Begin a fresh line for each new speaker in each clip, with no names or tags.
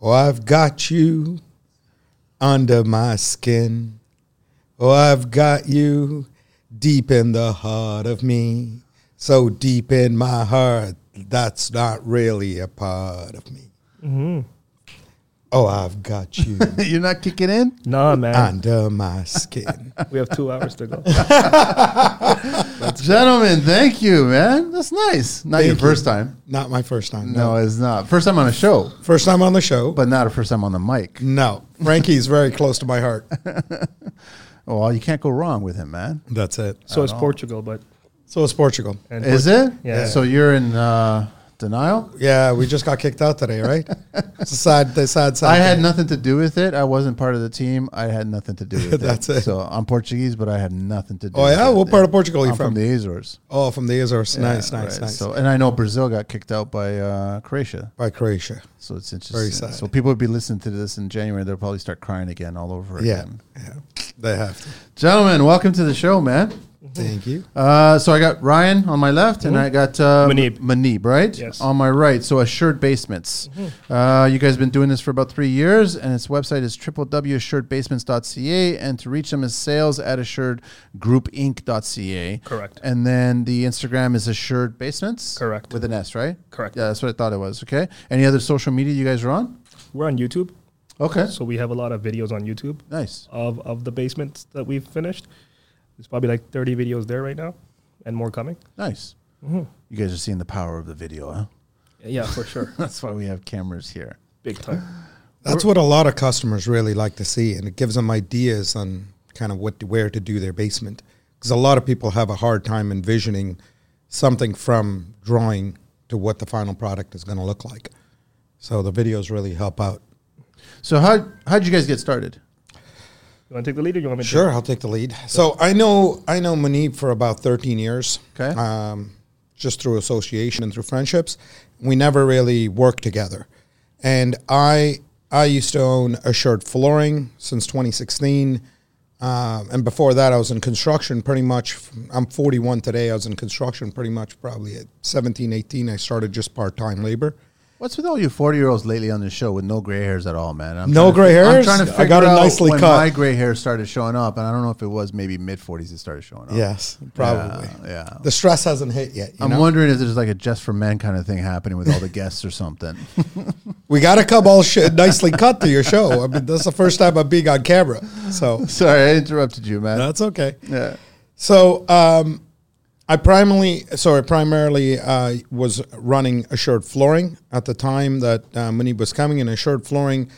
Oh, I've got you under my skin. Oh, I've got you deep in the heart of me. So deep in my heart, that's not really a part of me. Oh, I've got you
You're not kicking in?
Nah, man.
under my skin.
We have two hours to go.
Gentlemen, thank you, man. That's nice. Not your
Thank you.
first time.
Not my first time. No.
No, it's not. First time on a show,
First time on the show. But
but not a first time on the mic.
no. Frankie's very close to my heart.
Well, you can't go wrong with him, man.
That's it.
So it's Portugal, but
So it's Portugal.
and
Is it?
Yeah.
So you're in uh, denial?
Yeah, we just got kicked out today, right? it's a sad, the sad side.
I had
thing.
nothing to do with it. I wasn't part of the team. I had nothing to do with it.
That's it.
So I'm Portuguese, but I had nothing to do
Oh
with
yeah,
it.
what part of Portugal are you
I'm from
from?
the Azores.
oh, from the Azores. nice,
Yeah,
nice,
right.
nice.
So, and I know Brazil got kicked out by uh, Croatia,
By Croatia.
so it's interesting.
Very sad.
So people would be listening to this in January. They'll probably start crying again all over
Yeah,
again.
yeah, Mm-hmm. they have to.
Gentlemen, welcome to the show, man.
Thank you.
Uh, so I got Ryan on my left, and I got uh,
Mm-hmm. Manib.
Manib, right?
Yes. Mm-hmm.
On my right. So Assured Basements. Uh, you guys been doing this for about three years, and its website is www.assuredbasements.ca, and to reach them is sales at assuredgroupinc.ca.
Correct.
And then the Instagram is Assured Basements.
Correct.
With an S, right?
Correct.
Yeah, that's what I thought it was. Okay. Any other social media you guys are on?
we're on YouTube,
Okay.
so we have a lot of videos on YouTube
Nice.
of of the basements that we've finished. There's probably like 30 videos there right now, and more coming.
Nice.
Mm-hmm.
You guys are seeing the power of the video, huh?
Yeah, for sure,
That's why we have cameras here.
big time.
That's what a lot of customers really like to see, and it gives them ideas on kind of what to, where to do their basement. Because a lot of people have a hard time envisioning something from drawing to what the final product is going to look like. So the videos really help out.
So how how'd you guys get started?
You want to take the lead, or you want me to?
Sure, I'll take the lead. So I know I know Manib for about 13 years.
Okay.
Um, just through association and through friendships, we never really worked together. And I I used to own Assured Flooring since 2016. Um, and before that, I was in construction pretty much. I'm 41 today. I was in construction pretty much probably at 17, 18. I started just part time labor.
What's with all you forty year olds lately on the show with no gray hairs at all, man? I'm
No
trying to
gray
fi-
hairs?
I'm trying to
I
figure
got it
out
nicely
when
cut.
my gray hair started showing up, and I don't know if it was maybe mid forties it started showing up.
Yes, probably.
yeah.
The stress hasn't hit yet. You
I'm
know?
wondering if there's like a just for men kind of thing happening with all the guests or something.
We got to come all sh- nicely cut to your show. I mean, that's the first time I'm being on camera, so
Sorry, I interrupted you, man.
that's okay.
Yeah.
So um, I primarily, so I primarily uh, was running Assured Flooring at the time that uh, Manib was coming, and Assured Flooring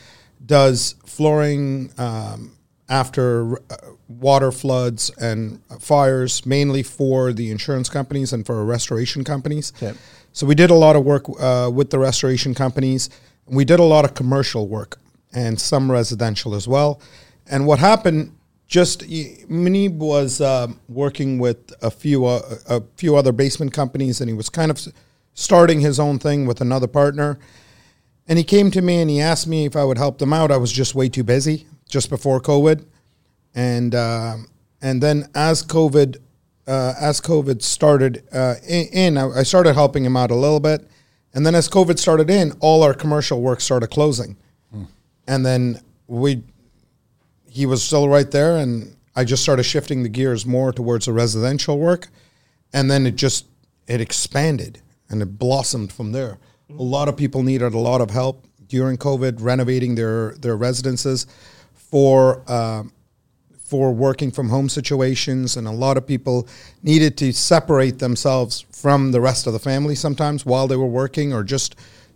does flooring um, after uh, water floods and fires, mainly for the insurance companies and for restoration companies.
Okay.
So we did a lot of work uh, with the restoration companies. We did a lot of commercial work and some residential as well. And what happened? Just y- Munib was um, working with a few uh, a few other basement companies, and he was kind of s- starting his own thing with another partner. And he came to me and he asked me if I would help them out. I was just way too busy just before COVID, and um and then as COVID uh, as COVID started uh, in, in I, I started helping him out a little bit, and then as COVID started in, all our commercial work started closing, and then we he was still right there, and I just started shifting the gears more towards the residential work, and then it just it expanded and it blossomed from there. A lot of people needed a lot of help during COVID renovating their their residences for um, for working from home situations, and a lot of people needed to separate themselves from the rest of the family sometimes while they were working or just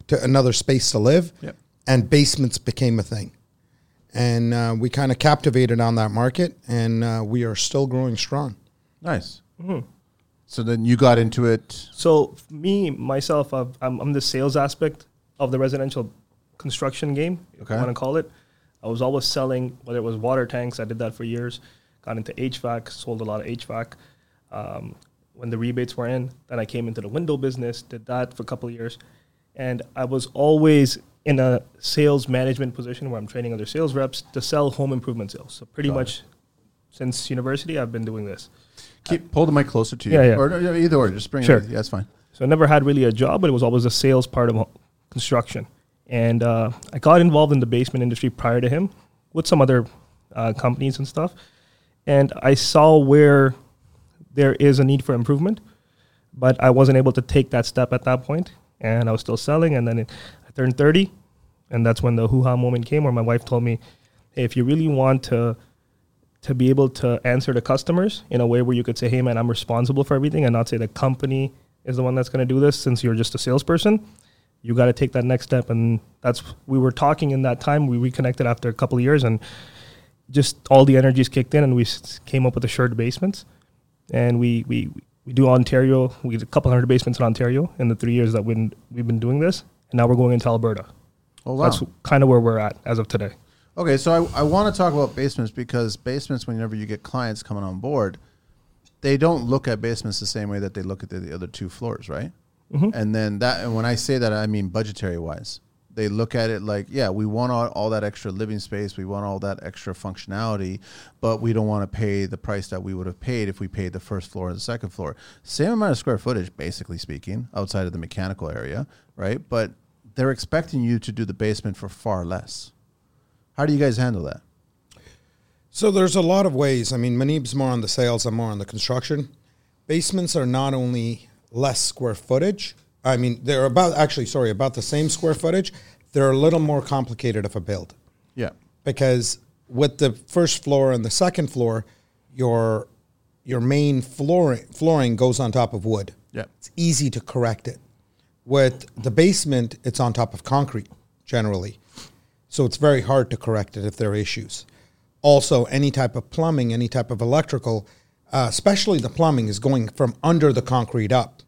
to another space to live.
Yep.
And basements became a thing and uh, we kind of captivated on that market, and uh, we are still growing strong.
Nice. So then you got into it.
So f- me myself, I've, I'm, I'm the sales aspect of the residential construction game, if
Okay.
you want to call it. I was always selling whether it was water tanks. I did that for years. Got into HVAC, sold a lot of HVAC. Um, when the rebates were in, then I came into the window business. Did that for a couple of years, and I was always in a sales management position where I'm training other sales reps to sell home improvement sales. So pretty much since university, I've been doing this.
Keep pull the mic closer to you.
Yeah, yeah.
Uh, Or no, either or, just bring
Sure.
it. Yeah, that's fine.
So I never had really a job, but it was always a sales part of construction. And uh, I got involved in the basement industry prior to him with some other uh, companies and stuff. And I saw where there is a need for improvement, but I wasn't able to take that step at that point, And I was still selling. And then it, I turned 30, and that's when the hoo ha moment came where my wife told me, hey, if you really want to, to be able to answer to customers in a way where you could say, hey, man, I'm responsible for everything, and not say the company is the one that's going to do this since you're just a salesperson. You got to take that next step. And that's, we were talking in that time. We reconnected after a couple of years, and just all the energies kicked in, and we s- came up with the shared basements. And we, we, we do Ontario, we did a couple hundred basements in Ontario in the three years that we've we've been doing this. And now we're going into Alberta.
Oh wow.
That's kind of where we're at as of today.
Okay, so I, I want to talk about basements because basements, whenever you get clients coming on board, they don't look at basements the same way that they look at the, the other two floors, right? And then that, and when I say that, I mean budgetary wise. They look at it like, yeah, we want all, all that extra living space, we want all that extra functionality, but we don't want to pay the price that we would have paid if we paid the first floor and the second floor. Same amount of square footage, basically speaking, outside of the mechanical area, right? But they're expecting you to do the basement for far less. How do you guys handle that?
So there's a lot of ways. I mean, Manib's more on the sales, I'm more on the construction. Basements are not only less square footage. I mean, they're about actually sorry about the same square footage. They're a little more complicated of a build
Yeah.
because with the first floor and the second floor, your your main flooring flooring goes on top of wood.
Yeah.
It's easy to correct it. With the basement, it's on top of concrete generally. So it's very hard to correct it if there are issues. Also, any type of plumbing, any type of electrical, uh, especially the plumbing, is going from under the concrete up.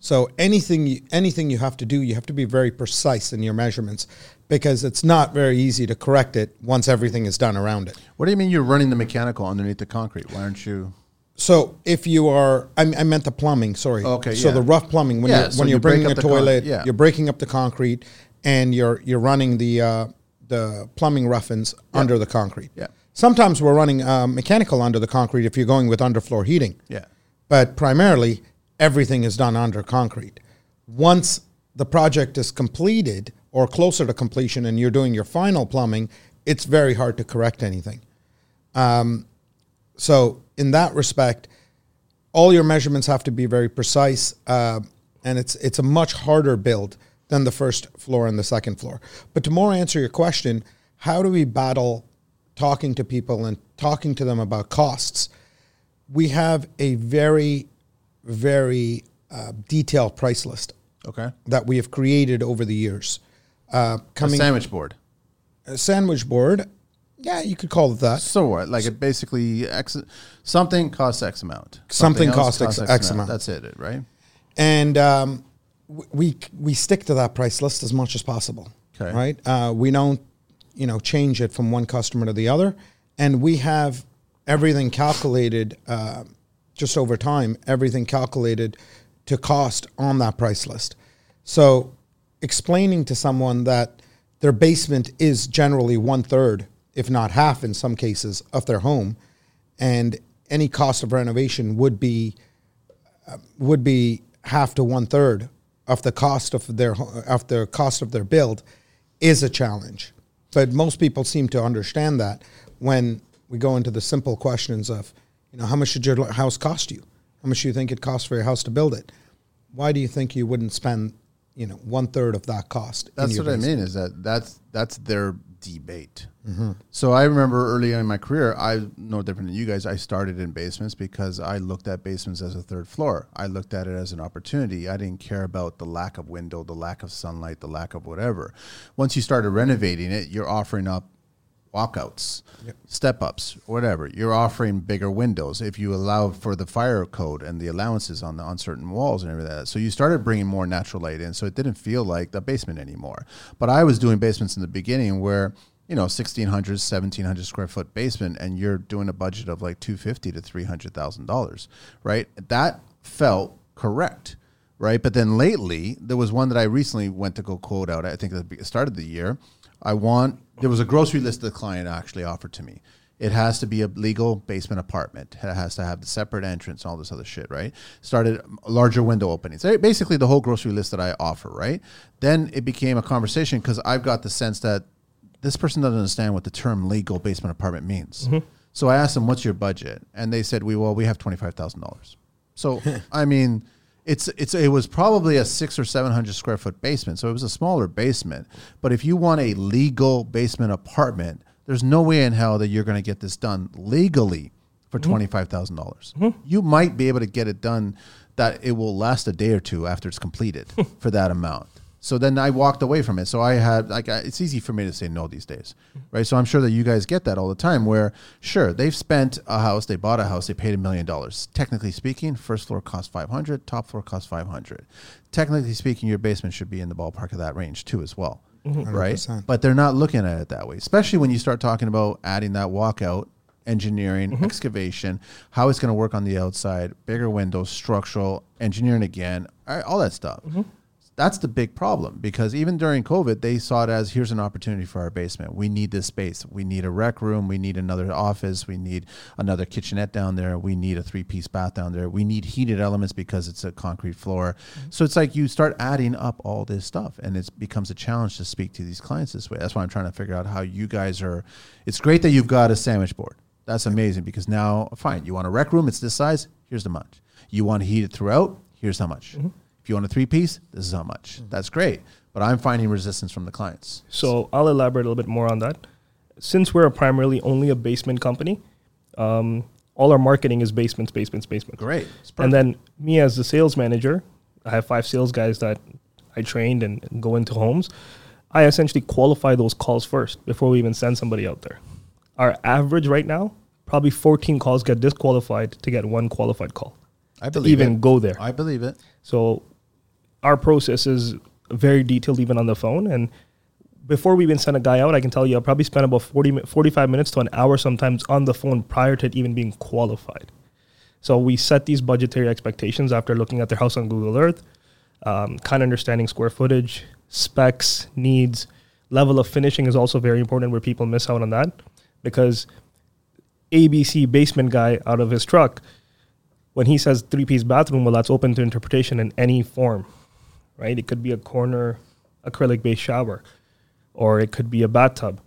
So anything you, anything you have to do, you have to be very precise in your measurements because it's not very easy to correct it once everything is done around it.
What do you mean you're running the mechanical underneath the concrete? Why aren't you?
So if you are, I, I meant the plumbing. Sorry.
Okay,
So
yeah.
the rough plumbing when
Yeah,
you're,
so
when
you
you're
break
bringing
up
a
the con-
toilet,
yeah.
you're breaking up the concrete, and you're you're running the uh, the plumbing rough-ins under the concrete.
Yeah.
Sometimes we're running uh, mechanical under the concrete if you're going with underfloor heating.
Yeah.
But primarily, everything is done under concrete. Once the project is completed or closer to completion, and you're doing your final plumbing, it's very hard to correct anything. So in that respect, all your measurements have to be very precise, uh, and it's it's a much harder build than the first floor and the second floor. But to more answer your question, how do we battle talking to people and talking to them about costs? We have a very, very uh, detailed price list
Okay.
that we have created over the years. Uh,
A
coming
sandwich board.
a sandwich board, yeah, you could call it that.
So what? Like it basically X, something costs X amount.
Something
else
costs X- X amount.
That's it, right?
and um, w- we we stick to that price list as much as possible.
'Kay.
Right. Uh, we don't, you know, change it from one customer to the other, and we have everything calculated uh, just over time. Everything calculated to cost on that price list. So, explaining to someone that their basement is generally one third, if not half, in some cases, of their home, and any cost of renovation would be would be half to one third of the cost of their of the cost of their build is a challenge. But most people seem to understand that when we go into the simple questions of, you know, how much did your house cost you? How much do you think it cost for your house to build it? Why do you think you wouldn't spend, you know, one third of that cost? in
That's
your
what I
basement?
mean. Is that that's that's their debate. So I remember early on in my career, I no different than you guys. I started in basements because I looked at basements as a third floor. I looked at it as an opportunity. I didn't care about the lack of window, the lack of sunlight, the lack of whatever. Once you started renovating it, you're offering up walkouts, step ups, whatever. You're offering bigger windows if you allow for the fire code and the allowances on the on certain walls and everything. Like that. So you started bringing more natural light in, so it didn't feel like the basement anymore. But I was doing basements in the beginning where you know 1600 1700 square foot basement and you're doing a budget of like 250 to 300 thousand dollars right that felt correct right? But then lately, there was one that I recently went to go quote out. I think at the be- start of the year, I want there was a grocery list the client actually offered to me, It has to be a legal basement apartment. It has to have the separate entrance and all this other shit, right? Started larger window openings. Eh, Basically, the whole grocery list that I offer, right? Then it became a conversation because I've got the sense that this person doesn't understand what the term legal basement apartment means. So I asked them, "What's your budget?" And they said, "We well, we have twenty five thousand dollars." So I mean, it's it's it was probably a six or seven hundred square foot basement, so it was a smaller basement. But if you want a legal basement apartment, there's no way in hell that you're going to get this done legally for five thousand dollars. You might be able to get it done that it will last a day or two after it's completed for that amount. So then I walked away from it. So I had like I- it's easy for me to say no these days, right? So I'm sure that you guys get that all the time. Where sure they've spent a house, they bought a house, they paid a million dollars. Technically speaking, first floor cost five hundred, top floor cost five hundred. Technically speaking, your basement should be in the ballpark of that range too, as well, right?
100%.
But they're not looking at it that way, especially when you start talking about adding that walkout, engineering, excavation, how it's going to work on the outside, bigger windows, structural, engineering again, all all that stuff. That's the big problem because even during COVID, they saw it as here's an opportunity for our basement. We need this space. We need a rec room. We need another office. We need another kitchenette down there. We need a three piece bath down there. We need heated elements because it's a concrete floor.
Mm-hmm.
So it's like you start adding up all this stuff and it becomes a challenge to speak to these clients this way. That's why I'm trying to figure out how you guys are. It's great that you've got a sandwich board. That's amazing because now, fine, you want a rec room, it's this size, here's the much. You want to heat it throughout, here's how much.
Mm-hmm.
If you want a three piece, this is how much. That's great. But I'm finding resistance from the clients.
So I'll elaborate a little bit more on that. Since we're primarily only a basement company, um, all our marketing is basements, basements, basements.
Great. It's
And then me as the sales manager, I have five sales guys that I trained and go into homes. I essentially qualify those calls first before we even send somebody out there. Our average right now, probably 14 calls get disqualified to get one qualified call.
I
to
believe
even
it.
go there.
I believe it.
So our process is very detailed even on the phone. And before we even send a guy out, I can tell you I probably spent about 40, mi- 45 minutes to an hour sometimes on the phone prior to it even being qualified. So we set these budgetary expectations after looking at their house on Google Earth, um, kind of understanding square footage, specs, needs, level of finishing is also very important where people miss out on that because ABC basement guy out of his truck, when he says three piece bathroom, well, that's open to interpretation in any form, right? It could be a corner acrylic based shower or it could be a bathtub.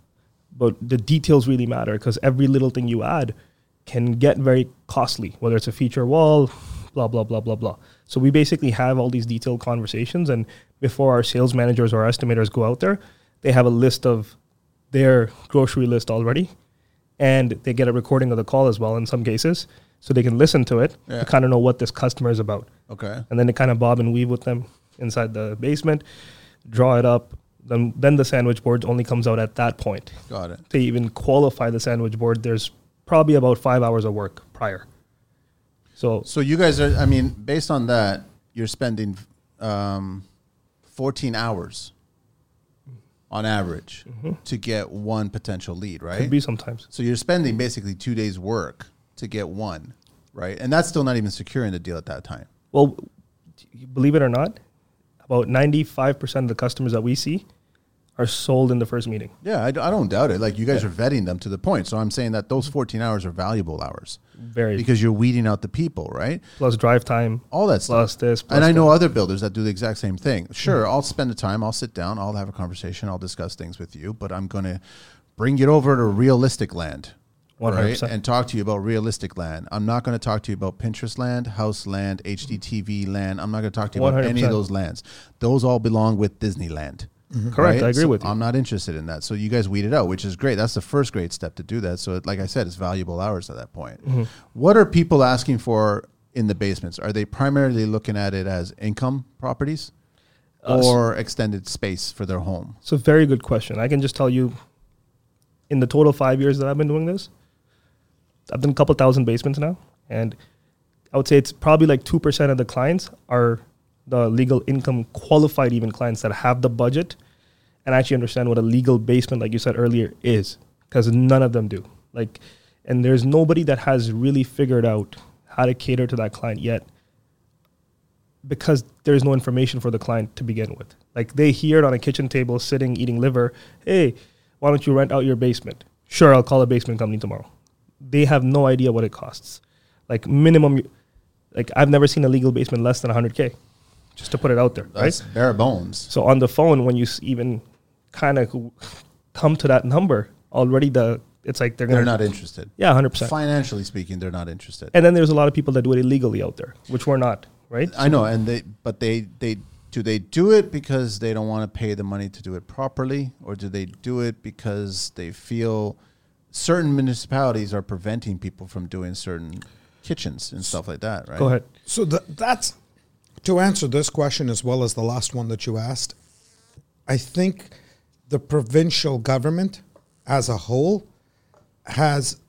But the details really matter because every little thing you add can get very costly, whether it's a feature wall, blah, blah, blah, blah, blah. So we basically have all these detailed conversations. And before our sales managers or estimators go out there, they have a list of their grocery list already and they get a recording of the call as well in some cases so they can listen to it
Yeah.
to kind of know what this customer is about
Okay.
and then they kind of bob and weave with them inside the basement draw it up then then the sandwich board only comes out at that point
Got it.
to even qualify the sandwich board there's probably about five hours of work prior so
So you guys are, I mean, based on that, you're spending um, 14 hours on average to get one potential lead, right?
Mm-hmm. could be sometimes
So you're spending basically two days' work to get one, right? And that's still not even securing the deal at that time.
Well, believe it or not, about 95% of the customers that we see are sold in the first meeting.
Yeah, I, d- I don't doubt it. Like you guys are vetting them to the point. So I'm saying that those 14 hours are valuable hours
Very.
because you're weeding out the people, right?
plus drive time.
all that stuff.
Plus this, plus
and I know other builders that do the exact same thing. Sure, I'll spend the time, I'll sit down, I'll have a conversation, I'll discuss things with you, but I'm going to bring it over to realistic land. Right?
100%.
And talk to you about realistic land. I'm not going to talk to you about Pinterest land, house land, HDTV land. I'm not going to talk to you about any of
100%.
those lands. Those all belong with Disneyland.
Correct, I agree
So
with you.
I'm not interested in that. So you guys weed it out, which is great. That's the first great step to do that. So, it, like I said, it's valuable hours at that point.
Mm-hmm.
What are people asking for in the basements? Are they primarily looking at it as income properties
Uh,
or extended space for their home?
So, very good question. I can just tell you in the total five years that I've been doing this, I've done a couple thousand basements now. And I would say it's probably like 2% of the clients are the legal income qualified, even clients that have the budget and actually understand what a legal basement, like you said earlier, is because none of them do. Like, and there's nobody that has really figured out how to cater to that client yet because there's no information for the client to begin with. Like they hear it on a kitchen table, sitting eating liver. Hey, why don't you rent out your basement? Sure, I'll call a basement company tomorrow. they have no idea what it costs. Like minimum, like I've never seen a legal basement less than 100k. Just to put it out there,
That's
right?
bare bones.
So on the phone, when you s- even kind of come to that number, already the it's like they're gonna
They're not interested.
yeah 100. percent
Financially speaking, they're not interested.
And then there's a lot of people that do it illegally out there, which we're not, right?
I know, and they but they they do they do it because they don't want to pay the money to do it properly, or do they do it because they feel certain municipalities are preventing people from doing certain kitchens and stuff like that, right?
Go ahead.
So th- that's to answer this question as well as the last one that you asked. I think the provincial government as a whole has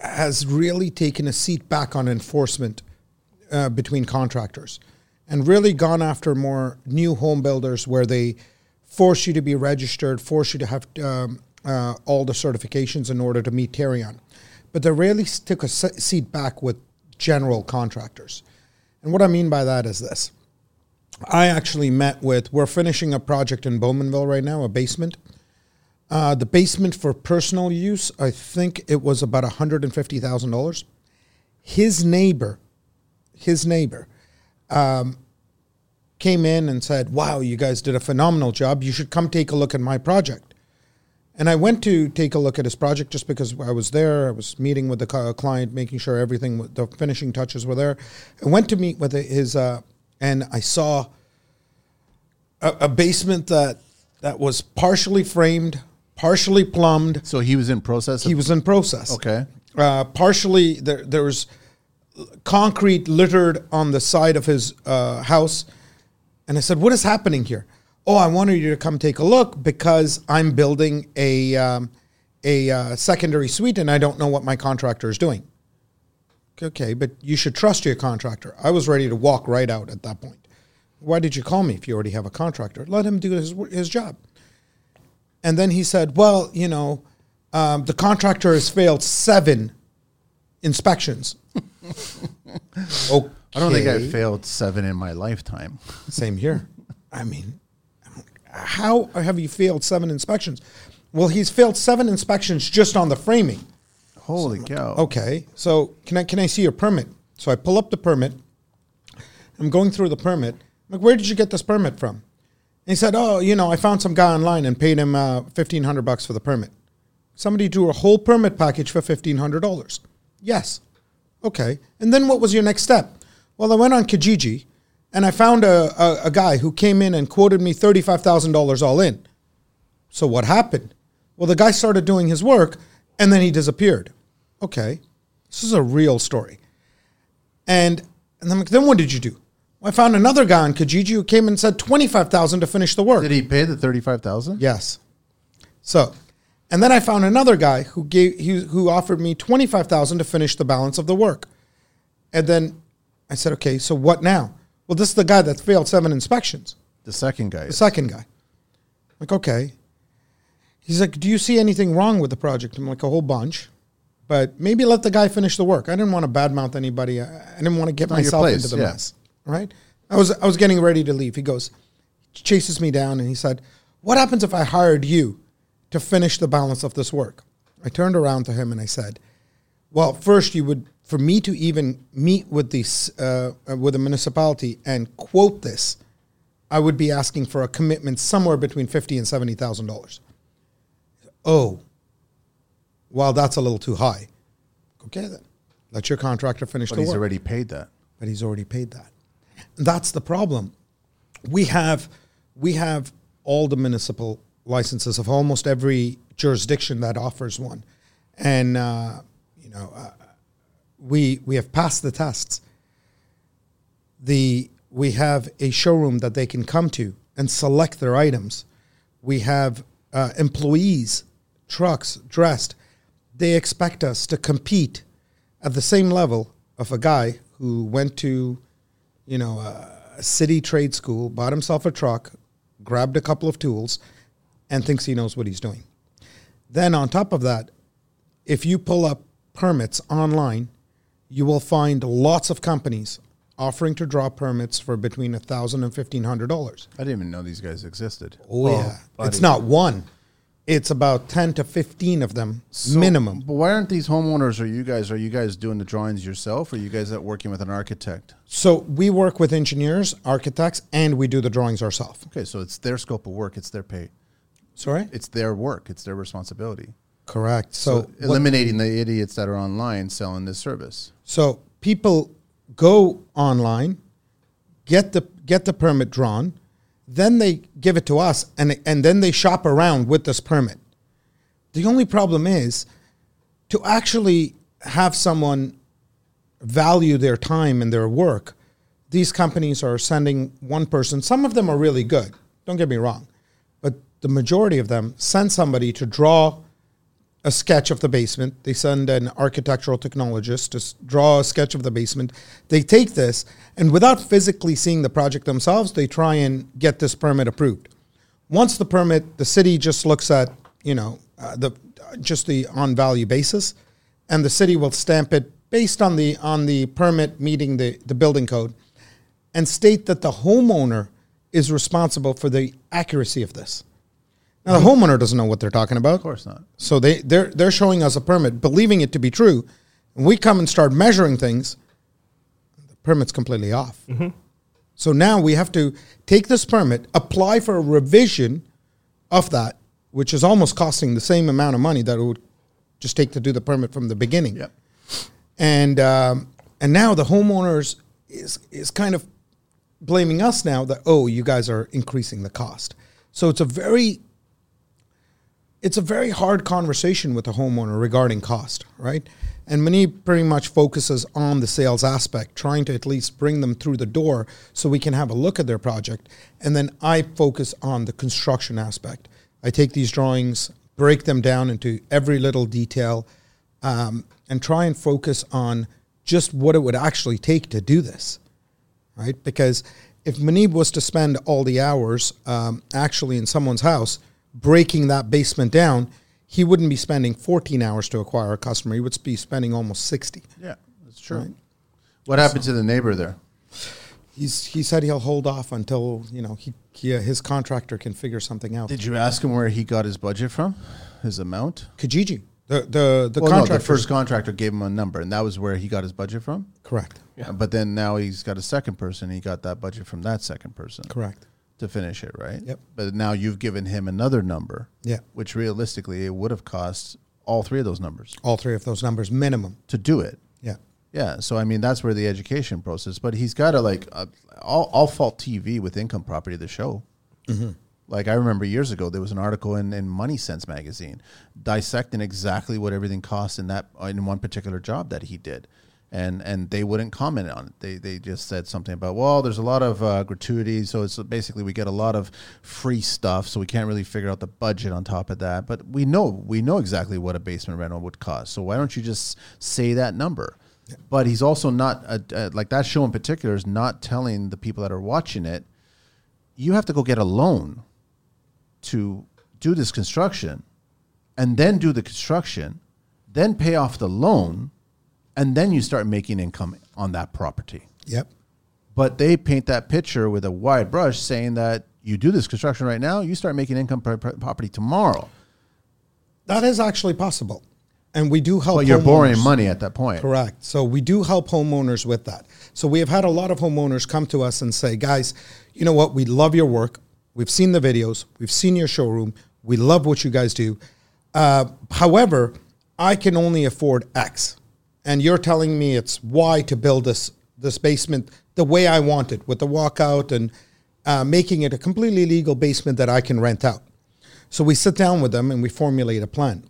has really taken a seat back on enforcement uh, between contractors and really gone after more new home builders where they force you to be registered, force you to have um, uh, all the certifications in order to meet Tarion. But they really s- took a se- seat back with general contractors. And what I mean by that is this. I actually met with, we're finishing a project in Bowmanville right now, a basement. Uh, the basement for personal use, I think it was about $150,000. His neighbor, his neighbor, um, came in and said, Wow, you guys did a phenomenal job. You should come take a look at my project. And I went to take a look at his project just because I was there. I was meeting with the cli- client, making sure everything, wa- the finishing touches were there. I went to meet with his, uh, and I saw a, a basement that that was partially framed, partially plumbed.
So he was in process. Of,
He was in process.
okay.
Uh, partially, there, there was concrete littered on the side of his uh, house. And I said, What is happening here? Oh, I wanted you to come take a look because I'm building a, um, a uh, secondary suite and I don't know what my contractor is doing. Okay, but you should trust your contractor. I was ready to walk right out at that point. Why did you call me if you already have a contractor? Let him do his, wor- his job. And then he said, Well, you know, um, the contractor has failed seven inspections. okay.
I don't think I failed seven in my lifetime.
Same here. I mean, how have you failed seven inspections? Well, he's failed seven inspections just on the framing.
Holy cow!
Okay, so can I can I see your permit? So I pull up the permit. I'm going through the permit. I'm like, where did you get this permit from? And he said, oh, you know, I found some guy online and paid him uh, fifteen hundred bucks for the permit. Somebody drew a whole permit package for fifteen hundred dollars. Yes. Okay. And then what was your next step? Well, I went on Kijiji, and I found a, a, a guy who came in and quoted me thirty five thousand dollars all in. So what happened? Well, the guy started doing his work and then he disappeared. Okay, this is a real story. And and I'm like, then what did you do? Well, I found another guy on Kijiji who came and said twenty five thousand to finish the work.
Did he pay the thirty-five thousand?
Yes. So, and then I found another guy who gave he, who offered me twenty five thousand to finish the balance of the work, and then I said, okay, so what now? Well, this is the guy that failed seven inspections
The second guy.
the second guy. like, okay. He's like, do you see anything wrong with the project? I'm like, a whole bunch, but maybe let the guy finish the work. I didn't want to badmouth anybody. I I didn't want to get
Not your
myself
place,
into the
yeah.
mess. Right? I was I was getting ready to leave. He goes, chases me down, and he said, "What happens if I hired you to finish the balance of this work?" I turned around to him and I said, well, first you would for me to even meet with these uh, uh, with a municipality and quote this, I would be asking for a commitment somewhere between fifty and seventy thousand dollars. Oh, well, that's a little too high. Okay, then let your contractor finish
but
the
he's
work
already paid that.
but he's already paid that. That's the problem. We have we have all the municipal licenses of almost every jurisdiction that offers one, and uh, you know uh, we we have passed the tests. The we have a showroom that they can come to and select their items. We have uh, employees, trucks dressed. They expect us to compete at the same level of a guy who went to, you know, a a city trade school, bought himself a truck, grabbed a couple of tools, and thinks he knows what he's doing. Then on top of that, if you pull up permits online, you will find lots of companies offering to draw permits for between a thousand and fifteen hundred dollars.
I didn't even know these guys existed.
Oh yeah, it's not one. it's about 10 to 15 of them minimum.
But why aren't these homeowners or you guys are you guys doing the drawings yourself or are you guys out working with an architect?
So we work with engineers, architects, and we do the drawings ourselves.
Okay, so it's their scope of work, it's their pay,
Sorry?
it's their work, it's their responsibility.
Correct. So,
So, eliminating the idiots that are online selling this service.
so people go online, get the get the permit drawn, then they give it to us and and then they shop around with this permit. The only problem is to actually have someone value their time and their work, these companies are sending one person. Some of them are really good, don't get me wrong, but the majority of them send somebody to draw a sketch of the basement. They send an architectural technologist to s- draw a sketch of the basement. They take this, and without physically seeing the project themselves, they try and get this permit approved. Once the permit, the city just looks at you know uh, the just the on value basis, and the city will stamp it based on the on the permit meeting the, the building code, and state that the homeowner is responsible for the accuracy of this. Now the homeowner doesn't know what they're talking about. Of
Mm-hmm. course not.
So they they're they're showing us a permit, believing it to be true. When we come and start measuring things, the permit's completely off.
Mm-hmm.
So now we have to take this permit, apply for a revision of that, which is almost costing the same amount of money that it would just take to do the permit from the beginning
Yep.
and um, and now the homeowners is is kind of blaming us now that oh you guys are increasing the cost so it's a very it's a very hard conversation with the homeowner regarding cost right and Mani pretty much focuses on the sales aspect trying to at least bring them through the door so we can have a look at their project and then i focus on the construction aspect i take these drawings break them down into every little detail um, and try and focus on just what it would actually take to do this, right? Because if Manib was to spend all the hours um, actually in someone's house breaking that basement down, he wouldn't be spending 14 hours to acquire a customer. He would be spending almost 60.
Yeah, that's true. What happened to the neighbor there?
He's, he said he'll hold off until you know he, he uh, his contractor can figure something out.
Did you ask him where he got his budget from? His amount?
Kijiji, the the the
Well, no,
contractor
the first contractor gave him a number, and that was where he got his budget from.
correct,
Uh, But then now he's got a second person. He got that budget from that second person
correct.
to finish it, right?
Yep.
But now you've given him another number,
Yeah.
which realistically it would have cost all three of those numbers
All three of those numbers minimum.
to do it.
Yeah,
Yeah, so I mean that's where the education process. But he's got to like, uh, I'll, I'll fault TV with income property the show. Like I remember years ago, there was an article in, in Money Sense magazine dissecting exactly what everything cost in that uh, in one particular job that he did, and and they wouldn't comment on it. They they just said something about well, there's a lot of uh, gratuity, so it's basically we get a lot of free stuff, so we can't really figure out the budget on top of that. But we know we know exactly what a basement rental would cost, so why don't you just say that number? But he's also not uh, uh, like that show in particular is not telling the people that are watching it you have to go get a loan to do this construction and then do the construction, then pay off the loan, and then you start making income on that property.
yep,
But they paint that picture with a wide brush saying that you do this construction right now, you start making income per per property tomorrow.
that is actually possible, and we do help.
But you're borrowing
homeowners.
money at that point.
Correct. So we do help homeowners with that. So we have had a lot of homeowners come to us and say, guys, you know what? We love your work. We've seen the videos. We've seen your showroom. We love what you guys do. Uh, however, I can only afford X. And you're telling me it's Y to build this, this basement the way I want it with the walkout and uh, making it a completely legal basement that I can rent out. So we sit down with them and we formulate a plan.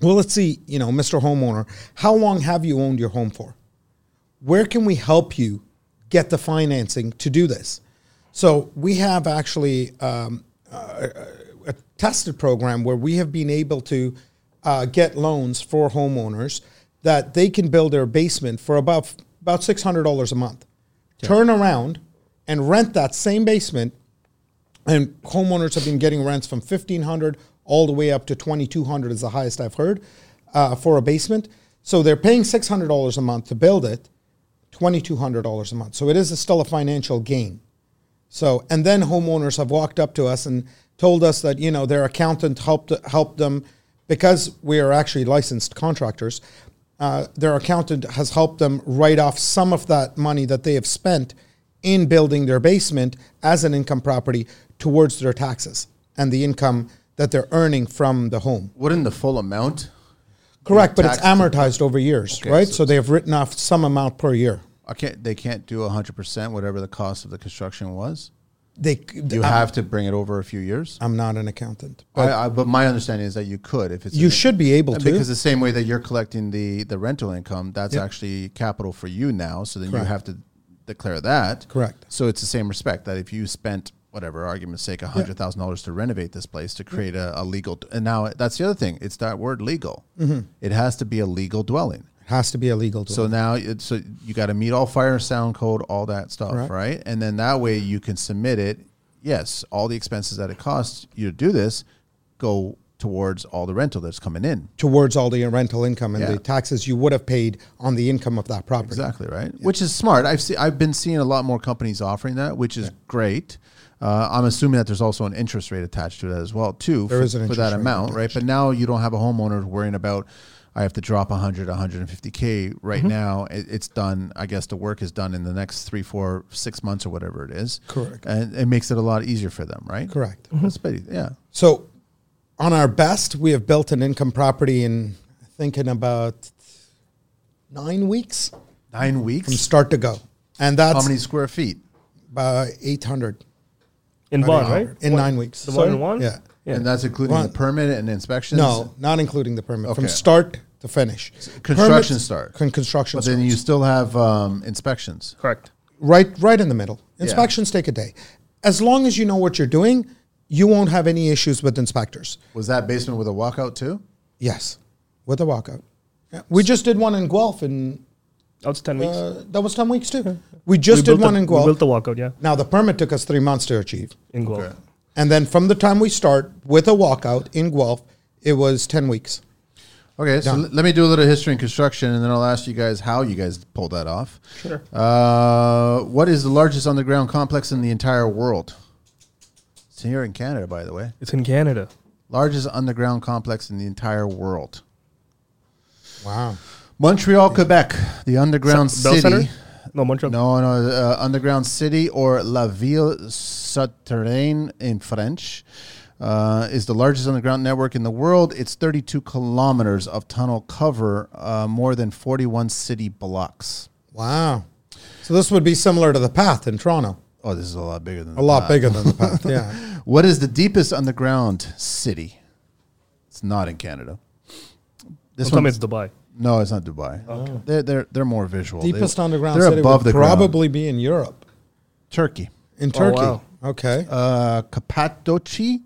Well, let's see, you know, Mr. Homeowner, how long have you owned your home for? Where can we help you get the financing to do this? So we have actually um, a, a a tested program where we have been able to uh, get loans for homeowners that they can build their basement for about about six hundred dollars a month. Turn around and rent that same basement and homeowners have been getting rents from 1500 all the way up to 2200 is the highest i've heard uh, for a basement so they're paying $600 a month to build it $2200 a month so it is still a financial gain So, and then homeowners have walked up to us and told us that you know their accountant helped helped them because we are actually licensed contractors. Uh, their accountant has helped them write off some of that money that they have spent in building their basement as an income property towards their taxes and the income that they're earning from the home.
Wouldn't the full amount?
Correct, but it's
taxed-
amortized over years,
Okay,
right?
so
So, they have written off some amount per year.
I can't. They can't do hundred percent whatever the cost of the construction was.
They
You have to bring it over a few years.
I'm not an accountant.
But, I, I, but my understanding is that you could if it's
You
an-
should be able
And
to.
because the same way that you're collecting the the rental income, that's actually capital for you now. So then
Correct.
you have to declare that.
Correct.
So it's the same respect that if you spent whatever argument's sake a hundred thousand dollars to renovate this place to create a, a legal and now that's the other thing it's that word legal
Mm-hmm.
it has to be a legal dwelling
It has to be illegal. To
so now it's so you got to meet all fire and sound code, all that stuff,
Correct.
right? And then that way you can submit it. Yes, all the expenses that it costs you to do this go towards all the rental that's coming in.
towards all the rental income and
Yeah.
the taxes you would have paid on the income of that property.
Exactly right, which is smart. I've seen I've been seeing a lot more companies offering that, which is great. Uh, I'm assuming that there's also an interest rate attached to that as well, too,
There
for,
is an
for
interest
that
rate
amount, right? But now you don't have a homeowner worrying about I have to drop 100, 150k right
Mm-hmm.
now. It, it's done. I guess the work is done in the next three, four, six months or whatever it is.
Correct.
and it makes it a lot easier for them, right?
Correct. Mm-hmm.
That's pretty- yeah.
So, on our best, we have built an income property in I think in about nine weeks
Nine
from
weeks.
start to go, and
How
that's
many square feet?
uh, eight hundred
in Vaughan, right?
in
One-
nine weeks.
The one in
Sorry?
one.
Yeah.
Yeah.
And that's including
One-
the permit and inspections.
No, not including the permit from
Okay.
start to finish.
Construction
Permits-
start.
con- construction.
But then
starts.
you still have um, inspections.
Correct.
right right in the middle. Inspections take a day. As long as you know what you're doing, you won't have any issues with inspectors.
Was that basement with a walkout too?
Yes, with a walkout. Yeah. We just did one in Guelph, and
That's ten weeks.
uh, that was ten weeks too. We just did
built
one
the,
in
We
Guelph.
built the walkout, yeah,
now the permit took us three months to achieve,
in Guelph.
Okay.
and then from the time we start with a walkout in Guelph, it was ten weeks.
Okay, so l- let me do a little history and construction, and then I'll ask you guys how you guys pulled that off.
Sure.
Uh, what is the largest underground complex in the entire world? It's here in Canada, by the way.
It's in Canada.
Largest underground complex in the entire world.
Wow.
Montreal, Quebec, the underground
Sa- Bell
city.
Centre? No, Montreal.
No, no, uh, underground city or La Ville Souterraine in French uh, is the largest underground network in the world. It's 32 kilometers of tunnel cover, uh, more than 41 city blocks.
Wow. So this would be similar to the path in Toronto.
Oh, this is a lot bigger than
A lot bigger than the path. Yeah.
What is the deepest underground city? It's not in Canada. This
Don't tell me
one's-
it's Dubai.
no, it's not Dubai. They're, they're, they're more visual. They-
Deepest underground
They're
city
above
would
the ground.
probably be in Europe,
Turkey.
in Turkey.
wow.
Okay.
uh, Cappadoci.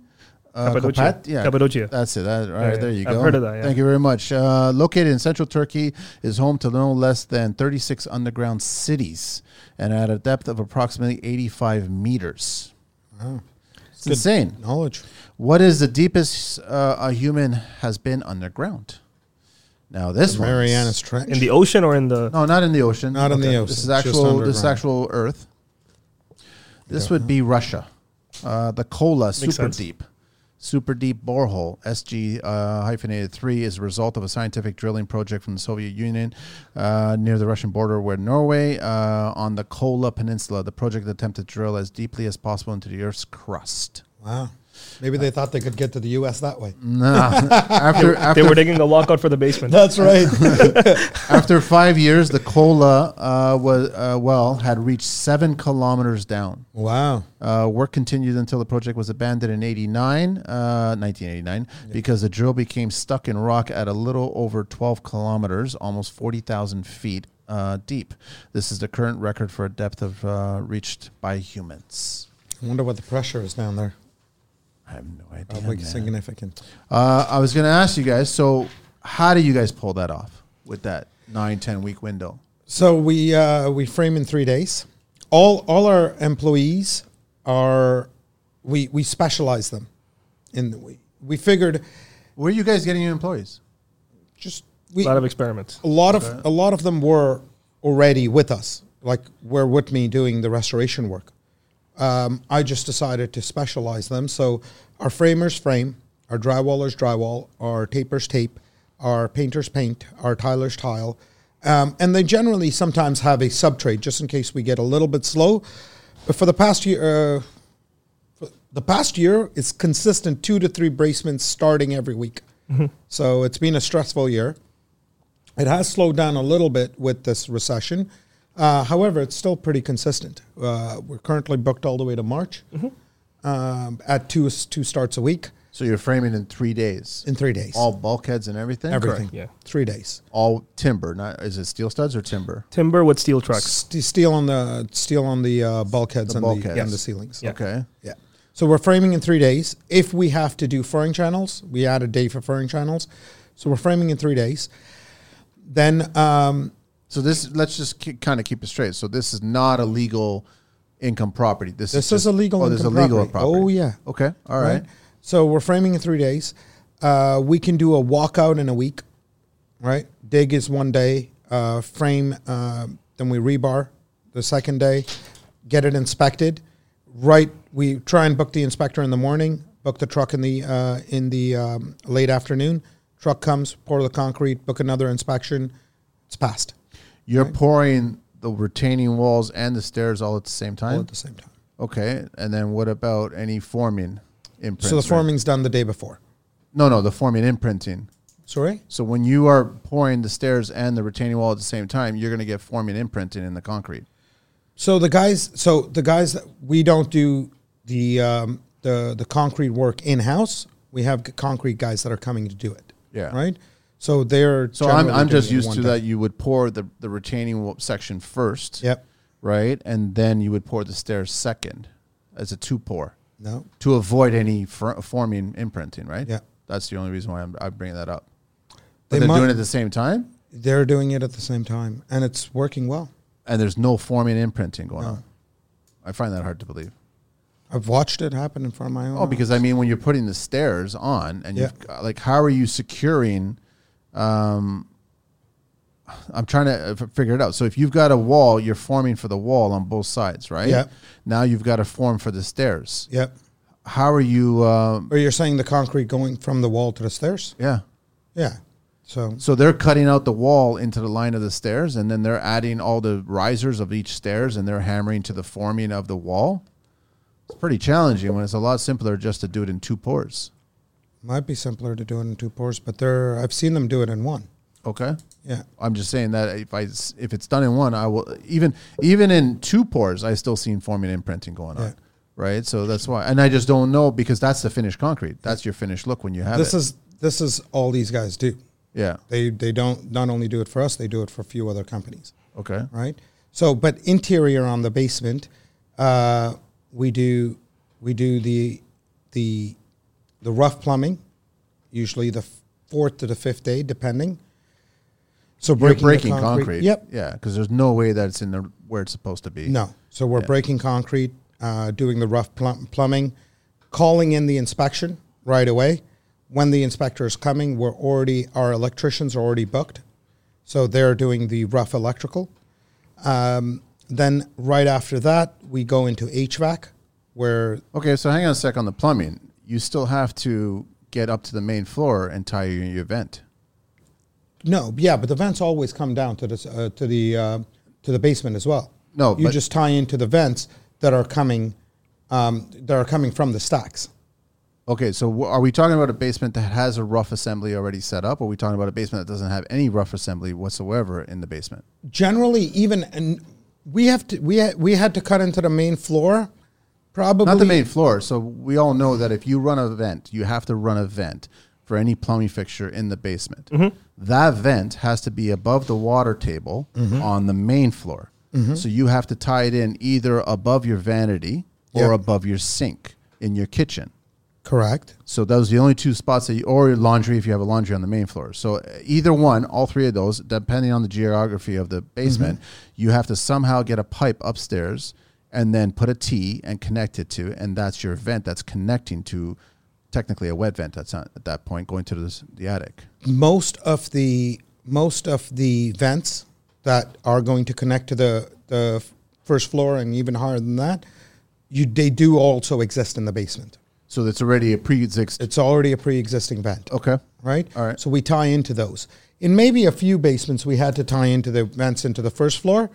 Uh,
Cappadocia.
Cappat- yeah,
Cappadocia.
That's it. That, all right,
Yeah, yeah.
there you
I've
go.
heard of that, yeah.
Thank you very much. Uh, located in central Turkey, is home to no less than 36 underground cities, and at a depth of approximately 85 meters. It's insane.
Knowledge.
What is the deepest uh, a human has been underground? Now this one,
Marianas Trench.
In the ocean or in the
No, not in the ocean.
Not in the ocean,
This is
just
actual. This is
underground.
actual Earth. This would be Russia. Uh, the Kola super
sense.
deep, super deep borehole SG uh, hyphenated three is a result of a scientific drilling project from the Soviet Union uh, near the Russian border with Norway uh, on the Kola Peninsula. The project attempted to drill as deeply as possible into the Earth's crust.
Wow. Maybe they thought they could get to the U.S. that way.
Nah, after
they
after
were digging a walkout for the basement.
That's right.
After five years, the Kola uh, was uh, well had reached seven kilometers down.
wow.
Uh, work continued until the project was abandoned in 89, uh, 1989, because the drill became stuck in rock at a little over 12 kilometers, almost 40,000 feet uh, deep. This is the current record for a depth of uh, reached by humans.
I wonder what the pressure is down there.
I have no idea.
Probably
man.
significant.
Uh, I was going to ask you guys. So, how do you guys pull that off with that nine, 10 week window?
So we uh, we frame in three days. All all our employees are we we specialize them, and we we figured
Where are you guys getting your employees?
just we
a lot of experiments.
a lot of a lot of them were already with us like were with me doing the restoration work um, I just decided to specialize them. So our framers frame, our drywallers drywall, our tapers tape, our painters paint, our tilers tile, um, and they generally sometimes have a sub trade just in case we get a little bit slow. But for the past year, uh, for the past year, it's consistent two to three bracements starting every week. So it's been a stressful year. It has slowed down a little bit with this recession. Uh, however, it's still pretty consistent. Uh, we're currently booked all the way to March
Mm-hmm.
um, at two two starts a week
So you're framing in three days.
in three days.
all bulkheads and everything.
everything,
Correct.
yeah.
three days.
All timber. Not is it steel studs or timber?
Timber with steel trucks.
St- steel on the steel on the uh, bulkheads,
The
and,
bulkheads.
The, and the
Yes.
ceilings.
Yeah.
Okay.
Yeah. So we're framing in three days. If we have to do furring channels, we add a day for furring channels. So we're framing in three days. Then um,
So this let's just keep, kind of keep it straight. So this is not a legal income property. This,
This
is,
is
just-
a legal
Oh, this is a
income
legal
property.
property.
Oh, yeah.
Okay. All
right.
right.
So we're framing in three days. Uh, we can do a walkout in a week, right? Dig is one day, uh, frame, uh, then we rebar the second day, get it inspected. Right, we try and book the inspector in the morning, book the truck in the uh, in the um, late afternoon. Truck comes, pour the concrete, book another inspection. It's passed
You're pouring the retaining walls and the stairs all at the same
all
time.
at the same time.
Okay. And then what about any forming imprints?
So the
right?
forming's done the day before.
No, no, the forming imprinting.
Sorry.
So when you are pouring the stairs and the retaining wall at the same time, you're going to get forming imprinting in the concrete.
So the guys, so the guys, that we don't do the um, the the concrete work in house. We have g- concrete guys that are coming to do it.
Yeah.
Right. So they're.
So I'm,
generally
I'm just
doing it
used
one
to
day.
that you would pour the, the retaining wall section first.
Yep.
Right? And then you would pour the stairs second as a two pour
No.
to avoid any fr- forming imprinting, right?
Yeah.
That's the only reason why I'm, I'm bringing that up.
They
But they are
mu-
doing it at the same time
They're doing it at the same time, and it's working well.
and there's no forming imprinting going on. I find that hard to believe.
I've watched it happen in front of my own.
Oh, because I mean, when you're putting the stairs on, and you've got- like, how are you securing? Um, I'm trying to uh, f- figure it out. So if you've got a wall, you're forming for the wall on both sides, right?
Yeah.
Now you've got to form for the stairs.
Yep.
How are you? Um,
Or you're saying the concrete going from the wall to the stairs?
yeah.
Yeah. So
So they're cutting out the wall into the line of the stairs, and then they're adding all the risers of each stairs, and they're hammering to the forming of the wall. It's pretty challenging when it's a lot simpler just to do it in two pours.
might be simpler to do it in two pours, but they're I've seen them do it in one.
Okay.
Yeah.
I'm just saying that if I s- if it's done in one, I will even even in two pours, I still seen forming imprinting going on,
Yeah.
right? So that's why, and I just don't know because that's the finished concrete. That's your finished look when you have
This
it.
is this is all these guys do.
yeah.
They they don't not only do it for us, they do it for a few other companies,
Okay.
right? So, but interior on the basement, uh, we do we do the the the rough plumbing, usually the fourth to the fifth day, depending. So
You're
breaking, the
breaking concrete.
Yep.
Yeah, because there's no way that it's in the where it's supposed to be.
No. So we're breaking concrete, uh, doing the rough plum- plumbing, calling in the inspection right away. When the inspector is coming, we're already our electricians are already booked, so they're doing the rough electrical. Um, then right after that, we go into HVAC, where
Okay, so hang on a sec on the plumbing. You still have to get up to the main floor and tie your, your vent.
no, yeah, but the vents always come down to this uh, to the uh, to the basement as well.
No,
you
but-
just tie into the vents that are coming um, that are coming from the stacks.
Okay, so w- are we talking about a basement that has a rough assembly already set up? Or are we talking about a basement that doesn't have any rough assembly whatsoever in the basement?
generally even and we have to we ha- we had to cut into the main floor probably
Not the main floor. So we all know that if you run a vent, you have to run a vent for any plumbing fixture in the basement.
Mm-hmm.
That vent has to be above the water table
Mm-hmm.
on the main floor. So you have to tie it in either above your vanity or
Yeah.
above your sink in your kitchen.
correct
So those are the only two spots that you, or laundry if you have a laundry on the main floor. So uh, either one, all three of those, depending on the geography of the basement, you have to somehow get a pipe upstairs and then put a T and connect it to, and that's your vent that's connecting to technically a wet vent that's not at that point going to this, the attic.
most of the most of the vents that are going to connect to the the f- first floor and even higher than that you they do also exist in the basement.
So that's already a pre-existing.
It's already a pre-existing vent.
Okay.
right?
All right.
So we tie into those. In maybe a few basements, we had to tie into the vents into the first floor,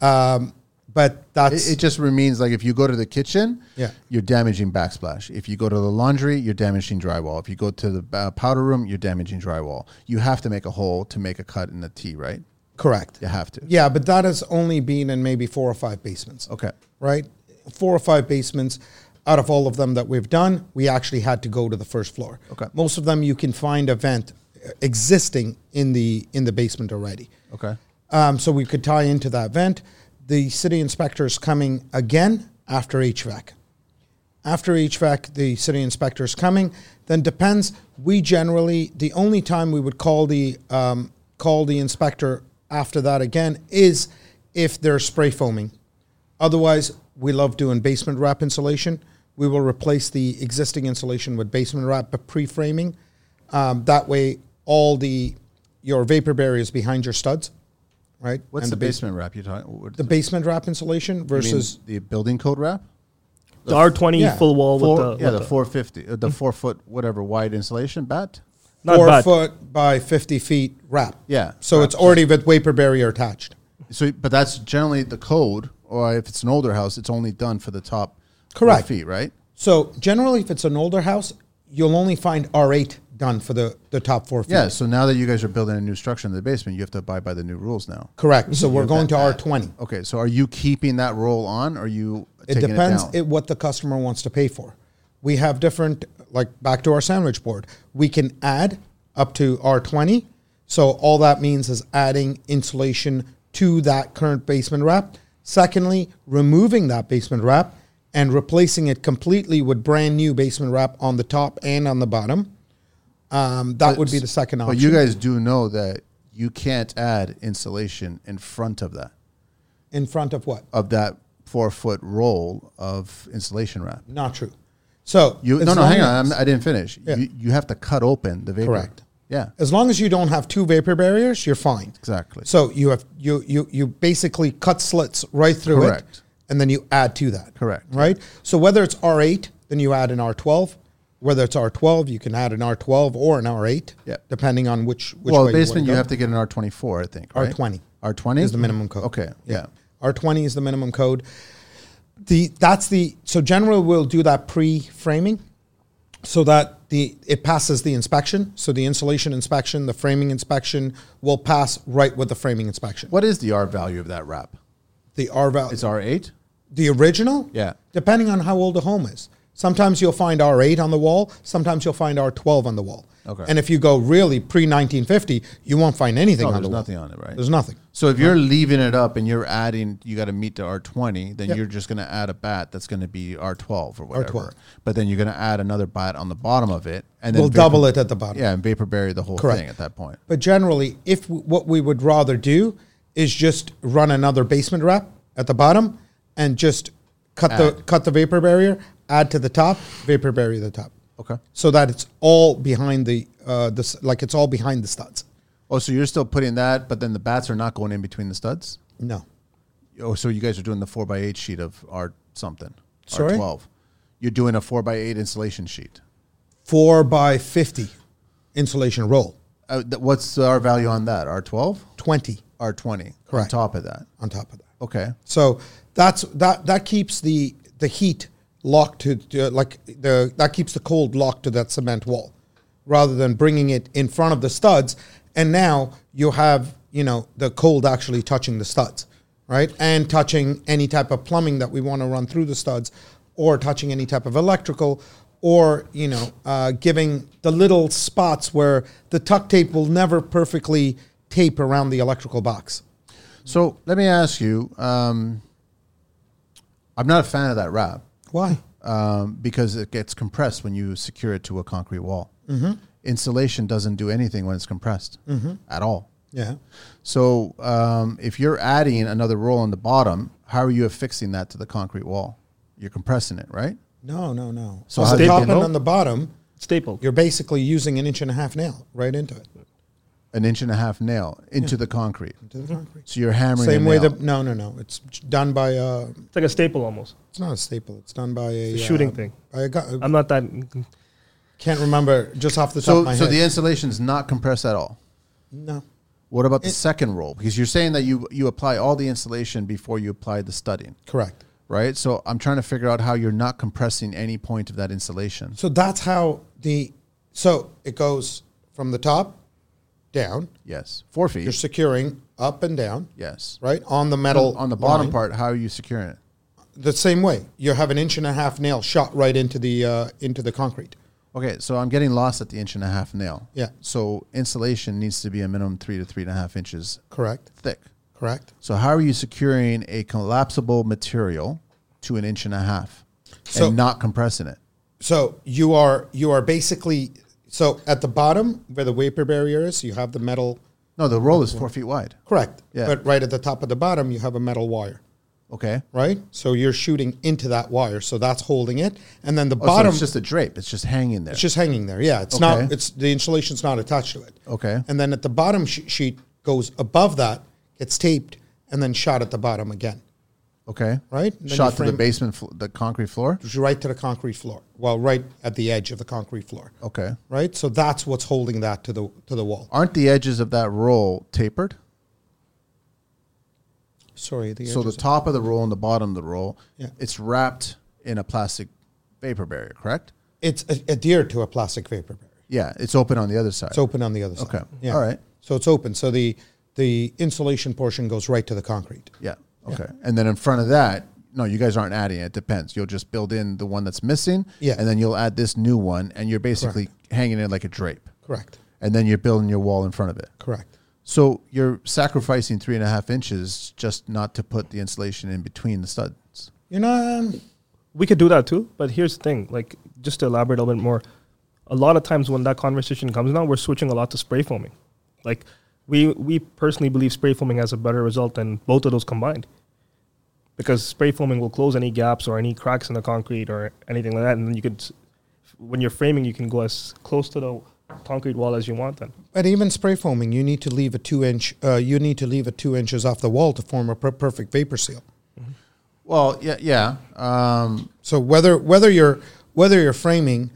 um, but that's
It, it just remains like if you go to the kitchen,
Yeah.
you're damaging backsplash. If you go to the laundry, you're damaging drywall. If you go to the uh, powder room, you're damaging drywall. You have to make a hole to make a cut in the T, right?
correct.
You
Yeah.
have to.
but that has only been in maybe four or five basements.
Okay.
right? Four or five basements out of all of them that we've done, we actually had to go to the first floor.
Okay.
most of them you can find a vent uh, existing in the in the basement already.
Okay.
Um, so we could tie into that vent. The city inspector is coming again after HVAC. After HVAC, the city inspector is coming. Then depends. We generally the only time we would call the um, call the inspector after that again is if they're spray foaming. Otherwise, we love doing basement wrap insulation. We will replace the existing insulation with basement wrap, but pre-framing. Um, that way, all the your vapor barriers behind your studs right?
What's
And
the,
bas-
basement wrap you're talking? What,
The basement wrap insulation versus
the building code wrap?
The R twenty
yeah.
full wall
Four,
Oh, with the Mm-hmm.
yeah,
with
the, 450, uh, the four foot whatever wide insulation bat.
not
four
bad.
foot by fifty feet wrap.
Yeah,
So
wrap,
it's already with vapor barrier attached.
So, but that's generally the code. Or if it's an older house, it's only done for the top four
Correct.
feet, right?
So generally, if it's an older house, you'll only find R eight done for the the top four feet.
Yeah. So now that you guys are building a new structure in the basement, you have to abide by the new rules now.
Correct. So we're
have
going
that
to R
back.
twenty.
Okay, so are you keeping that role on? Or are you
It
taking
depends
it down?
it, what the customer wants to pay for. We have different, like back to our sandwich board, we can add up to R20. So all that means is adding insulation to that current basement wrap. Secondly, removing that basement wrap and replacing it completely with brand new basement wrap on the top and on the bottom. Um, that would be the second option.
But you guys do know that you can't add insulation in front of that
in front of what?
of that four foot roll of insulation wrap.
Not true. So
You
as
no no
long
hang on
as-
I'm, I didn't finish.
Yeah.
You, you have to cut open the vapor.
Correct.
Yeah.
as long as you don't have two vapor barriers, you're fine.
Exactly.
So you have you you you basically cut slits right through it,
Correct.
and then you add to that.
Correct.
Right. So whether it's R eight, then you add an R twelve. Whether it's R twelve, you can add an R twelve or an R eight.
Yeah.
Depending on which which
well,
way
basement you,
wanna
have to get an R twenty four, I think.
go.
Right?
R twenty
R twenty
is the minimum code.
Okay. Yeah.
R twenty is the minimum code. The that's the so generally we'll do that pre framing, so that the it passes the inspection. So the insulation inspection, the framing inspection will pass right with the framing inspection.
What is the R value of that wrap?
The R value.
It's R eight.
The original?
Yeah.
Depending on how old the home is. Sometimes you'll find R8 on the wall, sometimes you'll find R12 on the wall.
Okay.
And if you go really pre 1950, you won't find anything
No,
on
there's
the wall.
nothing on it, right?
There's nothing.
So if you're leaving it up and you're adding, you got to meet the R twenty. Then
Yep.
you're just going to add a bat that's going to be R twelve or whatever.
R12.
But then you're going to add another bat on the bottom of it, and then
We'll
vapor-
double it at the bottom.
Yeah, and vapor bury the whole
Correct.
thing at that point.
But generally, if w- what we would rather do is just run another basement wrap at the bottom and just cut the
Add.
cut the vapor barrier, add to the top, vapor barrier the top.
Okay.
So that it's all behind the uh this like it's all behind the studs.
Oh, so you're still putting that, but then the bats are not going in between the studs.
No.
Oh, so you guys are doing the four by eight sheet of R something.
Sorry?
R twelve. You're doing a four by eight insulation sheet.
four by 50 insulation roll,
Uh, th- what's our value on that? R twelve,
20
R twenty. On
Correct.
top of that.
on top of that.
Okay.
So that's that that keeps the the heat locked to, to like the that keeps the cold locked to that cement wall rather than bringing it in front of the studs and now you have, you know, the cold actually touching the studs, right? And touching any type of plumbing that we want to run through the studs or touching any type of electrical or you know uh, giving the little spots where the tuck tape will never perfectly tape around the electrical box
So let me ask you. Um, I'm not a fan of that wrap
why
um, because it gets compressed when you secure it to a concrete wall. Mm-hmm. Insulation doesn't do anything when it's compressed
Mm-hmm.
at all.
yeah
So um, if you're adding another roll on the bottom, how are you affixing that to the concrete wall? You're compressing it, right?
No, no, no. So
So
on
how
the
do
top
you
and
know?
on the bottom,
stapled.
you're basically using an inch and a half nail right into it.
an inch and a half nail into the concrete.
To the concrete.
So you're hammering.
Same
a
way
nail.
that no, no, no. It's done by a.
It's like a staple almost.
It's not a staple. It's done by a,
It's a shooting
uh,
thing.
by a gu-
I'm not that.
can't remember just off the top of
so
my
so
head.
the insulation's not compressed at all.
no,
What about the second roll? Because you're saying that you you apply all the insulation before you apply the studding,
correct.
right? So I'm trying to figure out how you're not compressing any point of that insulation.
So that's how the so it goes from the top down.
Yes, four
You're
feet.
securing up and down,
Yes,
right on the metal
on the bottom
line.
part. How are you securing it?
The same way. You have an inch and a half nail shot right into the uh, into the concrete.
Okay, so I'm getting lost at the inch and a half nail.
Yeah.
So insulation needs to be a minimum three to three and a half inches
Correct.
thick.
Correct.
So how are you securing a collapsible material to an inch and a half
So-
and not compressing it?
so you are you are basically so at the bottom where the vapor barrier is you have the metal
No, the roll is four feet wide.
correct
Yeah.
but right at the top of the bottom you have a metal wire
Okay.
right so you're shooting into that wire so that's holding it and then the
Oh, so
bottom
it's just a drape. It's just hanging there.
it's just hanging there yeah it's
Okay.
not it's the insulation's not attached to it
Okay.
and then at the bottom she- sheet goes above that gets taped and then shot at the bottom again
okay.
Right? Then
Shot
you
to the
frame-
basement, fl- the concrete floor.
right to the concrete floor well right at the edge of the concrete floor
Okay.
right so that's what's holding that to the to the wall
Aren't the edges of that roll tapered?
sorry the
So the
edges-
top of the roll and the bottom of the roll,
Yeah.
it's wrapped in a plastic vapor barrier, correct?
it's a- adhered to a plastic vapor barrier.
Yeah, it's open on the other side.
It's open on the other side.
Okay. All right.
So it's open. So the the insulation portion goes right to the concrete.
Yeah. Okay. And then in front of that, no, you guys aren't adding it. It depends. You'll just build in the one that's missing.
Yeah.
And then you'll add this new one, and you're basically hanging it like a drape.
Correct.
And then you're building your wall in front of it.
Correct.
So you're sacrificing three and a half inches just not to put the insulation in between the studs.
You know, um,
We could do that too, but here's the thing. Like, just to elaborate a little bit more, a lot of times when that conversation comes now, we're switching a lot to spray foaming. Like, we we personally believe spray foaming has a better result than both of those combined, because spray foaming will close any gaps or any cracks in the concrete or anything like that, and then you could, s- when you're framing, you can go as close to the concrete wall as you want. Then
but even spray foaming, you need to leave a two inch. Uh, you need to leave it two inches off the wall to form a per- perfect vapor seal.
Well, yeah, yeah. Um,
So whether whether you're whether you're framing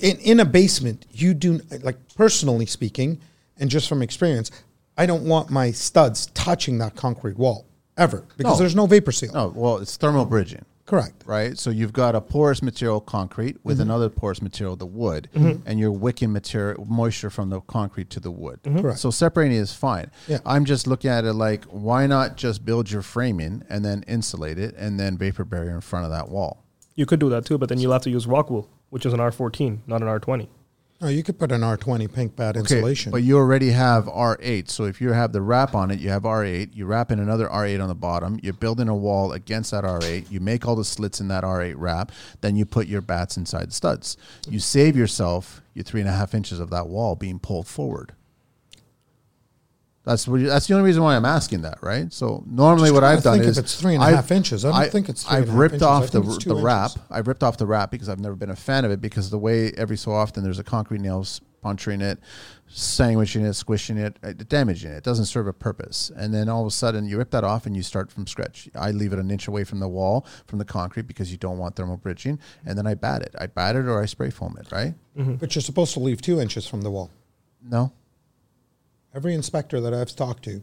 in in a basement, you do like personally speaking, and just from experience, I don't want my studs touching that concrete wall ever because
No.
there's no vapor seal.
no, well, it's thermal bridging.
Correct.
right? So you've got a porous material, concrete, with another porous material, the wood, and you're wicking material, moisture from the concrete to the wood.
Correct.
So separating is fine.
Yeah.
I'm just looking at it like, why not just build your framing and then insulate it and then vapor barrier in front of that wall?
you could do that too, but then you'll have to use rock wool, which is an R14, not an R20.
No, you could put an R20 pink pad insulation.
But you already have R8. So if you have the wrap on it, you have R8. You wrap in another R8 on the bottom. You're building a wall against that R8. You make all the slits in that R8 wrap. Then you put your bats inside studs. You save yourself your three and a half inches of that wall being pulled forward. That's what you, that's the only reason why I'm asking that, right? So normally
Just
what
trying
I've
to
done
think if
is
it's three and a half inches. I don't think it's three and
I've
a half
ripped
inches. I
off the,
think it's
the
two
wrap.
inches.
I ripped off the wrap because I've never been a fan of it because the way every so often there's a concrete nail s- puncturing it, sandwiching it, squishing it, uh, damaging it. It doesn't serve a purpose. And then all of a sudden you rip that off and you start from scratch. I leave it an inch away from the wall, from the concrete because you don't want thermal bridging. And then I bat it. I bat it or I spray foam it, right?
but you're supposed to leave two inches from the wall.
No.
Every inspector that I've talked to,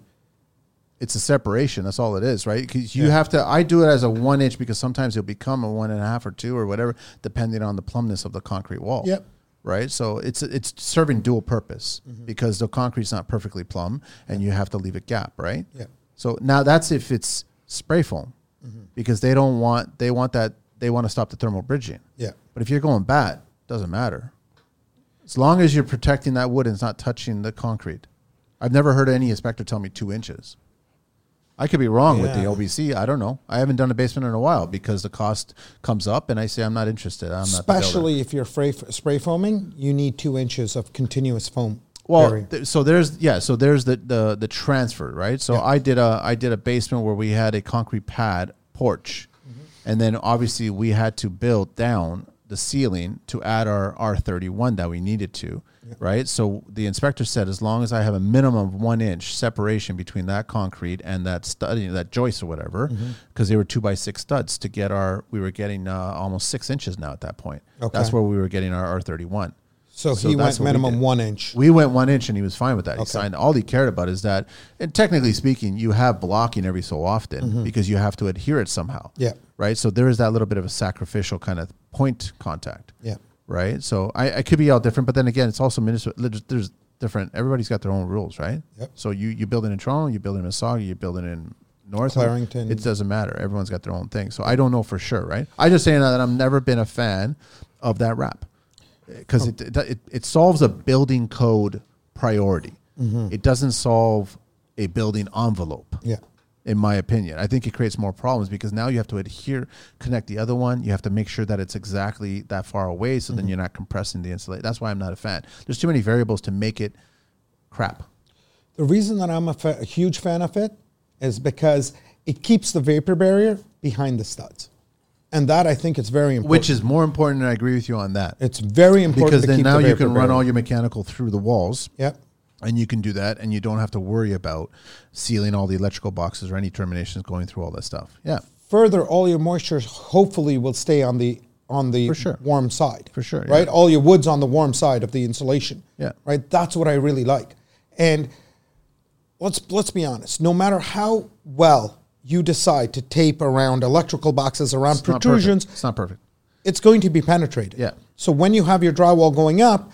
it's a separation. That's all it is, right? Because you have to. I do it as a one inch because sometimes it'll become a one and a half or two or whatever, depending on the plumbness of the concrete wall.
Yep.
Right. So it's it's serving dual purpose because the concrete's not perfectly plumb and you have to leave a gap, right?
Yep.
So now that's if it's spray foam,
Mm-hmm.
because they don't want they want that they want to stop the thermal bridging.
yeah,
But if you're going bat, doesn't matter. As long as you're protecting that wood and it's not touching the concrete. I've never heard any inspector tell me two inches. I could be wrong with the
Yeah.
OBC. I don't know. I haven't done a basement in a while because the cost comes up and I say I'm not interested. I'm not the builder."
especially if you're spray, spray foaming, you need two inches of continuous foam.
Well,
barrier.
th- so there's yeah, so there's the the the transfer, right? So I did a I did a basement where we had a concrete pad porch, and then obviously we had to build down the the ceiling to add our R31 that we needed to, right? So the inspector said, as long as I have a minimum of one inch separation between that concrete and that stud, you know, that joist or whatever, because they were two by six studs to get our, we were getting uh, almost six inches now at that point. That's
Okay.
where we were getting our R31.
So,
So
he went
that's what we
minimum
did.
one inch.
We went one inch and he was fine with that. He signed. All he cared about is that, and technically speaking, you have blocking every so often because you have to adhere it somehow.
Mm-hmm. Yeah.
Right. So there is that little bit of a sacrificial kind of point contact.
Yeah.
Right. So I, I could be all different, but then again, it's also Minnesota. there's- There's different. Everybody's got their own rules, right?
Yep.
So you you build it in Toronto, you build it in Mississauga, you build it in North
Clarington.
It doesn't matter. Everyone's got their own thing. So I don't know for sure, right? I just saying that I've never been a fan of that wrap because it, it, it it solves a building code priority. It doesn't solve a building envelope.
Mm-hmm. Yeah.
In my opinion, I think it creates more problems because now you have to adhere, connect the other one. You have to make sure that it's exactly that far away, so
Mm-hmm.
then you're not compressing the insulation. That's why I'm not a fan. There's too many variables to make it crap.
The reason that I'm a, fa- a huge fan of it is because it keeps the vapor barrier behind the studs. And that I think it's very important.
Which is more important, and I agree with you on that.
it's very important
because
to
then
keep the
now you
vapor
can run
barrier.
all your mechanical through the walls.
Yep.
And you can do that, and you don't have to worry about sealing all the electrical boxes or any terminations going through all that stuff. Yeah,
further all your moisture hopefully will stay on the on the
sure.
warm side
For sure,
right
yeah.
all your wood's on the warm side of the insulation
Yeah.
right that's what i really like and let's let's be honest no matter how well you decide to tape around electrical boxes around
It's not perfect.
protrusions
It's not perfect.
it's going to be penetrated.
Yeah.
So when you have your drywall going up,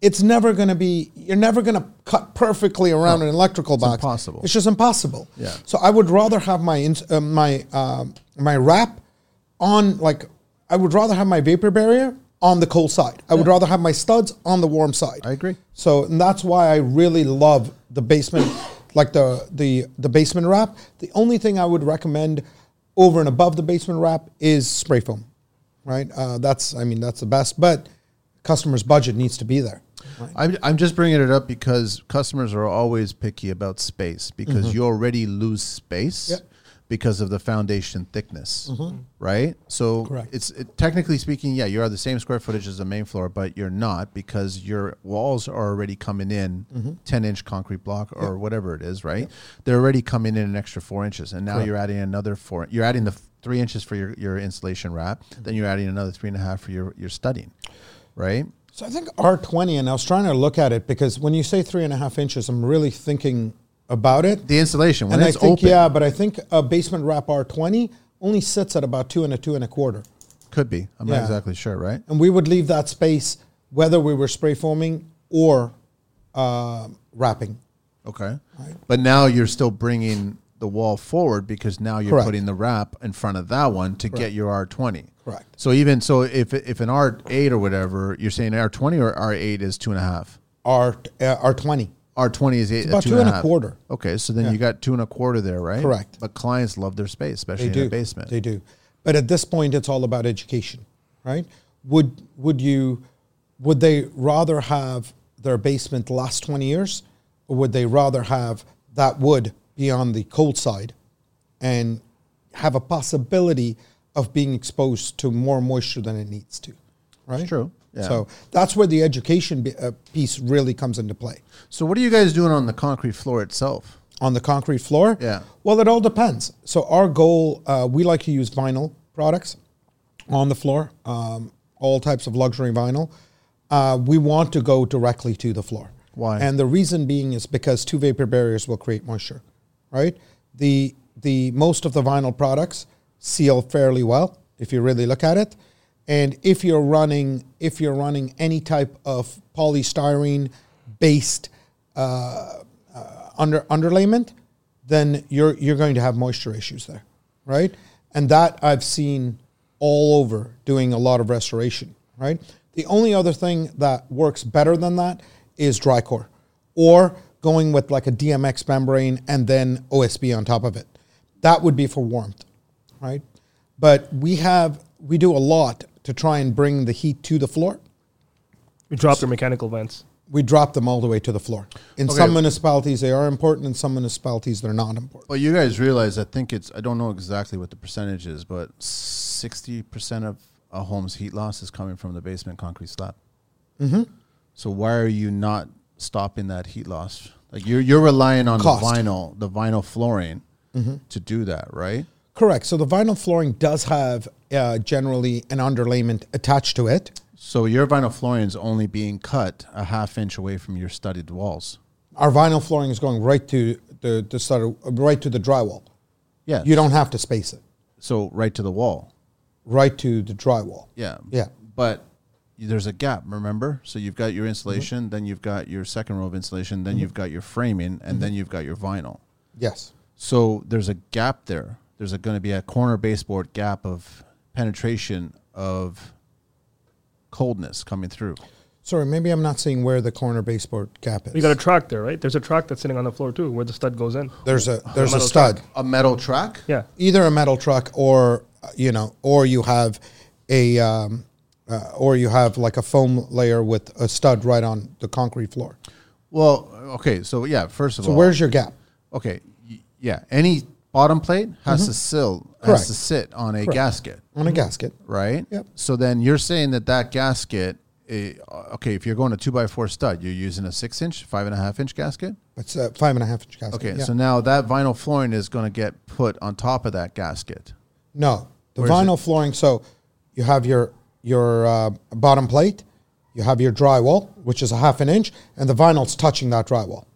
it's never going to be. You're never going to cut perfectly around an electrical box.
impossible.
It's just impossible.
Yeah.
So I would rather have my ins- uh, my um my wrap on like I would rather have my vapor barrier on the cold side. I would rather have my studs on the warm side.
I agree.
So and that's why I really love the basement, like the the the basement wrap. The only thing I would recommend over and above the basement wrap is spray foam, right? Uh, that's I mean that's the best, but customer's budget needs to be there.
I'm, I'm just bringing it up because customers are always picky about space because you already lose space
Mm-hmm. Yep. Mm-hmm.
because of the foundation thickness, right? So
Correct.
it's it, technically speaking, yeah, you are the same square footage as the main floor, but you're not because your walls are already coming in
Mm-hmm.
10 inch concrete block or whatever it is, right? They're already coming in an extra four inches, and now you're adding another four. You're adding the f- three inches for your, your insulation wrap,
Mm-hmm.
then you're adding another three and a half for your, your studding, right?
So I think R20, and I was trying to look at it because when you say three and a half inches, I'm really thinking about it.
The insulation when
and I
it's
think
open,
yeah, but I think a basement wrap R20 only sits at about two and a two and a quarter.
Could be. I'm
Yeah.
not exactly sure, right?
and we would leave that space whether we were spray foaming or uh, wrapping.
Okay. But now you're still bringing the wall forward because now you're
Correct.
putting the wrap in front of that one to get your R20.
Correct.
So even so, if if an R8 or whatever, you're saying R20 or R8 is two and a half.
R uh, R twenty.
R20 is eight,
about two and a
half.
quarter.
Okay, so then you got two and a quarter there, right?
Correct.
But clients love their space, especially
They do
in the basement.
They do, but at this point, it's all about education, right? Would would you would they rather have their basement last twenty years, or would they rather have that wood be on the cold side, and have a possibility of being exposed to more moisture than it needs to, right?
true. Yeah.
So that's where the education be- uh, piece really comes into play
So what are you guys doing on the concrete floor itself?
on the concrete floor?
Yeah.
Well, it all depends. So our goal, uh, we like to use vinyl products on the floor, um, all types of luxury vinyl. Uh, we want to go directly to the floor.
Why?
And the reason being is because two vapor barriers will create moisture, right? The the most of the vinyl products seal fairly well if you really look at it, and if you're running if you're running any type of polystyrene based under underlayment, then you're you're going to have moisture issues there, right? And that I've seen all over doing a lot of restoration, right? The only other thing that works better than that is dry core, or going with like a DMX membrane and then OSB on top of it. That would be for warmth, right? But we have we do a lot to try and bring the heat to the floor.
We dropped our mechanical vents.
We drop them all the way to the floor. In
Okay.
some municipalities they are important, in some municipalities they're not important.
Well, you guys realize I think it's I don't know exactly what the percentage is, but sixty percent of a home's heat loss is coming from the basement concrete slab. So why are you not stopping that heat loss? Like you're you're relying on
Cost.
the vinyl, the vinyl flooring to do that, right?
Correct. So the vinyl flooring does have uh, generally an underlayment attached to it.
So your vinyl flooring is only being cut a half inch away from your studded walls.
Our vinyl flooring is going right to the, the sort of- right to the drywall.
Yeah.
You don't have to space it.
so right to the wall.
Right to the drywall.
Yeah.
Yeah.
But there's a gap, remember? So you've got your
Mm-hmm.
insulation, then you've got your second row of insulation, then you've got your framing, and
Mm-hmm.
then you've got your vinyl.
Yes.
So there's a gap there. There's going to be a corner baseboard gap of penetration of coldness coming through.
Sorry, maybe I'm not seeing where the corner baseboard gap is.
You got a track there, right? There's a track that's sitting on the floor too, where the stud goes in.
there's a there's a
metal
stud,
A metal track?
Yeah,
either a metal truck or uh, you know, or you have a um, uh, or you have like a foam layer with a stud right on the concrete floor.
Well, okay. So yeah, first of
So
all,
where's your gap?
okay, y- yeah, any bottom plate has to sill
Mm-hmm. Correct.
has to sit on a gasket,
On a gasket.
right?
Yep.
So then you're saying that that gasket, eh, uh, okay, if you're going a two by four stud, you're using a six inch, five and a half inch gasket.
It's a five and a half inch gasket.
Okay,
yeah.
so now that vinyl flooring is going to get put on top of that gasket.
No, the
Where is
vinyl flooring. So you have your your uh, bottom plate, you have your drywall, which is a half an inch, and the vinyl's touching that drywall.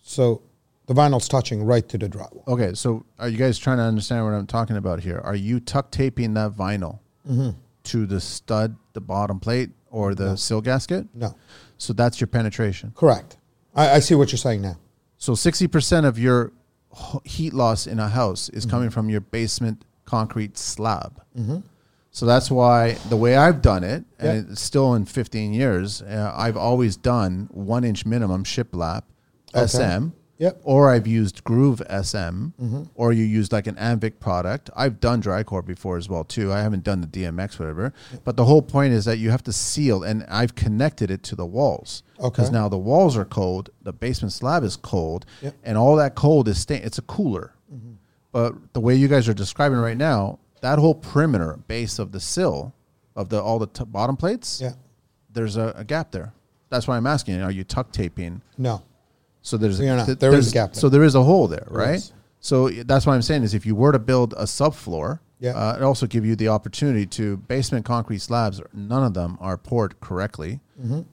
So the vinyl's touching right to the drywall.
Okay, so are you guys trying to understand what I'm talking about here? Are you tuck taping that vinyl
Mm-hmm.
to the stud, the bottom plate, or the sill gasket?
No,
So that's your penetration.
correct. I, I see what you're saying now.
So sixty percent of your h- heat loss in a house is coming
Mm-hmm.
from your basement concrete slab. So that's why the way I've done it, and it's still in fifteen years, uh, I've always done one inch minimum shiplap SM.
Yep. Mm-hmm.
Or I've used Groove SM, or you used like an Amvic product. I've done Drycore before as well too. I haven't done the DMX whatever, but the whole point is that you have to seal, and I've connected it to the walls.
Okay.
now now the walls are cold, the basement slab is cold,
Yep. Mm-hmm.
and all that cold is staying. It's a cooler. But the way you guys are describing right now, that whole perimeter base of the sill, of the all the t- bottom plates,
Yeah.
there's a, a gap there. That's why I'm asking. Are you tuck taping?
No.
So there's
We are not.
th-
There is
there's-
a gap there.
So there is a hole there,
There
right?
is.
So i- that's what I'm saying is if you were to build a subfloor,
Yeah.
uh, it also give you the opportunity to basement concrete slabs. None of them are poured correctly.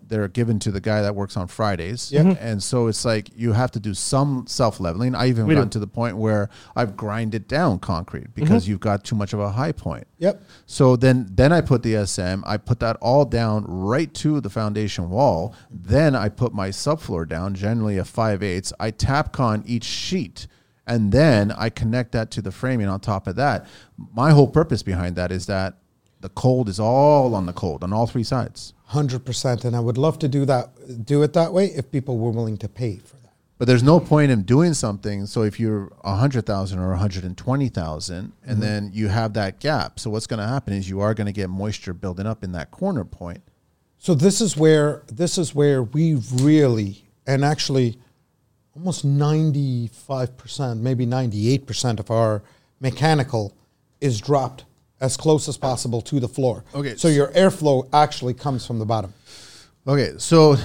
They're given to the guy that works on Fridays,
Mm-hmm. Yeah. Mhm.
and so it's like you have to do some self leveling. I even
We
gotten
do. Mm-hmm.
to the point where I've grinded down concrete because you've got too much of a high point.
Yep.
So then then I put the SM, I put that all down right to the foundation wall. Then I put my subfloor down, generally a 5 eighths. I tap con each sheet and then I connect that to the framing on top of that. My whole purpose behind that is that the cold is all on the cold on all three sides.
Hundred percent. And I would love to do that. Do it that way if people were willing to pay for that.
But there's no point in doing something. So if you're a hundred thousand or a hundred and twenty thousand, and then you have that gap, so what's going to happen is you are going to get moisture building up in that corner point.
So this is where this is where we really and actually almost 95%, maybe 98% of our mechanical is dropped as close as possible to the floor.
Okay.
So your airflow actually comes from the bottom.
Okay, so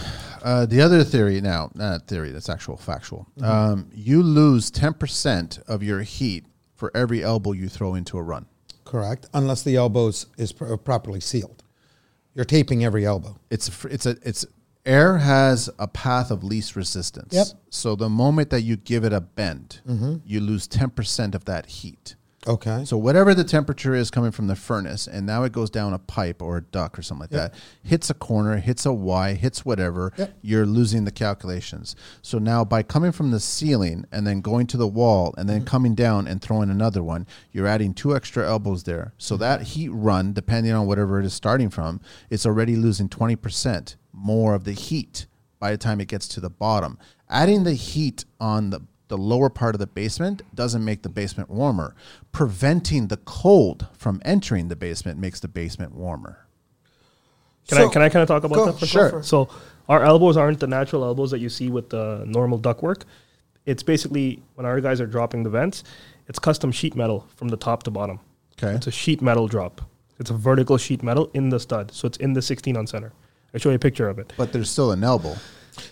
uh, the other theory now, not theory, that's actual factual. Um, you lose 10% of your heat for every elbow you throw into a run.
Correct. Unless the elbows is pro- properly sealed. You're taping every elbow.
It's fr- it's a it's air has a path of least resistance.
Yep.
So the moment that you give it a bend, you lose 10% of that heat.
Okay.
So whatever the temperature is coming from the furnace, and now it goes down a pipe or a duct or something like that, hits a corner, hits a Y, hits whatever,
Yep.
you're losing the calculations. So now by coming from the ceiling and then going to the wall and then coming down and throwing another one, you're adding two extra elbows there. So that heat run, depending on whatever it is starting from, it's already losing 20% more of the heat by the time it gets to the bottom. Adding the heat on the the lower part of the basement doesn't make the basement warmer. Preventing the cold from entering the basement makes the basement warmer.
Can
So-
I can I kind of talk about
go-
that? For a
sure.
second? So our elbows aren't the natural elbows that you see with the normal ductwork. It's basically when our guys are dropping the vents, it's custom sheet metal from the top to bottom.
Okay.
It's a sheet metal drop. It's a vertical sheet metal in the stud, so it's in the 16 on center. I'll show you a picture of it.
But there's still an elbow.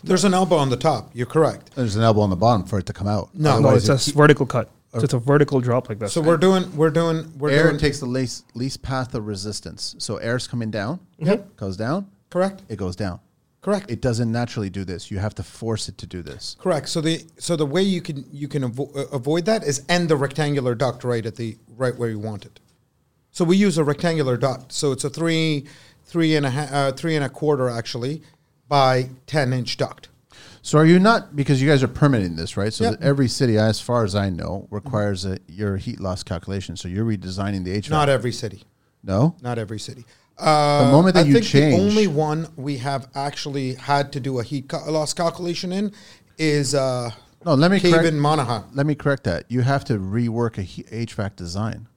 There's an elbow on the top. You're correct.
There's an elbow on the bottom for it to come out.
No,
No,
Otherwise
it's a
it- Oh.
s- vertical cut. So it's a vertical drop like this.
So we're doing we're doing we're
air
doing
takes the least, least path of resistance. So air's coming down.
Yep.
Goes down.
correct
It goes down.
correct
It doesn't naturally do this. You have to force it to do this.
correct. So the so the way you can you can avo- uh, avoid that is end the rectangular duct right at the right where you want it. So we use a rectangular duct. So it's a three three and a ha- uh, three and a quarter actually by ten inch duct.
So are you not because you guys are permitting this, right? So
Yep.
that every city, as far as I know, requires a, your heat loss calculation. So you're redesigning the HVAC.
Not every city.
no.
Not every city. Uh,
moment that
I
you
think
change-
the only one we have actually had to do a heat co- loss calculation in is uh,
No, let me
Cave
correct-
in Monahan.
Let me correct that. You have to rework a he- HVAC design.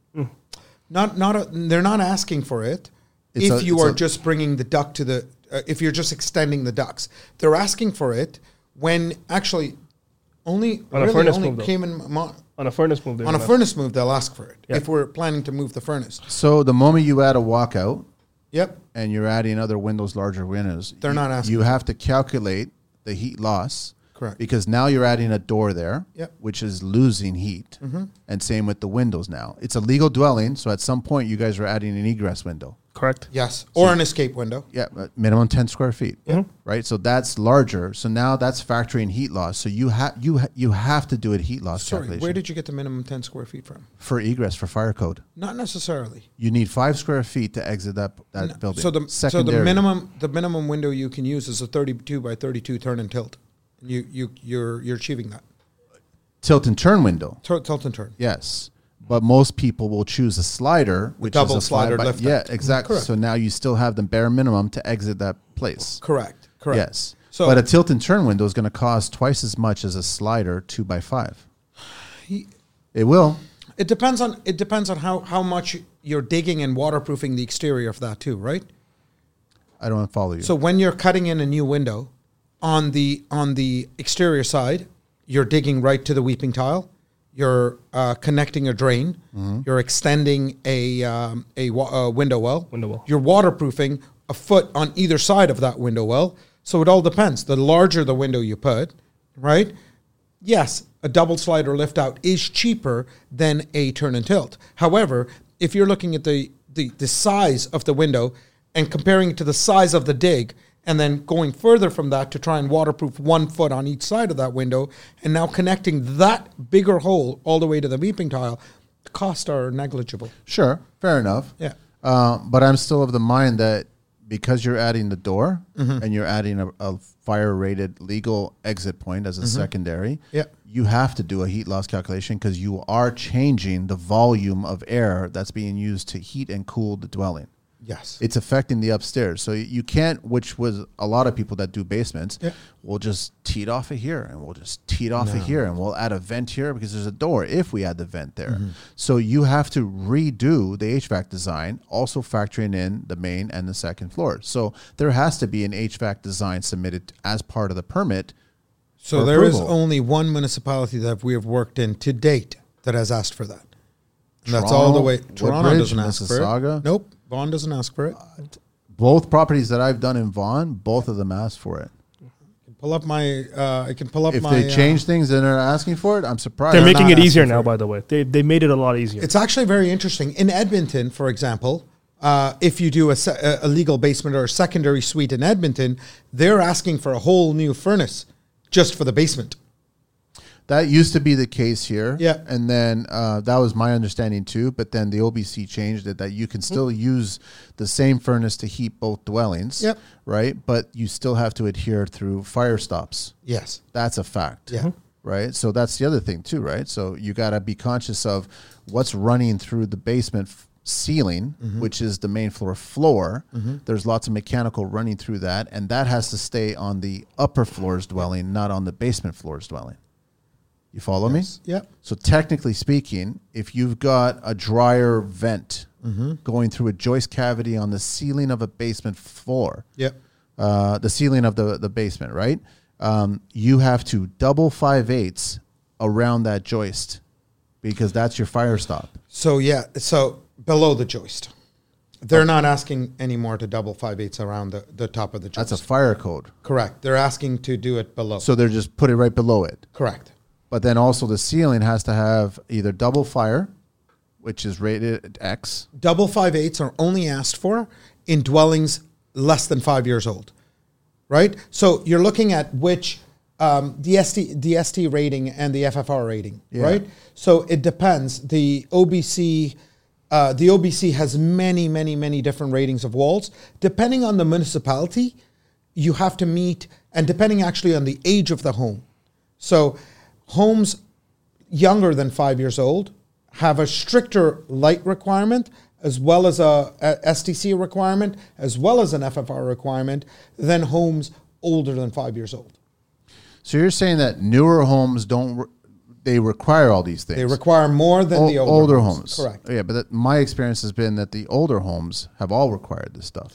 Not not a, they're not asking for it.
It's
if
a-
you
it's
are
a-
just bringing the duct to the, uh, if you're just extending the ducts, they're asking for it when actually only
On a
really
furnace
only
move, though.
came in Mo-
on a furnace move.
on a furnace move. They'll ask for it
Yeah.
if we're planning to move the furnace.
So the moment you add a walkout
Yep,
and you're adding other windows, larger windows,
They're
you-
not asking.
You have to calculate the heat loss.
Correct.
Because now you're adding a door there,
Yep. Mm-hmm.
which is losing heat. And same with the windows now. It's a legal dwelling. So at some point, you guys are adding an egress window.
correct.
yes, or an escape window.
Yeah, uh, minimum ten square feet. Right, so that's larger. So now that's factoring heat loss. So you have you ha- you have to do a heat loss
Sorry,
calculation
where did you get the minimum ten square feet from?
for egress for fire code.
Not necessarily.
You need five square feet to exit that that building.
So the so the minimum the minimum window you can use is a 32 by 32 turn and tilt. You you you're you're achieving that
tilt and turn window.
Tur- tilt and turn.
Yes, but most people will choose a slider, which
double
is a five
slider
by-
lift
Yeah,
up.
exactly.
Correct.
So now you still have the bare minimum to exit that place.
Correct. Correct.
Yes.
So-
but a tilt and turn window is going to cost twice as much as a slider two by five.
He-
It will.
It depends on it depends on how how much you're digging and waterproofing the exterior of that too, right?
I don't follow you.
So when you're cutting in a new window on the on the exterior side, you're digging right to the weeping tile. You're uh, connecting a drain.
Mm-hmm.
You're extending a um, a wa- uh, window well.
Window well.
You're waterproofing a foot on either side of that window well. So it all depends. The larger the window you put, right? Yes, a double slider lift out is cheaper than a turn and tilt. However, if you're looking at the, the, the size of the window and comparing it to the size of the dig, and then going further from that to try and waterproof one foot on each side of that window, and now connecting that bigger hole all the way to the weeping tile, the costs are negligible.
Sure, fair enough.
Yeah.
Uh, but I'm still of the mind that because you're adding the door
Mm-hmm.
and you're adding a, a fire rated legal exit point as a secondary,
Mm-hmm. Yeah.
you have to do a heat loss calculation because you are changing the volume of air that's being used to heat and cool the dwelling.
Yes.
It's affecting the upstairs. So you can't, which was a lot of people that do basements,
Yeah.
we'll just tee it off of here and we'll just tee it off of here and we'll add a vent here because there's a door if we add the vent there.
Mm-hmm.
So you have to redo the HVAC design, also factoring in the main and the second floor. So there has to be an HVAC design submitted as part of the permit.
So
for
there is
approval.
only one municipality that we have worked in to date that has asked for that. And that's all the
Toronto,
way. Toronto
Woodbridge,
doesn't ask for
Mississauga.
it. Nope. Vaughan doesn't ask for it.
Both properties that I've done in Vaughan, both of them asked for it.
Pull up my. Uh, I can pull up
If
my.
they
uh,
change things and are asking for it, I'm surprised.
They're
They're
making
not
it easier
asking
now,
for it.
by the way. They they made it a lot easier.
It's actually very interesting. In Edmonton, for example, uh, if you do a, se- a- a legal basement or a secondary suite in Edmonton, they're asking for a whole new furnace just for the basement.
That used to be the case here.
Yeah.
And then uh, that was my understanding too. But then the OBC changed it that you
Hmm.
can still use the same furnace to heat both dwellings.
Yep.
Right. But you still have to adhere through fire stops.
Yes.
That's a fact.
Yeah. Mhm.
Right. So that's the other thing too, right? So you got to be conscious of what's running through the basement f- ceiling,
Mm-hmm.
which is the main floor floor. There's lots of mechanical running through that, and that has to stay on the upper floor's dwelling, not on the basement floor's dwelling. You follow me?
Yep.
So technically speaking, if you've got a dryer vent
Mm-hmm.
going through a joist cavity on the ceiling of a basement floor,
Yep.
uh, the ceiling of the, the basement, right? Um, you have to double five eighths around that joist because that's your fire stop.
So yeah. So below the joist. They're not asking anymore to double five eighths around the, the top of the
That's
joist.
a fire code.
Correct. They're asking to do it below.
So they're just put it right below it.
Correct.
But then also the ceiling has to have either double fire, which is rated at X.
Double five eighths are only asked for in dwellings less than five years old, right? So you're looking at which um, the ST the ST rating and the FFR rating, right? So it depends. The OBC. Uh, the OBC has many, many, many different ratings of walls. Depending on the municipality, you have to meet, and depending actually on the age of the home. So, homes younger than five years old have a stricter light requirement as well as a, a STC requirement as well as an FFR requirement than homes older than five years old.
So you're saying that newer homes don't re- they require all these things?
They require more than
O-
the older,
older homes.
Correct.
Yeah, but that, my experience has been that the older homes have all required this stuff.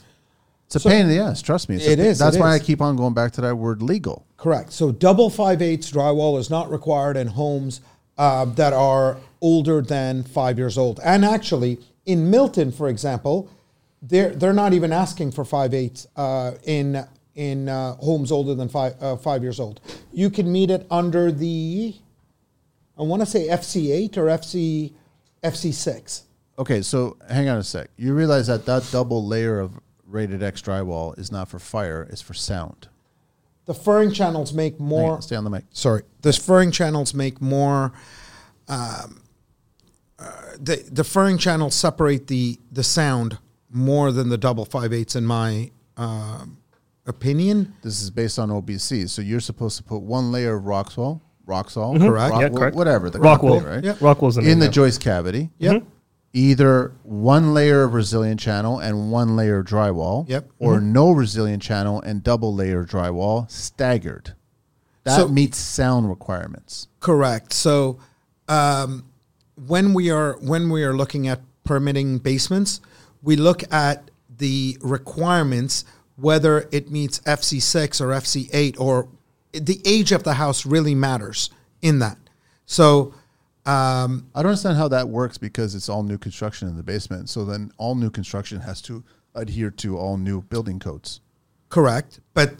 It's a pain in the ass. Trust me. It's a
It
pa-
is,
That's
it
why
is.
I keep on going back to that word legal.
Correct. So double five eighths drywall is not required in homes uh, that are older than five years old. And actually, in Milton, for example, they're they're not even asking for five eighths uh, in in uh, homes older than five uh, five years old. You can meet it under the, I want to say FC eight or FC FC six.
Okay, so hang on a sec. You realize that that double layer of rated X drywall is not for fire; it's for sound.
The furring channels make
Hang on,
more.
stay on the mic.
sorry, the furring channels make more. Um, uh, the the furring channels separate the the sound more than the double five eighths, in my um opinion.
This is based on OBC, so you're supposed to put one layer of Roxwell, Roxol,
Correct.
Rock-
Yeah,
wh-
correct.
whatever the
Rockwell.
company, right?
Mm-hmm. Yep.
Rockwell's the
In
name,
the
yeah.
joist cavity,
Yep.
either one layer of resilient channel and one layer of drywall,
Yep. Mm-hmm.
or no resilient channel and double layer drywall staggered. That
So-
meets sound requirements.
Correct. So, um, when we are when we are looking at permitting basements, we look at the requirements whether it meets FC six or FC eight or the age of the house really matters in that. So, um,
I don't understand how that works because it's all new construction in the basement. So then all new construction has to adhere to all new building codes.
correct, but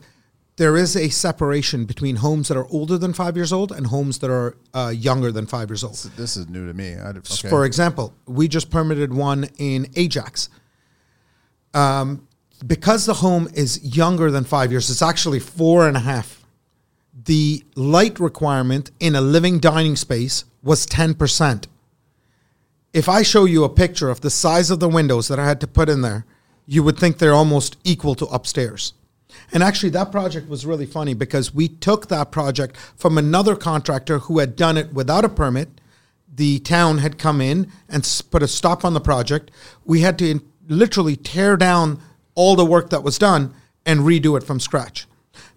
there is a separation between homes that are older than five years old and homes that are uh, younger than five years old.
This is new to me. I, okay.
For example, we just permitted one in Ajax. Um, because the home is younger than five years, it's actually four and a half. The light requirement in a living dining space was 10%. If I show you a picture of the size of the windows that I had to put in there, you would think they're almost equal to upstairs. And actually, that project was really funny because we took that project from another contractor who had done it without a permit. The town had come in and s- put a stop on the project. We had to in- literally tear down all the work that was done and redo it from scratch.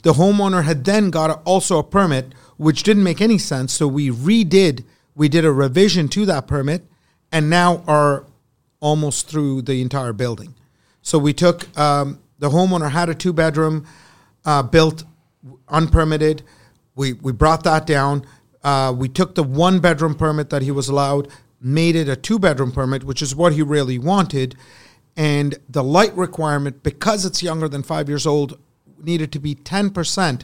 The homeowner had then got a, also a permit, which didn't make any sense. So we redid, we did a revision to that permit, and now are almost through the entire building. So we took um, the homeowner had a two bedroom uh, built unpermitted. We we brought that down. Uh, we took the one bedroom permit that he was allowed, made it a two bedroom permit, which is what he really wanted. And the light requirement, because it's younger than five years old, needed to be 10%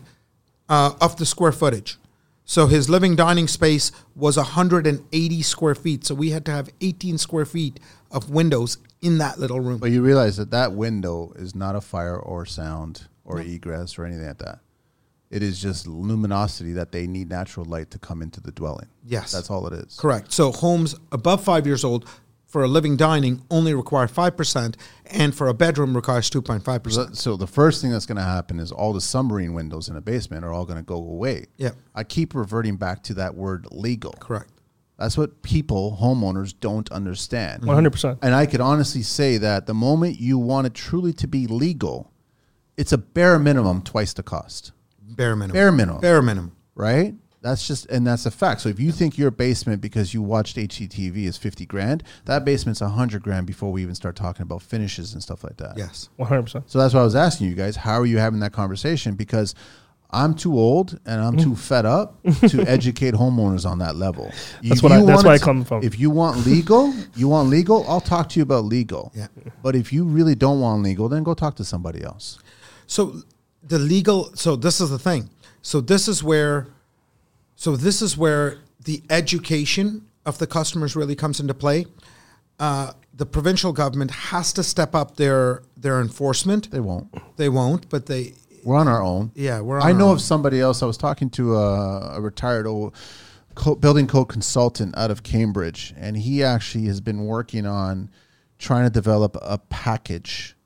uh, of the square footage. So his living dining space was 180 square feet. So we had to have 18 square feet of windows in that little room.
But you realize that that window is not a fire or sound or egress or anything like that. It is just luminosity that they need natural light to come into the dwelling.
Yes.
That's all it is.
Correct. So homes above five years old for a living dining only require 5%, and for a bedroom requires 2.5%.
So, so the first thing that's going to happen is all the submarine windows in a basement are all going to go away.
Yeah.
I keep reverting back to that word legal.
Correct.
That's what people, homeowners, don't
Mm-hmm.
understand.
100%.
And I could honestly say that the moment you want it truly to be legal, it's a bare minimum twice the cost,
Bare minimum.
Bare minimum.
Bare minimum.
right? That's just, and that's a fact. So if you think your basement because you watched HGTV is 50 grand, that basement's 100 grand before we even start talking about finishes and stuff like that.
Yes.
One hundred percent.
So that's why I was asking you guys, how are you having that conversation? Because I'm too old and I'm too fed up to educate homeowners on that level. If
what I-
you
that's
want
where I
it to-
come from.
If you want legal, you want legal. I'll talk to you about legal.
Yeah.
But if you really don't want legal, then go talk to somebody else.
So the legal. So this is the thing. So this is where. So this is where the education of the customers really comes into play. Uh, the provincial government has to step up their their enforcement.
They won't.
They won't, but they.
We're on our own.
Yeah, we're on
I
our
know
own.
of somebody else. I was talking to a, a retired old co- building code consultant out of Cambridge, and he actually has been working on trying to develop a package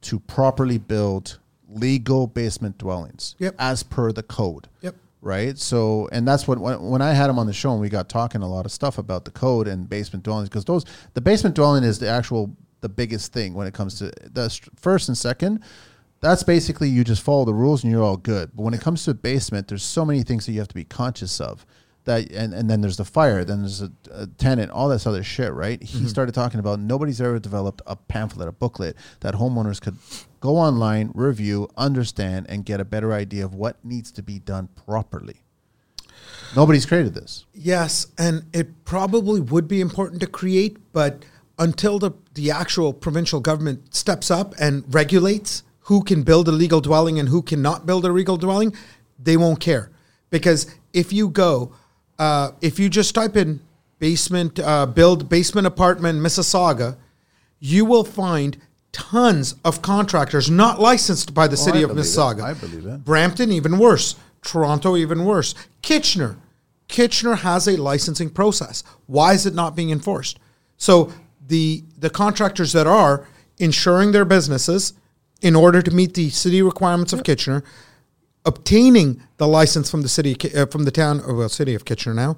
to properly build legal basement dwellings
Yep.
as per the code.
Yep.
Right. So, and that's what when, when I had him on the show, and we got talking a lot of stuff about the code and basement dwellings because those the basement dwelling is the actual the biggest thing when it comes to the st- first and second. That's basically you just follow the rules and you're all good. But when it comes to a basement, there's so many things that you have to be conscious of. That and, and then there's the fire, then there's a, a tenant, all this other shit, right? He
Mm-hmm.
started talking about nobody's ever developed a pamphlet, a booklet that homeowners could go online, review, understand, and get a better idea of what needs to be done properly. Nobody's created this.
Yes, and it probably would be important to create, but until the, the actual provincial government steps up and regulates who can build a legal dwelling and who cannot build a legal dwelling, they won't care. Because if you go, uh, if you just type in basement, uh, build basement apartment Mississauga, you will find tons of contractors not licensed by the
Oh, I
city of
believe it.
Mississauga.
I believe it.
Brampton, even worse. Toronto, even worse. Kitchener. Kitchener has a licensing process. Why is it not being enforced? So the the contractors that are insuring their businesses in order to meet the city requirements of Kitchener, obtaining the license from the city of Ki- uh, from the town or well, city of Kitchener now,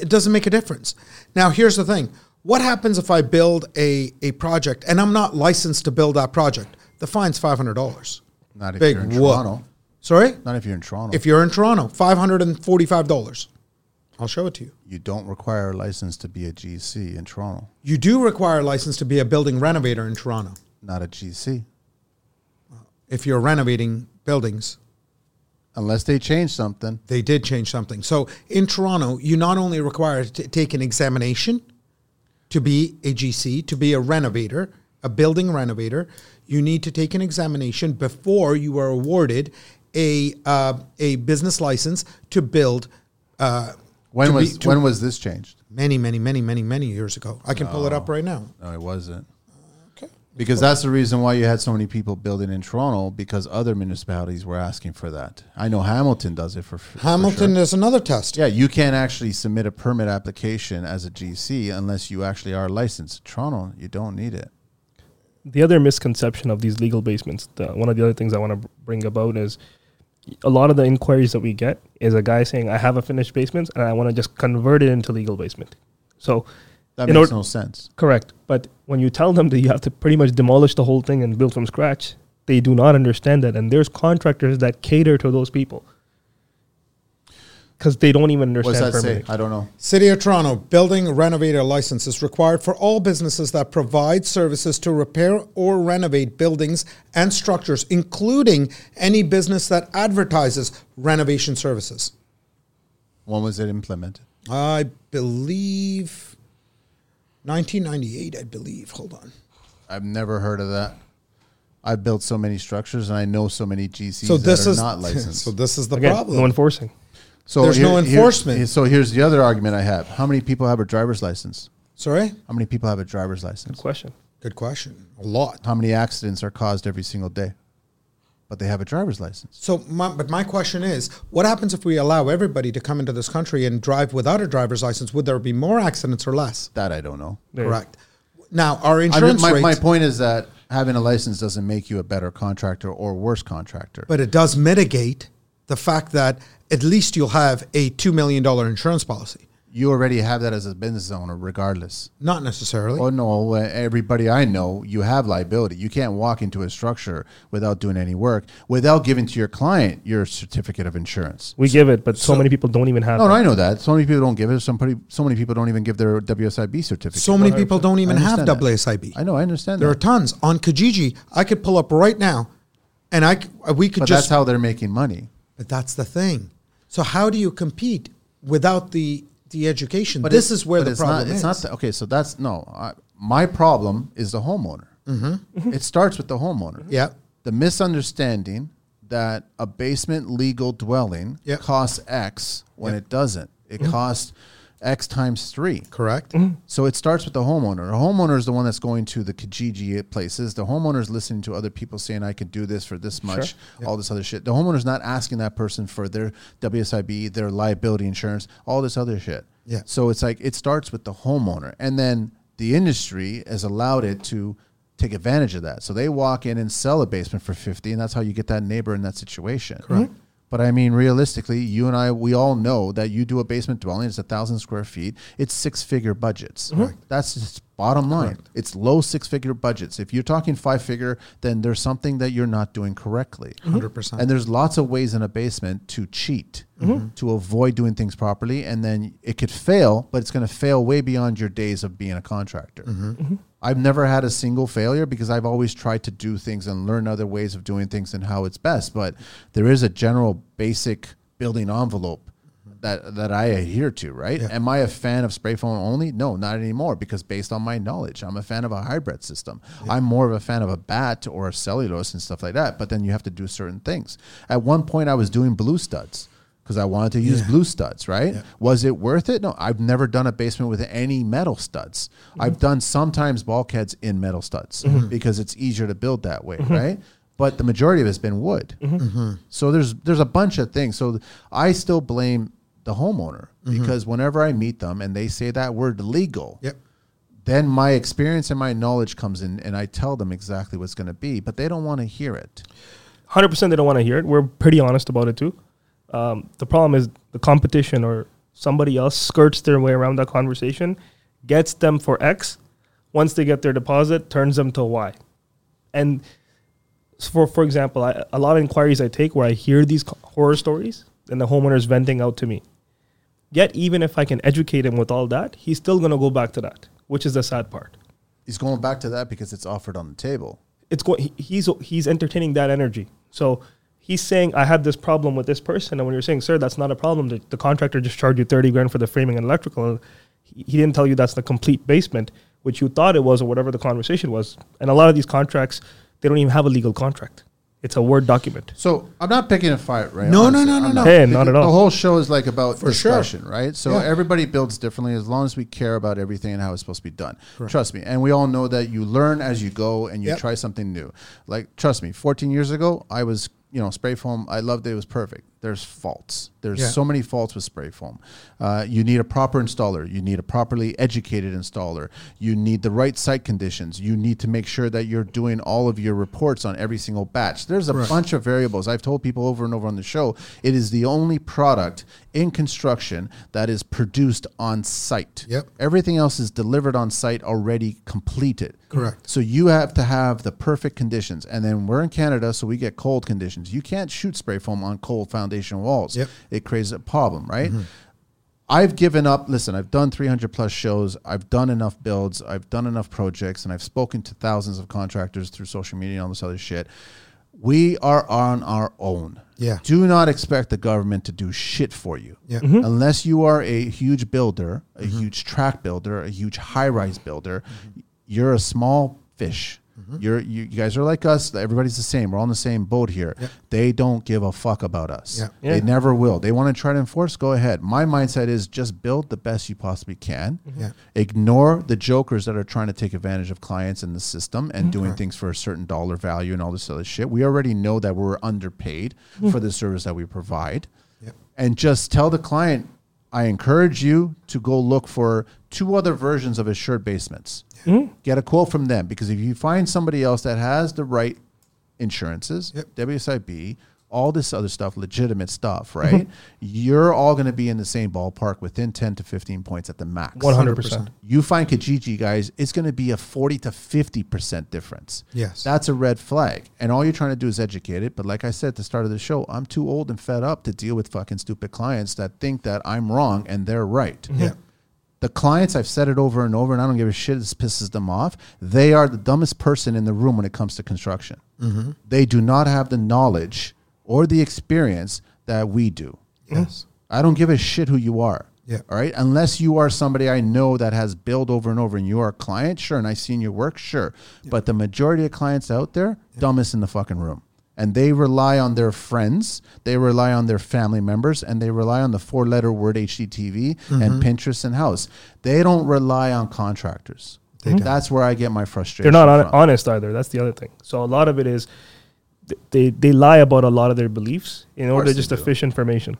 it doesn't make a difference. Now, here's the thing what happens if I build a, a project and I'm not licensed to build that project? The fine's $500.
Not if
Big
you're in
whoop.
Toronto.
Sorry?
Not if you're in Toronto.
If you're in Toronto, $545. I'll show it to you.
you don't require a license to be a GC in Toronto,
You do require a license to be a building renovator in Toronto
not a GC.
if you're renovating buildings.
Unless they change something.
They did change something. So in Toronto, you not only require to take an examination to be a GC, to be a renovator, a building renovator, you need to take an examination before you are awarded a uh, a business license to build. Uh,
When
to be-
was
to-
when was this changed?
many many many many many years ago? I can pull it up right now.
No, it wasn't.
Okay.
Because that's the reason why you had so many people building in Toronto because other municipalities were asking for that. I know Hamilton does it for for sure.
Hamilton is another test.
Yeah, you can't actually submit a permit application as a GC unless you actually are licensed. Toronto, you don't need it.
the other misconception of these legal basements, the, one of the other things I want to bring about is a lot of the inquiries that we get is a guy saying, I have a finished basement and I want to just convert it into legal basement. So,
That
in
makes
order-
no sense.
correct. But when you tell them that you have to pretty much demolish the whole thing and build from scratch, they do not understand that. And there's contractors that cater to those people because they don't even
What's
understand
that say?
permitting.
I don't know.
City of Toronto building renovator license is required for all businesses that provide services to repair or renovate buildings and structures, including any business that advertises renovation services.
When was it implemented?
I believe 1998, I believe. Hold on.
I've never heard of that. I've built so many structures and I know so many GCs
So
that
this
are
is
not licensed.
So this is the
Again,
problem.
no enforcing.
So
There's no enforcement.
so here's the other argument I have. How many people have a driver's license?
Sorry?
How many people have a driver's license?
Good question.
Good question. A lot.
How many accidents are caused every single day? But they have a driver's license.
So, my, but my question is, what happens if we allow everybody to come into this country and drive without a driver's license? Would there be more accidents or less?
That I don't know.
There you go.
Correct. Now, our
I mean,
insurance
my,
rates,
my point is that having a license doesn't make you a better contractor or worse contractor.
but it does mitigate the fact that at least you'll have a two million dollar insurance policy.
you already have that as a business owner, regardless.
Not necessarily.
Oh no! uh, Everybody I know, you have liability. You can't walk into a structure without doing any work, without giving to your client your certificate of insurance.
We give it, but so, many people don't even have
No,
it.
no, I know that. So many people don't give it. Somebody, so many people don't even give their WSIB certificate.
so many people don't even
I
have
understand that.
WSIB.
I know. I understand.
There are
that.
tons on Kijiji. I could pull up right now And I c- we could
But
just
that's how they're making money.
But that's the thing. So how do you compete without the the education?
But
this
it-
is where
but
the
it's
problem
not, It's
is.
not the, okay. So that's no. I, my problem is the homeowner. It starts with the homeowner.
Mm-hmm. yeah,
The misunderstanding that a basement legal dwelling
Yep.
costs X when it doesn't. It
Mm-hmm.
costs X times three.
correct.
So it starts with the homeowner. The homeowner is the one that's going to the Kijiji places. The homeowner is listening to other people saying, I could do this for this much, all this other shit. The homeowner's not asking that person for their WSIB, their liability insurance, all this other shit.
Yeah.
So it's like it starts with the homeowner. And then the industry has allowed it to take advantage of that. So they walk in and sell a basement for 50, and that's how you get that neighbor in that situation. Correct. But I mean, realistically, you and I, we all know that you do a basement dwelling, it's a thousand square feet, it's six figure budgets. That's just bottom line. It's low six figure budgets. If you're talking five figure, then there's something that you're not doing correctly.
100%.
And there's lots of ways in a basement to cheat, to avoid doing things properly. And then it could fail, but it's going to fail way beyond your days of being a contractor. I've never had a single failure because I've always tried to do things and learn other ways of doing things and how it's best. But there is a general basic building envelope that that I adhere to, right? Am I a fan of spray foam only? No, not anymore because based on my knowledge, I'm a fan of a hybrid system. I'm more of a fan of a bat or a cellulose and stuff like that. But then you have to do certain things. At one point, I was doing blue studs because I wanted to use blue studs, right? Was it worth it? No, I've never done a basement with any metal studs. I've done sometimes bulkheads in metal studs because it's easier to build that way, right? But the majority of it's been wood. So there's there's a bunch of things. So I still blame the homeowner because whenever I meet them and they say that word legal,
Yep.
then my experience and my knowledge comes in and I tell them exactly what's going to be, but they don't want to hear it.
hundred percent they don't want to hear it. We're pretty honest about it too. Um, the problem is the competition or somebody else skirts their way around that conversation, gets them for X. Once they get their deposit, turns them to Y. And s- for for example, I, a lot of inquiries I take where I hear these co- horror stories and the homeowner is venting out to me. Yet even if I can educate him with all that, he's still gonna go back to that, which is the sad part.
He's going back to that because it's offered on the table.
it's going he's he's entertaining that energy so he's saying i had this problem with this person and when you're saying sir that's not a problem the, the contractor just charged you 30 grand for the framing and electrical and he, he didn't tell you that's the complete basement which you thought it was or whatever the conversation was and a lot of these contracts they don't even have a legal contract it's a word document
So I'm not picking a fight, right?
No, no, no,
I'm
no, no.
not.
Hey, not at all.
The whole show is like about discussion, right? So
Yeah.
everybody builds differently as long as we care about everything and how it's supposed to be done. Trust me. And we all know that you learn as you go and you
Yep.
try something new. Like, trust me, 14 years ago, I was, you know, spray foam. I loved it. It was perfect. There's faults. There's
Yeah.
so many faults with spray foam. Uh, you need a proper installer. You need a properly educated installer. You need the right site conditions. You need to make sure that you're doing all of your reports on every single batch. There's a bunch of variables. I've told people over and over on the show it is the only product in construction that is produced on site.
Yep.
Everything else is delivered on site already completed.
Correct.
So you have to have the perfect conditions. And then we're in Canada, so we get cold conditions. You can't shoot spray foam on cold foundation walls.
Yep. Mm-hmm.
It creates a problem, right? I've given up. Listen, I've done 300 plus shows. I've done enough builds. I've done enough projects. And I've spoken to thousands of contractors through social media and all this other shit. We are on our own.
Yeah.
Do not expect the government to do shit for you.
Yeah. Mm-hmm.
Unless you are a huge builder, a huge track builder, a huge high rise builder, you're a small fish.
Mm-hmm.
You're, you, you guys are like us. Everybody's the same. We're all in the same boat here. They don't give a fuck about us.
Yeah.
Yeah.
They never will. They want to try to enforce, go ahead. My mindset is just build the best you possibly can.
Yeah.
Ignore the jokers that are trying to take advantage of clients in the system and doing things for a certain dollar value and all this other shit. We already know that we're underpaid for the service that we provide.
Yep.
And just tell the client, I encourage you to go look for two other versions of assured basements.
Hmm?
Get a quote from them because if you find somebody else that has the right insurances,
Yep.
WSIB, all this other stuff, legitimate
Mm-hmm.
stuff, right? You're all going to be in the same ballpark within 10 to 15 points at the max.
100%.
You find Kijiji, guys, it's going to be a 40 to 50% difference.
Yes.
That's a red flag. And all you're trying to do is educate it. But like I said at the start of the show, I'm too old and fed up to deal with fucking stupid clients that think that I'm wrong and they're right.
Mm-hmm. Yeah.
The clients, I've said it over and over, and I don't give a shit. This pisses them off. They are the dumbest person in the room when it comes to construction.
Mm-hmm.
They do not have the knowledge or the experience that we do. Yes. I don't give a shit who you are.
Yeah.
All right. Unless you are somebody I know that has billed over and over and you are a client, sure. And I've seen your work, sure. But the majority of clients out there, dumbest in the fucking room. And they rely on their friends, they rely on their family members, and they rely on the four letter word HDTV and Pinterest and house. They don't rely on contractors. That's where I get my frustration.
they're not hon-
from.
honest either. That's the other thing. So a lot of it is th- they they lie about a lot of their beliefs in order
course
just
they
to fish information.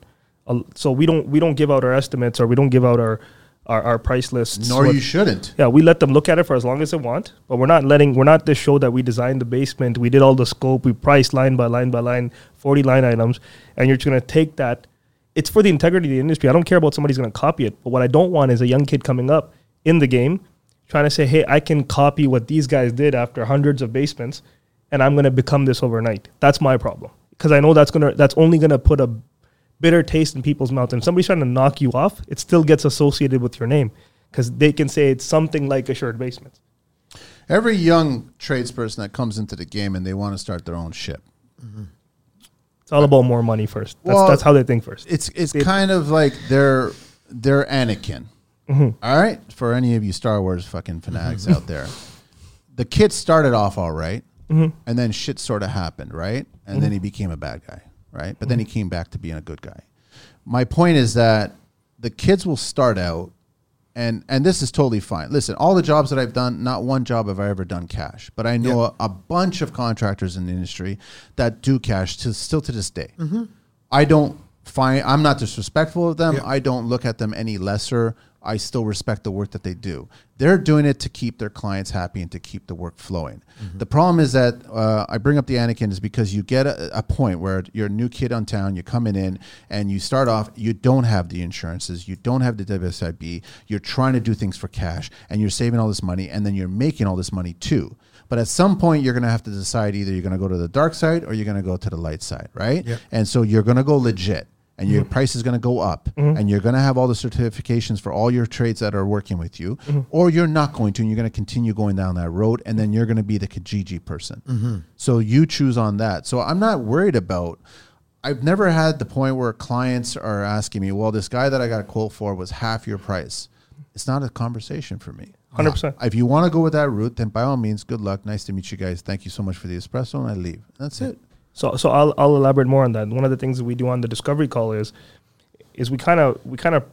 A l- So we don't we don't give out our estimates or we don't give out our our, our price lists.
Nor
what-
you shouldn't.
yeah, we let them look at it for as long as they want, but we're not letting we're not this show that we designed the basement, we did all the scope, we priced line by line by line, forty line items, and you're just gonna take that. It's for the integrity of the industry. I don't care about somebody's gonna copy it, but what I don't want is a young kid coming up in the game trying to say, Hey, I can copy what these guys did after hundreds of basements and I'm gonna become this overnight. That's my problem. Because I know that's gonna that's only gonna put a bitter taste in people's mouth. And if somebody's trying to knock you off, it still gets associated with your name because they can say it's something like assured basement.
Every young tradesperson that comes into the game and they want to start their own ship,
It's all about more money first. That's,
Well,
that's how they think first.
it's it's kind of like they're they're Anakin. All right, for any of you Star Wars fucking fanatics out there, the kid started off all right, and then shit sort of happened, right? And then he became a bad guy, right? But then he came back to being a good guy. My point is that the kids will start out, and and this is totally fine. Listen, all the jobs that I've done, not one job have I ever done cash, but I know a, a bunch of contractors in the industry that do cash to still to this day. I don't find I'm not disrespectful of them. I don't look at them any lesser. I still respect the work that they do. They're doing it to keep their clients happy and to keep the work flowing. The problem is that uh, I bring up the Anakin is because you get a, a point where you're a new kid on town, you're coming in, and you start off, you don't have the insurances, you don't have the WSIB, you're trying to do things for cash, and you're saving all this money, and then you're making all this money too. But at some point, you're going to have to decide either you're going to go to the dark side or you're going to go to the light side, right? And so you're going to go legit and your price is going to go up and you're going to have all the certifications for all your trades that are working with you, or you're not going to and you're going to continue going down that road and then you're going to be the Kijiji person. So you choose on that. So I'm not worried about. I've never had the point where clients are asking me, well, this guy that I got a quote for was half your price. It's not a conversation for me.
100%.
If you want to go with that route, then by all means, good luck. Nice to meet you guys. Thank you so much for the espresso, and I leave. That's it.
So, so I'll, I'll elaborate more on that. One of the things that we do on the discovery call is, is we kind of, we kind of,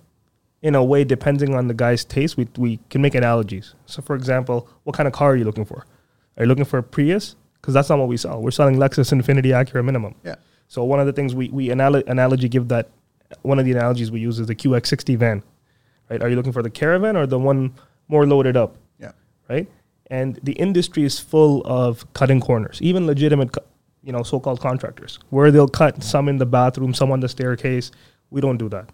in a way, depending on the guy's taste, we, we can make analogies. So, for example, what kind of car are you looking for? Are you looking for a Prius? Because that's not what we sell. We're selling Lexus, Infinity, Acura, minimum.
Yeah.
So one of the things we we anal- analogy give that one of the analogies we use is the QX60 van, right? Are you looking for the caravan or the one more loaded up,
Yeah.
right? And the industry is full of cutting corners, even legitimate, co- you know, so-called contractors, where they'll cut some in the bathroom, some on the staircase. We don't do that.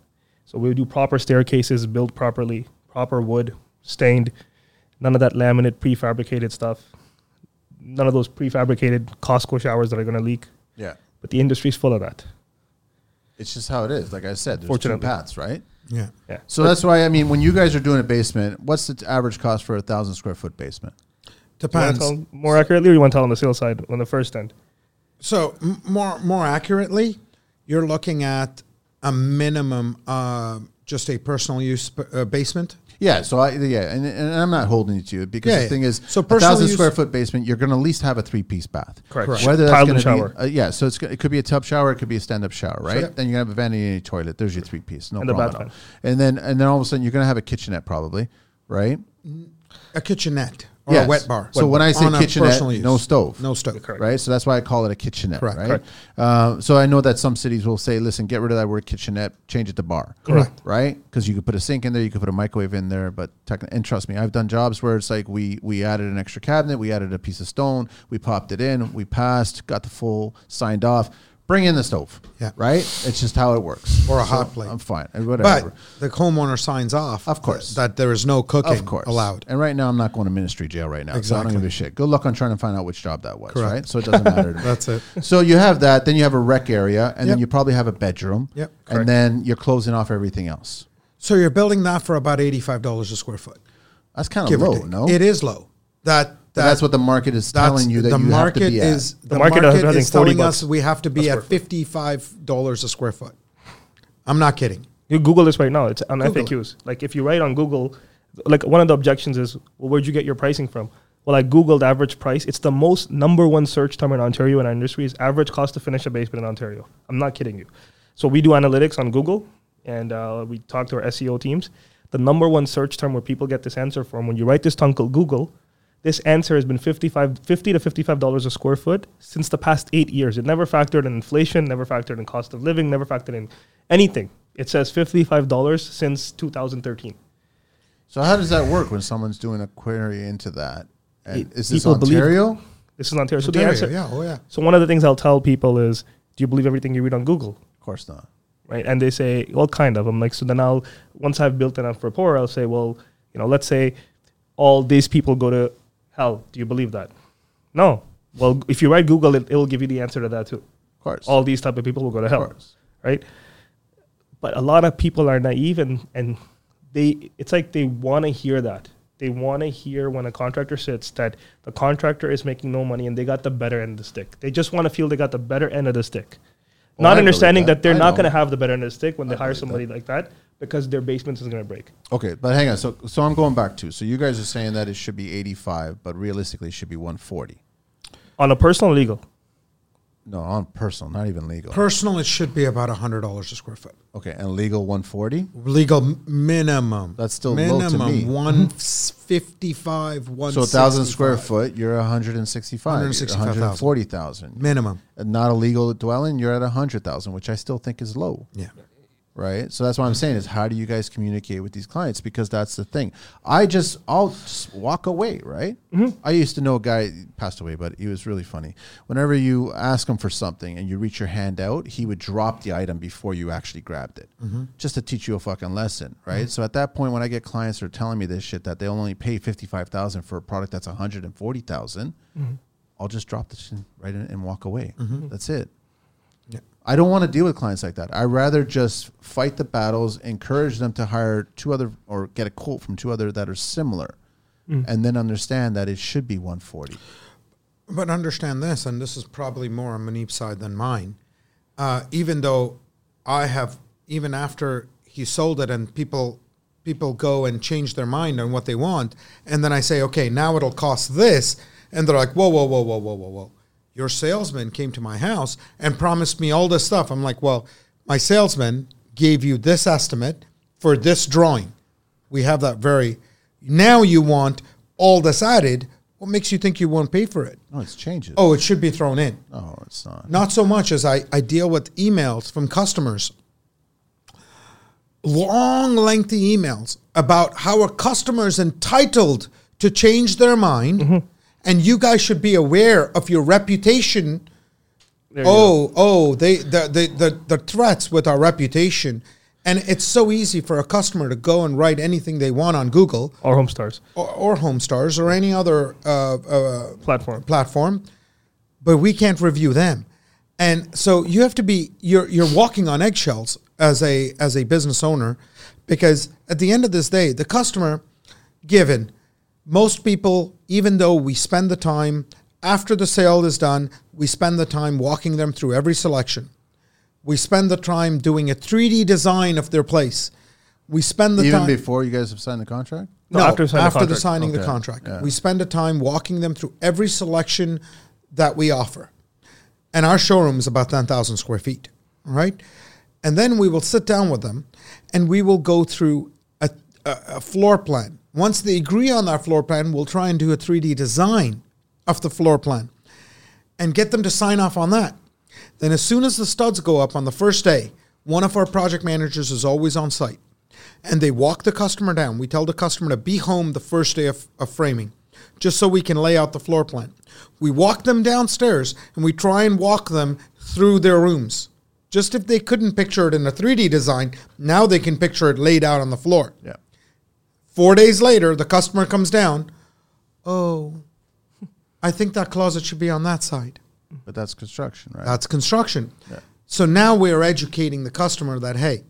So we do proper staircases, built properly, proper wood, stained, none of that laminate, prefabricated stuff, none of those prefabricated Costco showers that are going to leak
Yeah.
but the industry's full of that.
It's just how it is. Like I said, there's two
Fortunately.
paths, right?
Yeah.
Yeah.
So that's why I mean, when you guys are doing a basement, what's the t- average cost for a thousand square foot basement?
You want to
Depends.
tell more accurately, or you want to tell on the sales side on the first end?
So m- more more accurately, you're looking at a minimum, uh, just a personal use p- uh, basement.
Yeah, so I yeah, and, and I'm not holding you to it because
Yeah,
the
yeah.
thing is,
So
a
personal
thousand
use-
square foot basement, you're going to at least have a three piece bath,
Correct. Correct.
Whether that's
Tiled
going
and
to be
shower.
uh, yeah, so it's go- it could be a tub shower, it could be a stand up shower, right?
Sure.
Then you have a vanity and a toilet. There's your three piece, no
And the
problem.
bath
at all. And then and then all of a sudden you're going to have a kitchenette probably, right?
a kitchenette or
Yes.
a wet bar.
So when I say
On a
kitchenette,
personal use.
no stove.
no stove.
Correct.
right? So that's why I call it a kitchenette,
Correct.
right?
Correct.
Uh, so I know that some cities will say, "Listen, get rid of that word kitchenette, change it to bar,"
Correct.
Right? Because you could put a sink in there, you could put a microwave in there, but techni- and trust me, I've done jobs where it's like we we added an extra cabinet, we added a piece of stone, we popped it in, we passed, got the full signed off. Bring in the stove,
Yeah.
right? It's just how it works.
Or a hot plate.
I'm fine, and whatever.
But the homeowner signs off,
Of course.
that there is no cooking
of course
allowed.
And right now, I'm not going to ministry jail right now. So I don't
Exactly.
give a shit. Good luck on trying to find out which job that was,
Correct.
right? So it doesn't matter. to me.
That's it.
So you have that. Then you have a rec area, and then
Yep.
you probably have a bedroom.
Yep.
And then you're closing off everything else.
So you're building that for about eighty-five dollars a square foot.
That's kind of
give or
low,
take.
no?
It is low. That,
But that's what the market is
that's-
telling you that
the
you
market
have to be at.
is the,
market
market,
has nothing,
is
40
telling us
bucks
we have to be
a
at
square
fifty-five dollars a square foot. I'm not kidding.
You Google this right now. It's on
Google it.
FAQs. Like if you write on Google, like one of the objections is, well, where'd you get your pricing from? Well, I googled average price. It's the most number one search term in Ontario in our industry is average cost to finish a basement in Ontario. I'm not kidding you. So we do analytics on Google, and uh, we talk to our SEO teams. The number one search term where people get this answer from when you write this to Uncle Google, this answer has been 55, 50 to fifty-five dollars a square foot since the past eight years. It never factored in inflation, never factored in cost of living, never factored in anything. It says fifty-five dollars since two thousand thirteen.
So how does that work when someone's doing a query into that? And
It-
is this
people believe-
Ontario?
This is Ontario. So
Ontario,
the answer.
yeah, oh yeah.
So one of the things I'll tell people is, do you believe everything you read on Google?
Of course not.
right? And they say, well, kind of. I'm like, so then I'll once I've built enough rapport, I'll say, well, you know, let's say all these people go to hell. Do you believe that? No. Well, if you write Google, it, it'll give you the answer to that too.
Of course.
All these type of people will go to hell,
course.
right? But a lot of people are naive and and they it's like they want to hear that. They want to hear when a contractor sits that the contractor is making no money and they got the better end of the stick. They just want to feel they got the better end of the stick.
Well, I
Not
believe
understanding
that.
that, they're
I
not
know.
going to have the better end of the stick when they hire
believe that.
somebody like that because their basement is going to break.
Okay, but hang on. So so I'm going back to. So you guys are saying that it should be 85, but realistically it should be 140.
On a personal legal,
No, on personal, not even legal.
Personal, it should be about hundred dollars a square foot.
okay, and legal 140.
Legal m- minimum.
That's still low to
minimum
me.
one fifty-five. One
So a thousand square foot, you're 165.
165,000.
140,000.
minimum.
And not a legal dwelling, you're at 100,000, which I still think is low.
Yeah.
right? So that's what I'm saying is how do you guys communicate with these clients? Because that's the thing. I just I'll just walk away, right? I used to know a guy he passed away, but he was really funny. Whenever you ask him for something and you reach your hand out, he would drop the item before you actually grabbed it, just to teach you a fucking lesson, right? So at that point, when I get clients that are telling me this shit that they'll only pay fifty five thousand for a product that's one hundred and forty thousand. I'll just drop this in, right in and walk away. That's it. I don't want to deal with clients like that. I rather just fight the battles, encourage them to hire two other or get a quote from two other that are similar,
Mm.
and then understand that it should be 140.
But understand this, and this is probably more on Manip's side than mine. Uh, even though I have, even after he sold it, and people people go and change their mind on what they want, and then I say, okay, now it'll cost this, and they're like, whoa, whoa, whoa, whoa, whoa, whoa, whoa. Your salesman came to my house and promised me all this stuff. I'm like, well, my salesman gave you this estimate for this drawing. We have that very. Now you want all this added. What makes you think you won't pay for it?
No, it's changes.
oh, it should be thrown in.
no, it's not.
Not so much as I, I deal with emails from customers, long, lengthy emails about how a customer is entitled to change their mind.
Mm-hmm.
And you guys should be aware of your reputation.
There you go.
Oh, oh, they the, the the the threats with our reputation, and it's so easy for a customer to go and write anything they want on Google
or home stars
or, or HomeStars or any other uh, uh,
platform.
platform, but we can't review them. And so you have to be you're you're walking on eggshells as a as a business owner because at the end of this day, the customer given most people even though we spend the time after the sale is done, we spend the time walking them through every selection. We spend the time doing a 3D design of their place. We spend the
Even
time
before you guys have signed the contract?
No,
no,
after
after,
signing the
the
contract.
signing the
Okay,
contract.
yeah.
We spend the time walking them through every selection that we offer. And our showroom is about 10,000 square feet, all right? And then we will sit down with them and we will go through a, a, a floor plan. Once they agree on that floor plan, we'll try and do a 3D design of the floor plan and get them to sign off on that. Then, as soon as the studs go up on the first day, one of our project managers is always on site and they walk the customer down. We tell the customer to be home the first day of, of framing just so we can lay out the floor plan. We walk them downstairs and we try and walk them through their rooms. Just if they couldn't picture it in a 3D design, now they can picture it laid out on the floor.
Yeah.
Four days later, the customer comes down. Oh, I think that closet should be on that side.
But that's construction, right?
That's construction. So now we're educating the customer that, hey,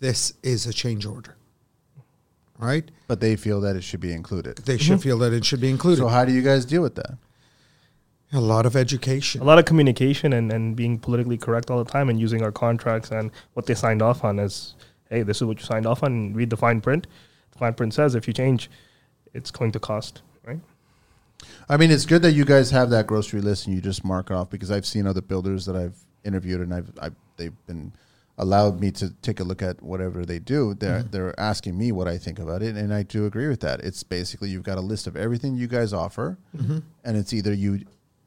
this is a change order, right?
But they feel that it should be included.
They
Mm-hmm.
should feel that it should be included.
So how do you guys deal with that?
a lot of education.
a lot of communication and, and being politically correct all the time and using our contracts and what they signed off on as hey this is what you signed off on and read the fine print the fine print says if you change it's going to cost right
I mean, it's good that you guys have that grocery list and you just mark it off because I've seen other builders that I've interviewed and I've, I've they've been allowed me to take a look at whatever they do. They're they're asking me what I think about it, and I do agree with that. It's basically you've got a list of everything you guys offer, and it's either you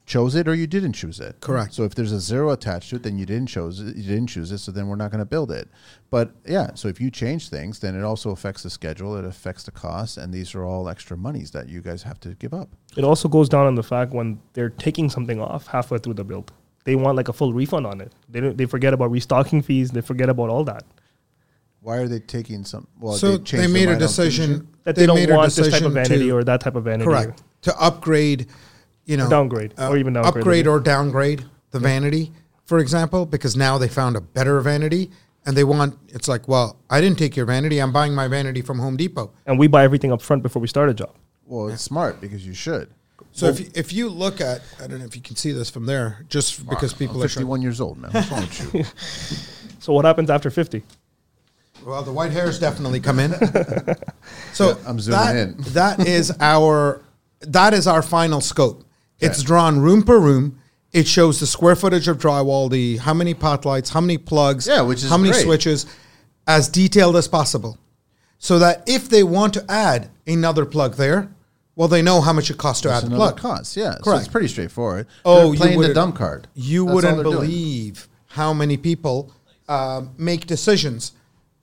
chose it or you didn't choose it.
Correct.
So if there's a zero attached to it, then you didn't chose it. You didn't choose it, so then we're not going to build it. But yeah, so if you change things, then it also affects the schedule. It affects the cost, and these are all extra monies that you guys have to give up.
it also goes down on the fact when they're taking something off halfway through the build they want like a full refund on it they don't, they forget about restocking fees they forget about all that
Why are they taking some? Well,
so
changed
they
their
made a
mind on
decision.
finishing?
that they, don't
made a
want this type
decision
of vanity
to-
or that type of vanity
correct to upgrade, you know, uh,
downgrade, or even downgrade
upgrade
the-
or downgrade the vanity, for example, because now they found a better vanity and they want. It's like, well, I didn't take your vanity. I'm buying my vanity from Home Depot.
and we buy everything up front before we start a job
Well, it's smart because you should.
So if you, if you look at, I don't know if you can see this from there, just because people
I'm
are showing,
51 years old, man. What's wrong with you?
so what happens after 50
well, the white hairs definitely come in. so
I'm zooming
that-
in.
that is our that is our final scope. It's drawn room per room. It shows the square footage of drywall, the how many pot lights, how many plugs,
Yeah, which is
how many
great.
switches, as detailed as possible, so that if they want to add another plug there, well, they know how much it costs to
It's
add the
another
plug.
cost. Yeah, so it's
Correct.
pretty straightforward.
Oh,
They're
you
playing the
wouldn't-
dumb card.
You
That's all
wouldn't
they're doing.
believe how many people um, make decisions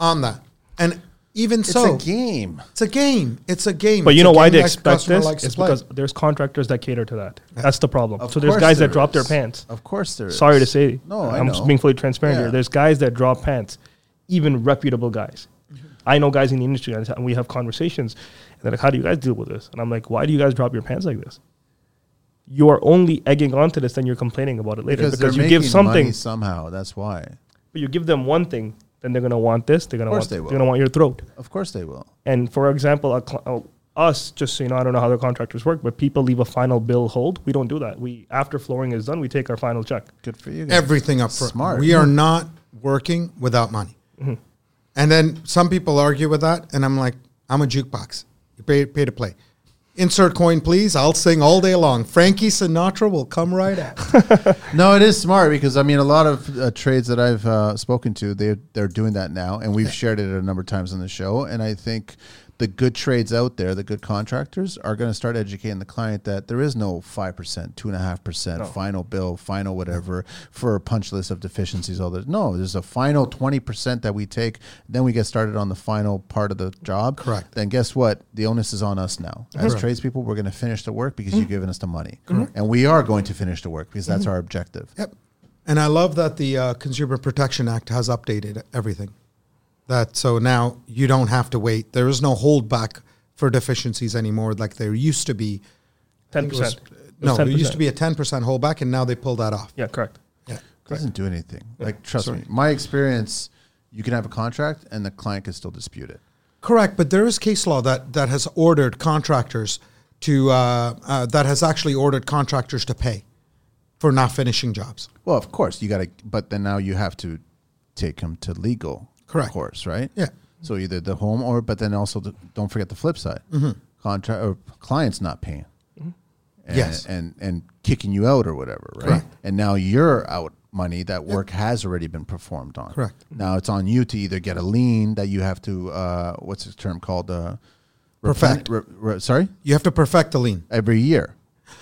on that, and even
It's
so,
a game.
it's a game. It's a game.
But
It's
you
a
know why
game
they
that
expect
customer
this?
likes to
It's
play.
because there's contractors that cater to that. That's the problem.
Of
so there's
course
guys that
there
drop their
is.
pants.
Of course, there is.
Sorry to say,
No, I
I'm
know.
just being fully transparent
Yeah.
here. There's guys that drop pants, even reputable guys.
Mm-hmm.
I know guys in the industry, and and we have conversations. And they're like, "How do you guys deal with this?" And I'm like, "Why do you guys drop your pants like this? You are only egging onto this, and you're complaining about it later
because,
because,
they're
you give
making
something,
money somehow. That's why.
but you give them one thing, then they're gonna want this. They're gonna
course
want.
they
They
will.
are gonna want your throat."
Of course, they will.
And for example, a cl- uh, us, just so you know, I don't know how the contractors work, but people leave a final bill hold. We don't do that. We after flooring is done, we take our final check.
Good for you. Guys.
everything up front.
Smart. Mm-hmm.
We are not working without money. And then some people argue with that, and I'm like, I'm a jukebox. You pay, pay to play. Insert coin, please. I'll sing all day long. Frankie Sinatra will come right out.
No, it is smart because I mean a lot of uh, trades that I've uh, spoken to, they they're doing that now, and we've shared it a number of times on the show. And I think the good trades out there, the good contractors, are going to start educating the client that there is no five percent, two and a half percent final bill, final whatever for a punch list of deficiencies. All that no, there's a final twenty percent that we take. Then we get started on the final part of the job.
Correct.
Then guess what? The onus is on us now. As tradespeople, we're going to finish the work because you've given us the money, and we are going to finish the work because that's our objective.
Yep. And I love that the uh, Consumer Protection Act has updated everything. That so now you don't have to wait. There is no holdback for deficiencies anymore, like there used to be. I
Ten
think it was- uh,
percent.
No, there used to be a ten percent holdback, and now they pull that off.
Yeah, correct.
doesn't do anything. Like trust me, my experience, you can have a contract and the client can still dispute it.
Correct, but there is case law that that has ordered contractors to uh, uh, that has actually ordered contractors to pay for not finishing jobs.
Well, of course you got to, but then now you have to take them to legal,
Correct.
course, right?
Yeah.
So either the home or, but then also the, don't forget the flip side,
Mm-hmm.
contract or clients not paying, and,
Yes.
and and kicking you out or whatever, right?
Correct.
And now you're out money that work has already been performed on.
Correct. Mm-hmm.
Now it's on you to either get a lien that you have to, uh, what's the term called? Uh,
Perfect.
replen- re- re- sorry.
You have to perfect the lien.
every year.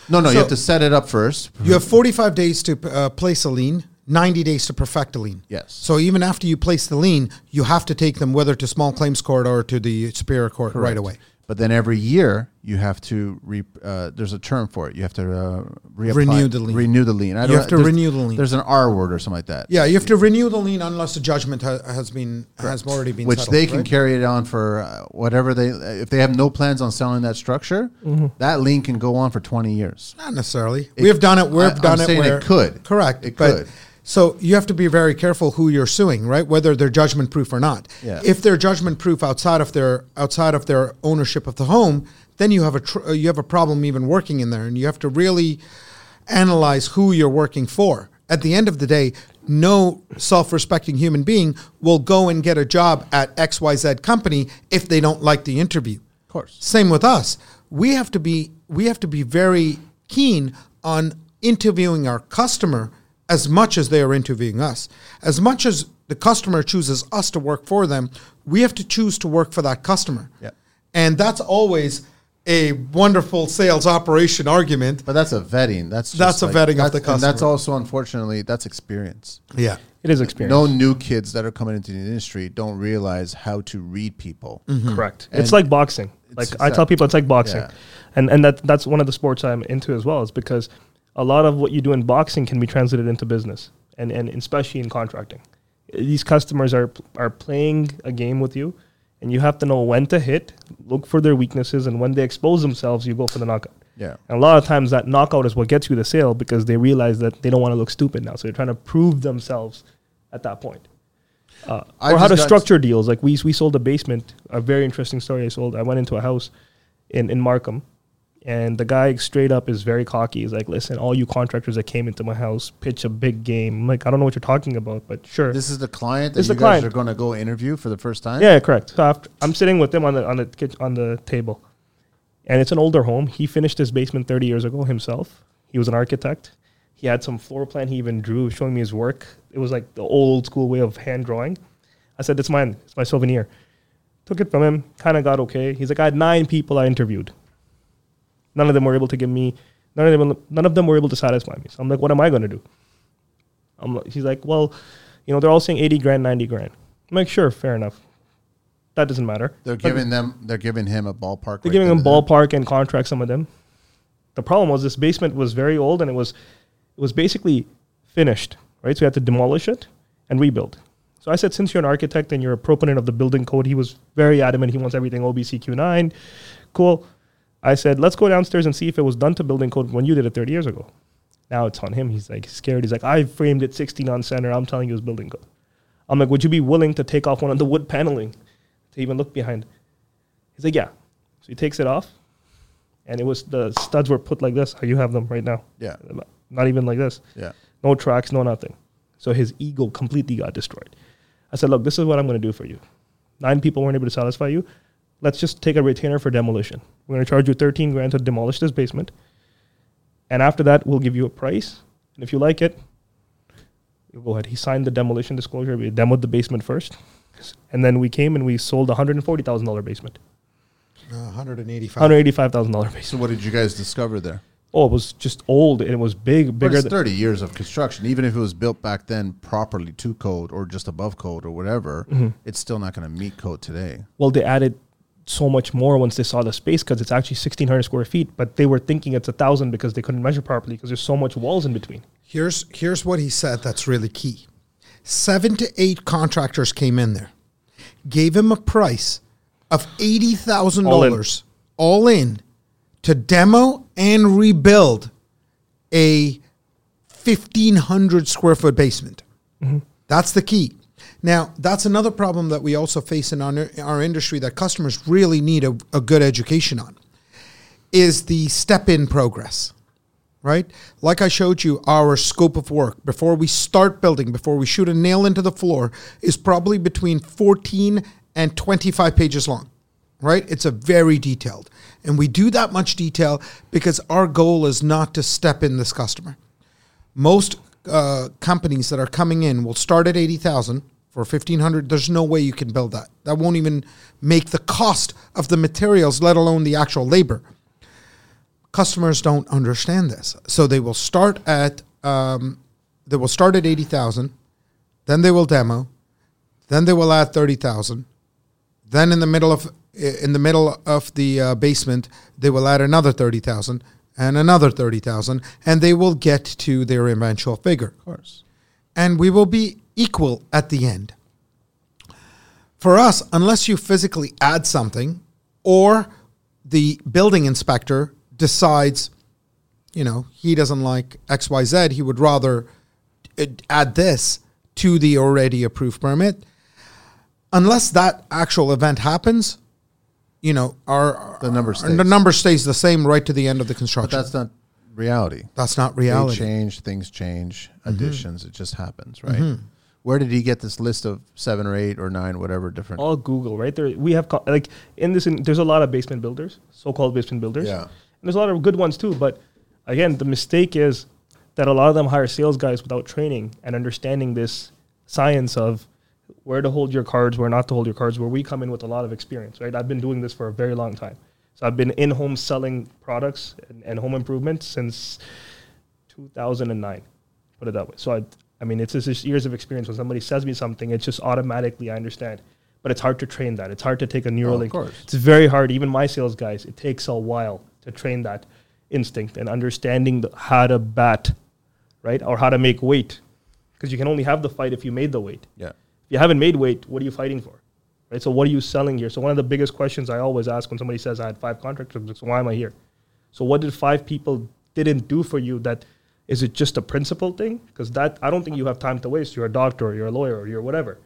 No, no, you
So-
have to set it up first.
You have 45 days to uh, place a lien, 90 days to perfect a lien.
Yes.
So even after you place the lien, you have to take them whether to small claims court or to the superior court right away.
But then every year you have to re, uh, there's a term for it. You have to uh, reapply,
Renew the lien.
Renew the lien. I don't
have to
there's-
renew the lien.
There's an R word or something like that.
Yeah, you have to renew the lien unless the judgment ha- has been has already been
Which
settled,
they can
right?
carry it on for uh, whatever they. If they have no plans on selling that structure,
Mm-hmm.
that lien can go on for 20 years.
Not necessarily. we have done it. We've
I- I'm
done it
saying it
where
could.
Correct.
It could.
But So you have to be very careful who you're suing, right? Whether they're judgment proof or not.
Yeah.
If they're judgment proof outside of their outside of their ownership of the home, then you have a tr- uh, you have a problem even working in there, and you have to really analyze who you're working for. At the end of the day, no self-respecting human being will go and get a job at XYZ company if they don't like the interview. Of
course.
Same with us. We have to be we have to be very keen on interviewing our customer as much as they are interviewing us. As much as the customer chooses us to work for them, we have to choose to work for that customer.
Yep.
And that's always a wonderful sales operation argument.
But that's a vetting. That's just
That's a
like-
vetting of
that's-
the
And that's
customer.
also unfortunately that's experience.
Yeah.
It is experience.
No new kids that are coming into the industry don't realize how to read people.
Mm-hmm.
Correct. Mm-hmm. it's like boxing. Like
It's
I tell
exact-
people, it's like boxing,
yeah.
and and that that's one of the sports I'm into as well, is because a lot of what you do in boxing can be translated into business, and and especially in contracting. These customers are are playing a game with you, and you have to know when to hit, look for their weaknesses, and when they expose themselves, you go for the knockout.
Yeah.
And a lot of times that knockout is what gets you the sale because they realize that they don't want to look stupid now, so they're trying to prove themselves at that point
I
or how
just
to
got-
structure deals. Like we we sold a basement. A very interesting story. I sold. I went into a house in in Markham, and the guy straight up is very cocky. He's like, "Listen, all you contractors that came into my house pitch a big game." I'm like, "I don't know what you're talking about, but sure."
This is the client that
This is
you
the
guys
client.
are going to go interview for the first time.
yeah, correct. So after, I'm sitting with him on the on the kitch- on the table, and it's an older home. He finished his basement 30 years ago himself. He was an architect. He had some floor plan he even drew, showing me his work. It was like the old school way of hand drawing. I said, "It's mine. It's my souvenir." Took it from him. Kind of got okay. He's like, "I had nine people I interviewed. None of them were able to give me. None of them. None of them were able to satisfy me." So I'm like, "What am I going to do?" I'm like, he's like, "Well, you know, they're all saying 80 grand, 90 grand." I'm like, "Sure, fair enough. That doesn't matter."
They're
But-
giving them. They're giving him a ballpark.
they're
right
giving
then and
them
there.
ballpark and contract some of them. The problem was this basement was very old and it was it was basically finished, right? So we had to demolish it and rebuild. So I said, since you're an architect and you're a proponent of the building code, he was very adamant. He wants everything OBCQ9. Cool. I said, let's go downstairs and see if it was done to building code when you did it 30 years ago. Now it's on him. He's like scared. He's like, I framed it 16 on center. I'm telling you it's building code. I'm like, would you be willing to take off one of the wood paneling to even look behind? He's like, yeah. So he takes it off, and it was the studs were put like this. How you have them right now?
Yeah.
Not even like this.
Yeah.
No tracks, no nothing. So his ego completely got destroyed. I said, look, this is what I'm going to do for you. Nine people weren't able to satisfy you. Let's just take a retainer for demolition. We're going to charge you 13 grand to demolish this basement. And after that, we'll give you a price. And if you like it, you go ahead. He signed the demolition disclosure. We demoed the basement first. And then we came and we sold a $140,000 basement.
Uh, 185.
Hundred eighty-five thousand dollar base.
So what did you guys discover there?
Oh, it was just old and it was big,
But
bigger
it's
than.
thirty years of construction. Even if it was built back then properly to code or just above code or whatever,
Mm-hmm.
it's still not going to meet code today.
Well, they added so much more once they saw the space because it's actually sixteen hundred square feet, but they were thinking it's a thousand because they couldn't measure properly because there's so much walls in between.
Here's here's what he said that's really key. Seven to eight contractors came in there, gave him a price of eighty thousand dollars all in to demo and rebuild a fifteen hundred square foot basement. That's the key. Now, that's another problem that we also face in our, our industry that customers really need a, a good education on is the step in progress, right? Like I showed you, our scope of work before we start building, before we shoot a nail into the floor, is probably between 14 and 25 pages long, right? It's a very detailed. And we do that much detail because our goal is not to step in this customer most uh, companies that are coming in will start at 80,000 for 1500 there's no way you can build that that won't even make the cost of the materials let alone the actual labor customers don't understand this so they will start at um, they will start at 80,000 then they will demo then they will add 30,000 then in the middle of in the middle of the uh, basement, they will add another thirty thousand and another thirty thousand, and they will get to their eventual figure. Of course, and we will be equal at the end. For us, unless you physically add something, or the building inspector decides, you know, he doesn't like X Y Z, he would rather it- add this to the already approved permit. Unless that actual event happens, you know, our
The number
our-
stays.
the number stays the same right to the end of the
But
construction.
that's not reality.
that's not
They
reality.
change, things change, additions, it just happens, right? Where did he get this list of seven or eight or nine, whatever different?
all Google, right? There, we have co- like in this. In, there's a lot of basement builders, so-called basement builders.
Yeah.
and there's a lot of good ones too. But again, the mistake is that a lot of them hire sales guys without training and understanding this science of where to hold your cards, where not to hold your cards. Where we come in with a lot of experience, right? I've been doing this for a very long time, so I've been in home selling products and, and home improvement since 2009. Put it that way. So I, I mean, it's just it's years of experience. When somebody says me something, it's just automatically I understand. But it's hard to train that. It's hard to take a neural link.
course.
It's very hard. Even my sales guys, it takes a while to train that instinct and understanding the, how to bat, right, or how to make weight, because you can only have the fight if you made the weight.
Yeah.
If you haven't made weight, what are you fighting for? Right. So what are you selling here? So one of the biggest questions I always ask when somebody says I had five contractors, it's, why am I here? So what did five people didn't do for you? That is it just a principle thing? Because that I don't think you have time to waste. You're a doctor, or you're a lawyer, or you're whatever.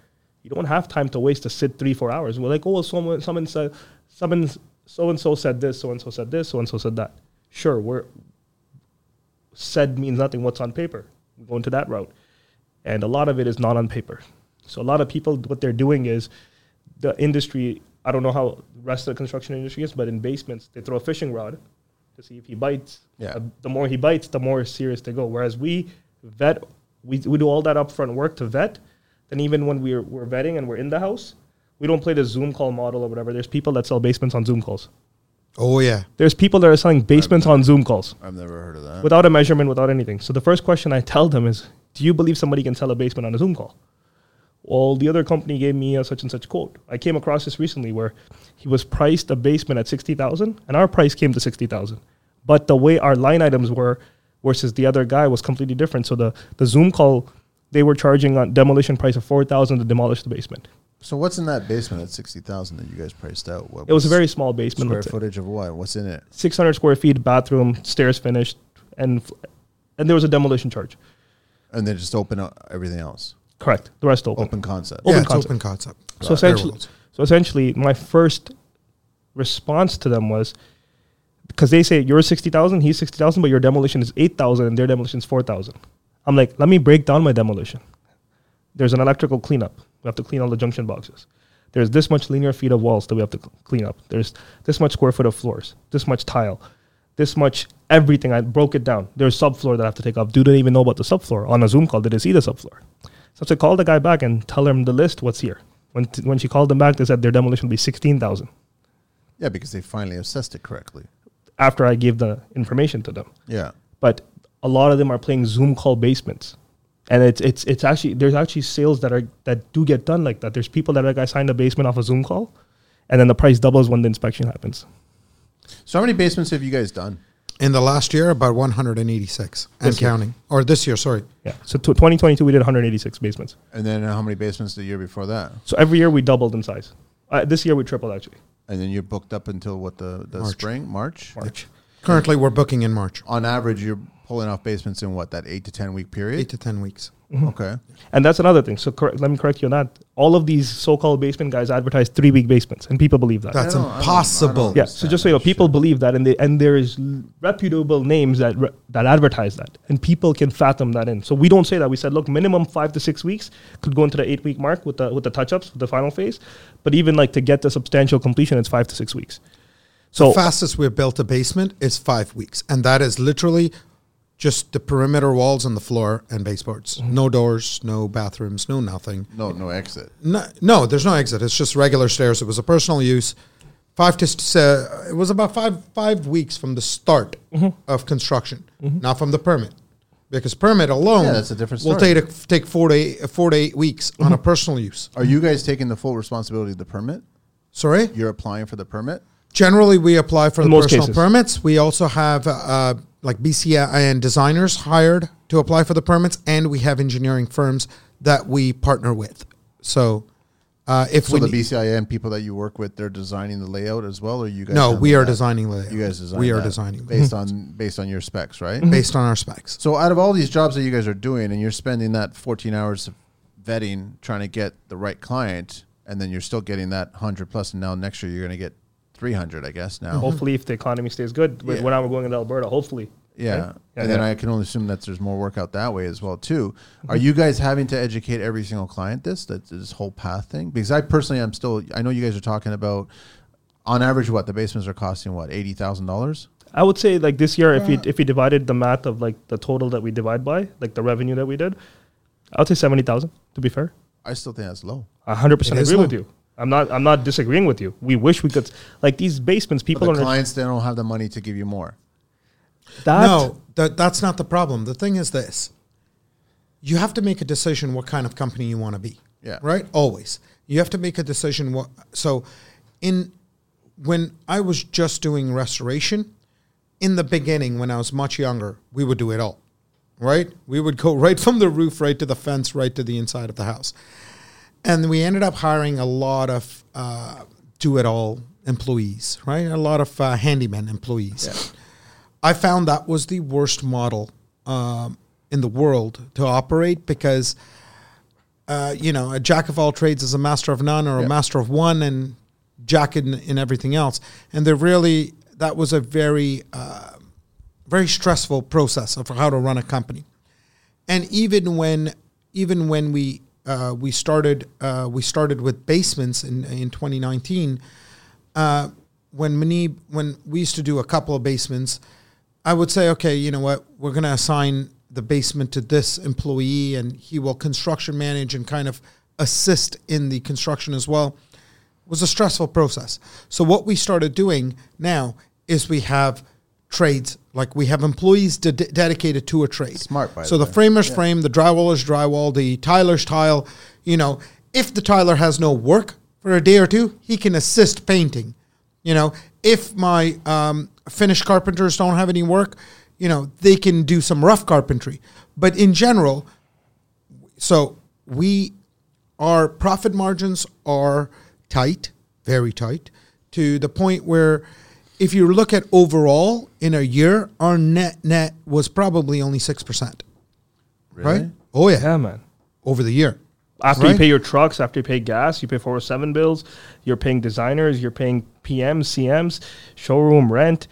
You don't have time to waste to sit three four hours. We're like, oh, well, someone someone said, someone so and so said this, so and so said this, so and so said that. Sure, we're said means nothing. What's on paper? We go into that route. And a lot of it is not on paper. So a lot of people, what they're doing is the industry, I don't know how the rest of the construction industry is, but in basements, they throw a fishing rod to see if he bites.
Yeah.
Uh, The more he bites, the more serious they go. Whereas we vet, we, we do all that upfront work to vet. Then even when we're, we're vetting and we're in the house, we don't play the Zoom call model or whatever. There's people that sell basements on Zoom calls.
oh yeah.
There's people that are selling basements on Zoom calls
I've never heard of that.
without a measurement, without anything. So the first question I tell them is, do you believe somebody can sell a basement on a Zoom call? Well, the other company gave me a such and such quote. I came across this recently where he was priced a basement at sixty thousand, and our price came to sixty thousand, but the way our line items were versus the other guy was completely different. So the the Zoom call they were charging on demolition price of four thousand to demolish the basement.
So what's in that basement at sixty thousand that you guys priced out? What
It was a very small basement.
square
let's say.
footage of what? What's in it?
600 square feet bathroom stairs finished and f- and there was a demolition charge
And then just open up everything else.
correct the rest open,
Open concept.
Open
yeah, it's
concept.
open concept.
so essentially so essentially my first response to them was because they say you're 60000 he's 60000 but your demolition is 8000 and their demolition is 4000 i'm like let me break down my demolition there's an electrical cleanup we have to clean all the junction boxes there's this much linear feet of walls that we have to cl- clean up there's this much square foot of floors this much tile this much everything i broke it down there's subfloor that i have to take off dude didn't even know about the subfloor on a zoom call they didn't see the subfloor so I said, call the guy back and tell him the list what's here. When, t- when she called them back, they said their demolition would be 16,000
Yeah, because they finally assessed it correctly.
after I gave the information to them.
Yeah.
But a lot of them are playing Zoom call basements. And it's, it's, it's actually, there's actually sales that are, that do get done like that. There's people that like, I signed a basement off a Zoom call and then the price doubles when the inspection happens.
So how many basements have you guys done?
In the last year, about 186 and
This year.
counting. Or this year, sorry.
Yeah. So t- 2022, we did 186 basements.
And then how many basements the year before that?
So every year we doubled in size. Uh, this year we tripled actually.
And then you're booked up until what the, the
March.
spring, March?
March.
Currently, we're booking in March,
On average, you're pulling off basements in what that eight to ten week
eight
period.
to Mm-hmm. 10 weeks.
Okay.
And that's another thing. So correct, let me correct you on that. All of these so-called basement guys advertise three-week basements, and people believe that.
That's
I don't- I don't- I don't
impossible.
yeah. So just so you know, people believe that, and they, and there is l- reputable names that re- that advertise that, and people can fathom that in. So we don't say that. We said, look, minimum five to six weeks could go into the eight-week mark with the with the touch-ups, with the final phase. But even like to get the substantial completion, it's five to six weeks. So
the fastest we've built a basement is five weeks, and that is literally just the perimeter walls and the floor and baseboards.
Mm-hmm.
No doors, no bathrooms, no nothing.
No, no exit.
No, no, there's no exit. It's just regular stairs. It was a personal use. Five to s- uh, it was about five five weeks from the start
Mm-hmm.
of construction, not from the permit, because permit alone
Yeah, that's a different
will
story. Mm-hmm.
take a, take four to eight, four to eight weeks on a personal use.
Are you guys taking the full responsibility of the permit?
Sorry,
You're applying for the permit.
generally we apply for the
most
personal
cases.
permits. We also have uh, like BCN designers hired to apply for the permits, and we have engineering firms that we partner with. So Uh, if
So
we
the
ne-
BCIM people that you work with, they're designing the layout as well, or you guys?
no,
handle
we are
that?
designing layout.
You guys design.
We are
that
designing Mm-hmm.
based on based on your specs, right?
based on our specs.
So out of all these jobs that you guys are doing, and you're spending that 14 hours of vetting, trying to get the right client, and then you're still getting that 100 plus, and now next year you're going to get 300, I guess. Now,
Hopefully, if the economy stays good, with
Yeah.
when I'm going to Alberta, hopefully.
Yeah.
right? Yeah,
and then
yeah.
I can only assume that there's more work out that way as well too. Are you guys having to educate every single client this that this whole path thing? Because I personally am still I know you guys are talking about on average what the basements are costing what eighty thousand dollars.
I would say like this year, if we if we divided the math of like the total that we divide by, like the revenue that we did, I would say seventy thousand. To be fair,
I still think that's low.
I hundred percent
It is
agree with
low.
you. I'm not I'm not disagreeing with you. We wish we could like these basements.
But
People
the
don't
clients they don't have the money to give you more.
that
No, that, that's not the problem. The thing is this you have to make a decision what kind of company you want to be.
Yeah.
Right? Always. You have to make a decision what so in when I was just doing restoration, in the beginning when I was much younger, we would do it all. Right? We would go right from the roof right to the fence, right to the inside of the house. And we ended up hiring a lot of uh, do it all employees, right? A lot of uh, handyman employees. I found that was the worst model um, in the world to operate because, uh, you know, a jack of all trades is a master of none or a
Yeah.
master of one and jack in, in everything else. And they're really, that was a very, uh, very stressful process of how to run a company. And even when, even when we, uh, we started, uh, we started with basements in, in 2019, when Manib, when we used to do a couple of basements, I would say, okay, you know what, we're going to assign the basement to this employee, and he will construction manage and kind of assist in the construction as well. It was a stressful process. So what we started doing now is we have trades, like we have employees de- dedicated to a trade.
Smart, by the
So the
way.
framers frame, the drywallers drywall, the tilers tile. You know, if the tiler has no work for a day or two, he can assist painting. You know, if my um, finished carpenters don't have any work, you know, they can do some rough carpentry. But in general, so we our profit margins are tight, very tight, to the point where if you look at overall in a year, our net net was probably only six percent. Right? Oh yeah.
yeah, man.
Over the year.
After
Right?
you pay your trucks, after you pay gas, you pay 407 bills, you're paying designers, you're paying PMs, CMs, showroom rent.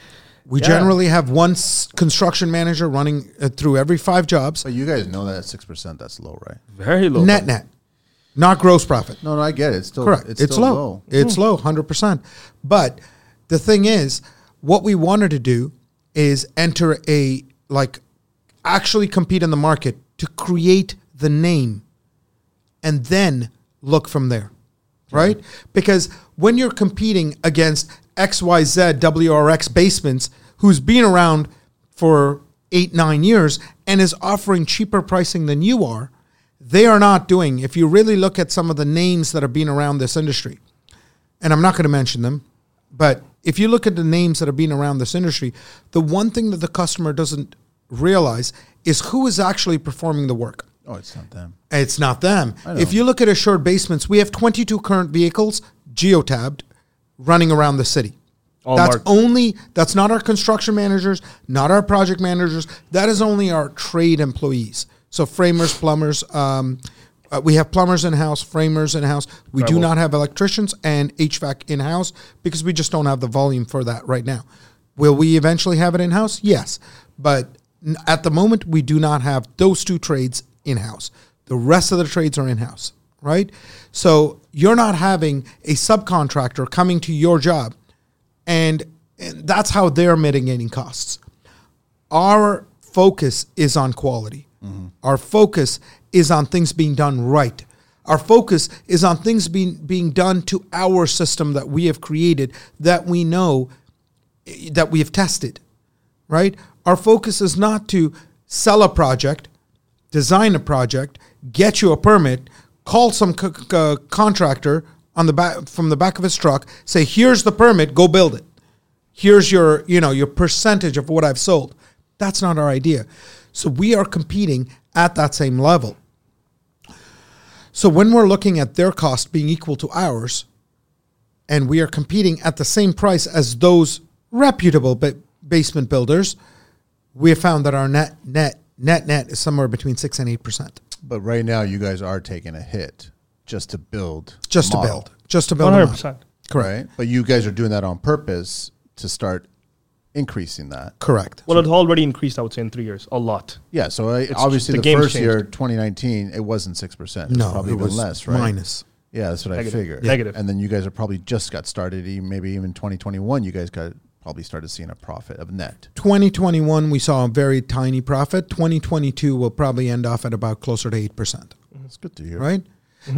We
Yeah.
generally have one s- construction manager running uh, through every five jobs.
But you guys know that at six percent that's low, right?
Very low.
Net net, not gross profit.
No, no, I get it. It's still
Correct.
It's,
It's,
still
low.
low. Hmm.
It's low, 100%. But the thing is, what we wanted to do is enter a, like, actually compete in the market to create the name and then look from there, right? Because when you're competing against XYZ WRX basements who's been around for eight, nine years and is offering cheaper pricing than you are, they are not doing, if you really look at some of the names that have been around this industry, and I'm not going to mention them, but if you look at the names that have been around this industry, the one thing that the customer doesn't realize is who is actually performing the work.
Oh, it's not them.
It's not them.
know.
If you look at Assured Basements, we have 22 current vehicles geotabbed running around the city.
All
that's
marked.
only that's not our construction managers, not our project managers. That is only our trade employees. So framers, plumbers. Um, uh, we have plumbers in house, framers in house. We do
Drywall.
not have electricians and HVAC in house because we just don't have the volume for that right now. Will we eventually have it in house? Yes, but n- at the moment we do not have those two trades in house. The rest of the trades are in house, right? So you're not having a subcontractor coming to your job, and, and that's how they're mitigating costs our focus is on quality. Our focus is on things being done right. Our focus is on things being being done to our system that we have created that we know eh, that we have tested. Right? Our focus is not to sell a project, design a project, get you a permit, call some c- c- uh, contractor on the back from the back of his truck, say here's the permit, go build it here's your you know your percentage of what i've sold that's not our idea so we are competing at that same level So when we're looking at their cost being equal to ours, and we are competing at the same price as those reputable ba- basement builders, we have found that our net net net net is somewhere between six and eight percent.
But right now, you guys are taking a hit just to build. a
Just to
model,
build, just to build. a
One
model.
hundred percent.
Correct.
right? But you guys are doing that on purpose to start increasing that.
Correct.
Well, it's already increased. I would say in three years, a lot.
Yeah. So I, obviously,
the
the,
game's
first
changed.
year, 2019, it wasn't six percent.
no,
probably
it
even
was
less, right?
minus.
Yeah, that's what
Negative.
I figured.
Yeah. Negative.
And then you guys are probably just got started. e- Maybe even 2021, you guys got probably started seeing a profit of net.
2021 we saw a very tiny profit. 2022 will probably end off at about closer to eight percent.
That's good to hear.
right?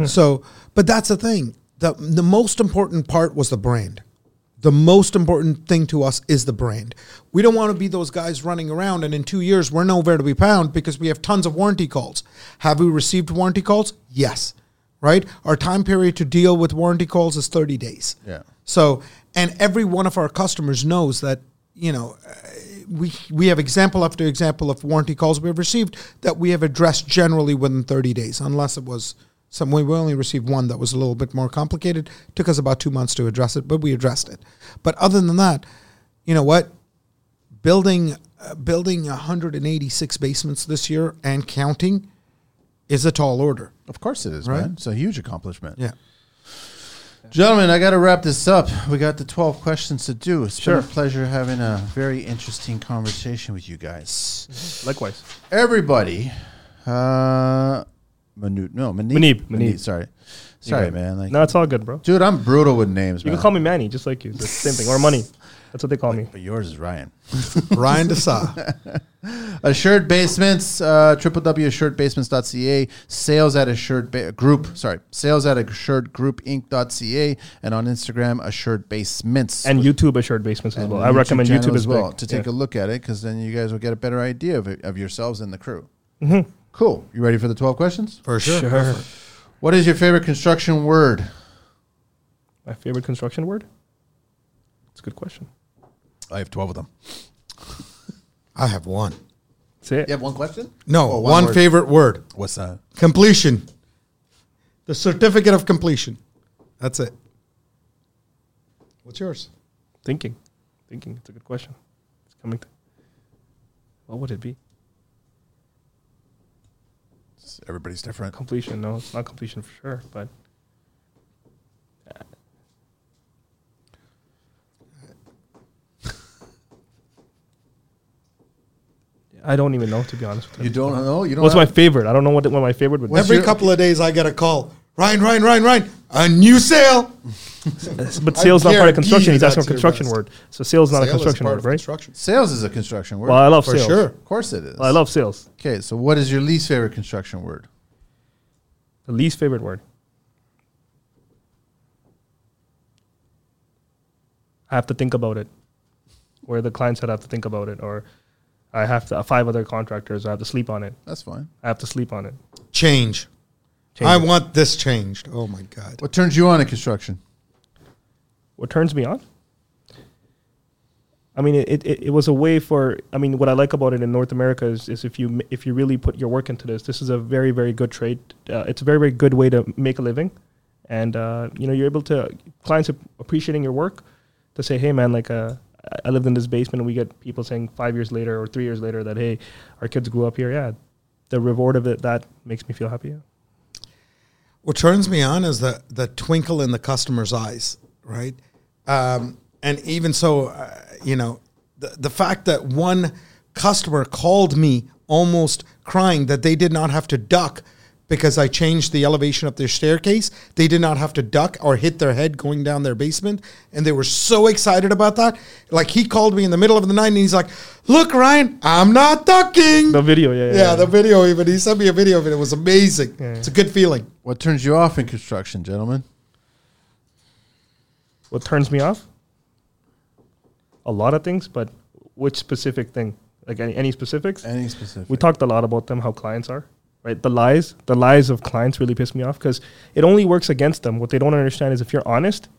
so, but that's the thing. The, the most important part was the brand. The most important thing to us is the brand. We don't want to be those guys running around and in two years we're nowhere to be found because we have tons of warranty calls. Have we received warranty calls? Yes, right? Our time period to deal with warranty calls is 30 days.
Yeah.
So, and every one of our customers knows that, you know, uh, we we have example after example of warranty calls we have received that we have addressed generally within 30 days, unless it was some we only received one that was a little bit more complicated. Took us about two months to address it, but we addressed it. But other than that, you know what? Building uh, building 186 basements this year and counting is a tall order.
Of course it is,
Right.
man. It's a huge accomplishment.
Yeah.
Gentlemen, I got to wrap this up. We got the 12 questions to do. It's
Sure.
been a pleasure having a very interesting conversation with you guys.
Likewise.
Everybody, uh, Manute, no, Manib.
Manib, Manib.
sorry. Sorry,
good.
man. Like,
No, it's all good, bro.
Dude, I'm brutal with names,
You
man.
can call me Manny, just like you. It's the same thing. Or Money. That's what they call me.
but yours is Ryan.
Ryan Dessa.
Assured Basements, uh, www.assuredbasements.ca, sales at Assured ba- Group, sorry, sales at Assured Group Inc.ca, and on Instagram, Assured Basements.
And YouTube assured basements as
And
well.
the
I recommend
channel
YouTube as well
to take a look at it because then you guys will get a better idea of, it, of yourselves and the crew.
Mm-hmm.
Cool. You ready for the 12 questions?
For sure.
What is your favorite construction word?
My favorite construction word? It's a good question.
I have 12 of them.
I have one.
That's it.
You have one question?
No,
Oh,
one
word.
favorite word.
What's that?
Completion. The certificate of completion. That's it. What's yours?
Thinking. Thinking. It's a good question. It's coming. To, what would it be?
Everybody's different.
Completion. No, it's not completion for sure, but I don't even know to be honest with you.
You don't know? You don't
What's my
have-
favorite? I don't know what, what my favorite would be.
What's
Every
your-
couple of days, I get a call. Ryan, Ryan, Ryan, Ryan. A new sale.
But sales
I
not part of
guarantee
construction.
you
He's
that's
asking a
your
construction
best.
word. So sales not
Sale
a
is
construction
part
word,
of
right?
construction.
Sales is a construction word.
Well, I love
For
sales.
sure.
Of course it is.
I love sales.
Okay, so what is your least favorite construction word?
The least favorite word. I have to think about it. Or the client said I have to think about it, or I have to five other contractors. I have to sleep on it.
That's fine.
I have to sleep on it.
Change.
Change
I
it.
want this changed. Oh my God.
What turns you on in construction?
what turns me on i mean it, it, it was a way for i mean what i like about it in north america is, is if you m- if you really put your work into this this is a very very good trade uh, it's a very very good way to make a living and uh, you know you're able to clients are appreciating your work to say hey man like uh, I- i lived in this basement and we get people saying five years later or three years later that hey our kids grew up here yeah the reward of it that makes me feel happy yeah.
What turns me on is the the twinkle in the customer's eyes, right? Um, and even so, uh, you know, the the fact that one customer called me almost crying that they did not have to duck because I changed the elevation of their staircase. They did not have to duck or hit their head going down their basement, and they were so excited about that. Like he called me in the middle of the night, and he's like, "Look, Ryan, I'm not ducking."
the video yeah yeah,
yeah, the video even he sent me a video of it. It was amazing.
Yeah.
It's a good feeling.
What turns you off in construction, gentlemen?
What turns me off? A lot of things, but which specific thing? Like any, any specifics?
Any specific?
we talked a lot about them, how clients are, right? The lies, the lies of clients really piss me off because it only works against them. What they don't understand is if you're honest,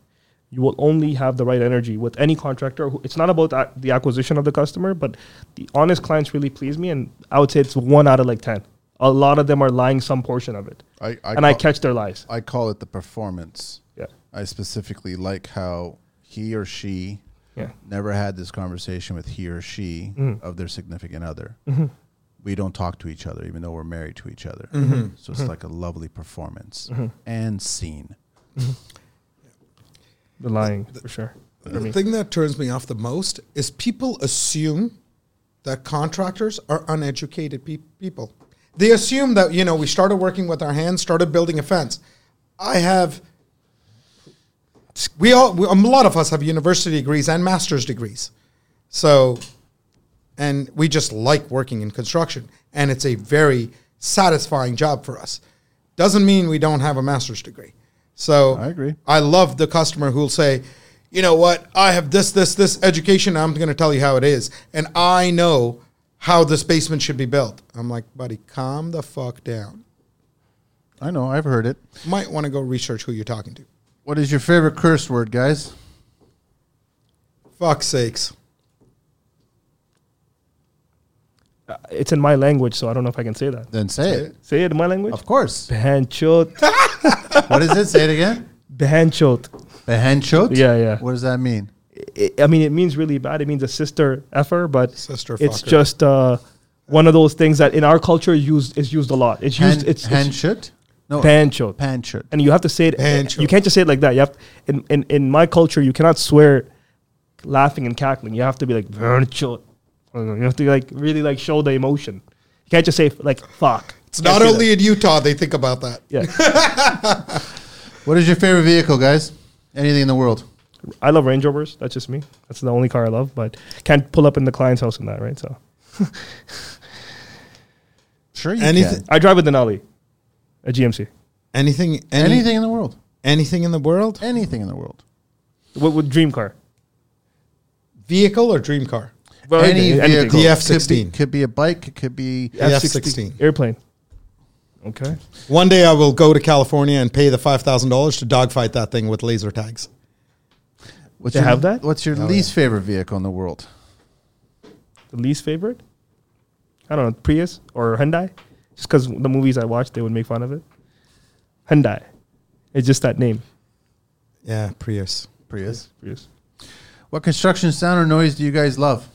you will only have the right energy with any contractor. who- It's not about a- the acquisition of the customer, but the honest clients really please me. And I would say it's one out of like 10. A lot of them are lying some portion of it,
I, I
and I
ca-
catch their lies.
I call it the performance.
Yeah.
I specifically like how he or she
Yeah. Mm-hmm.
never had this conversation with he or she of their significant other. We don't talk to each other, even though we're married to each other. So
Mm-hmm.
it's like a lovely performance and scene.
The lying for sure. For
The
me.
thing that turns me off the most is people assume that contractors are uneducated peop people. They assume that, you know, we started working with our hands, started building a fence. I have, we all, we, a lot of us have university degrees and master's degrees. So, and we just like working in construction, and it's a very satisfying job for us. Doesn't mean we don't have a master's degree. So
I agree.
I love the customer who'll say, you know what, I have this, this, this education. I'm going to tell you how it is, and I know how this basement should be built. I'm like, buddy, calm the fuck down.
I know, I've heard it.
Might want to go research who you're talking to.
What is your favorite curse word, guys?
Fuck's sakes.
Uh, It's in my language, so I don't know if I can say that.
Then say it.
Say it in my language.
Of course.
Behanchot.
what is it? Say it again.
Behanchot.
Behenchot?
Yeah, yeah.
What does that mean?
I- I mean, it means really bad. It means a sister effer, but
Sister
it's
fucker.
just uh, one of those things that in our culture used is used a lot. It's used.
Hen-
it's, it's
Henchut? No.
Behanchot.
Panchut.
and you have to say it.
Behanchot.
You can't just say it like that. You have in, in in my culture, you cannot swear, laughing and cackling. You have to be like Behanchot. You have to like really like show the emotion. You can't just say like fuck.
It's not only in Utah they think about that.
yeah.
What is your favorite vehicle, guys? Anything in the world.
I love Range Rovers. That's just me. That's the only car I love, but can't pull up in the client's house in that, right? So
Sure, you
Anything-
I drive a Denali, a GMC.
Anything, any, anything,
Anything in the world.
anything in the world?
Anything in the world.
What would dream car?
Vehicle or dream car?
Well,
Any
anything, anything.
vehicle.
The
Could be-
F-16.
Could be a bike. It could be.
The
F-16.
F-16.
airplane. Okay.
One day I will go to California and pay the five thousand dollars to dogfight that thing with laser tags.
What's
They
your,
have that?
What's your least favorite vehicle in the world?
The least favorite? I don't know, Prius or Hyundai? Just because the movies I watched, they would make fun of it. Hyundai. It's just that name.
Yeah, Prius.
Prius.
Prius.
What construction sound or noise do you guys love?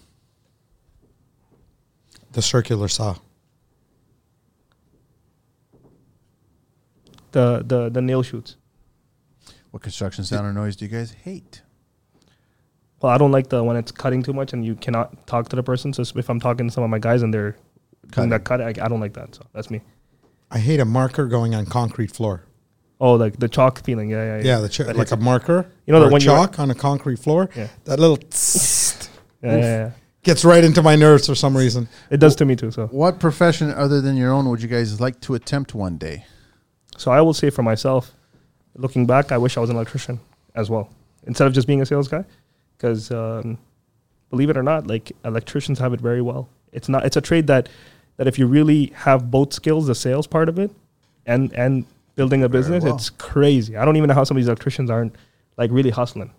The circular saw.
The the the nail shoots.
What construction sound or noise do you guys hate?
Well, I don't like the when it's cutting too much and you cannot talk to the person. So if I'm talking to some of my guys and they're doing that cut, I, I don't like that. So that's me.
I hate a marker going on concrete floor.
Oh, like the chalk feeling. Yeah, yeah, yeah.
Yeah, the ch-
That
like
hits
a marker.
You know
or
that
a
when you're-
chalk on a concrete floor.
Yeah.
That little tssst
it. Yeah, yeah, yeah.
gets right into my nerves for some reason.
It does to me too. So,
What profession other than your own would you guys like to attempt one day?
so I will say for myself, looking back, I wish I was an electrician as well instead of just being a sales guy, because um, believe it or not, like electricians have it very well. It's not. It's a trade that that if you really have both skills, the sales part of it, and and building a business,
well.
it's crazy. I don't even know how some of these electricians aren't like really hustling.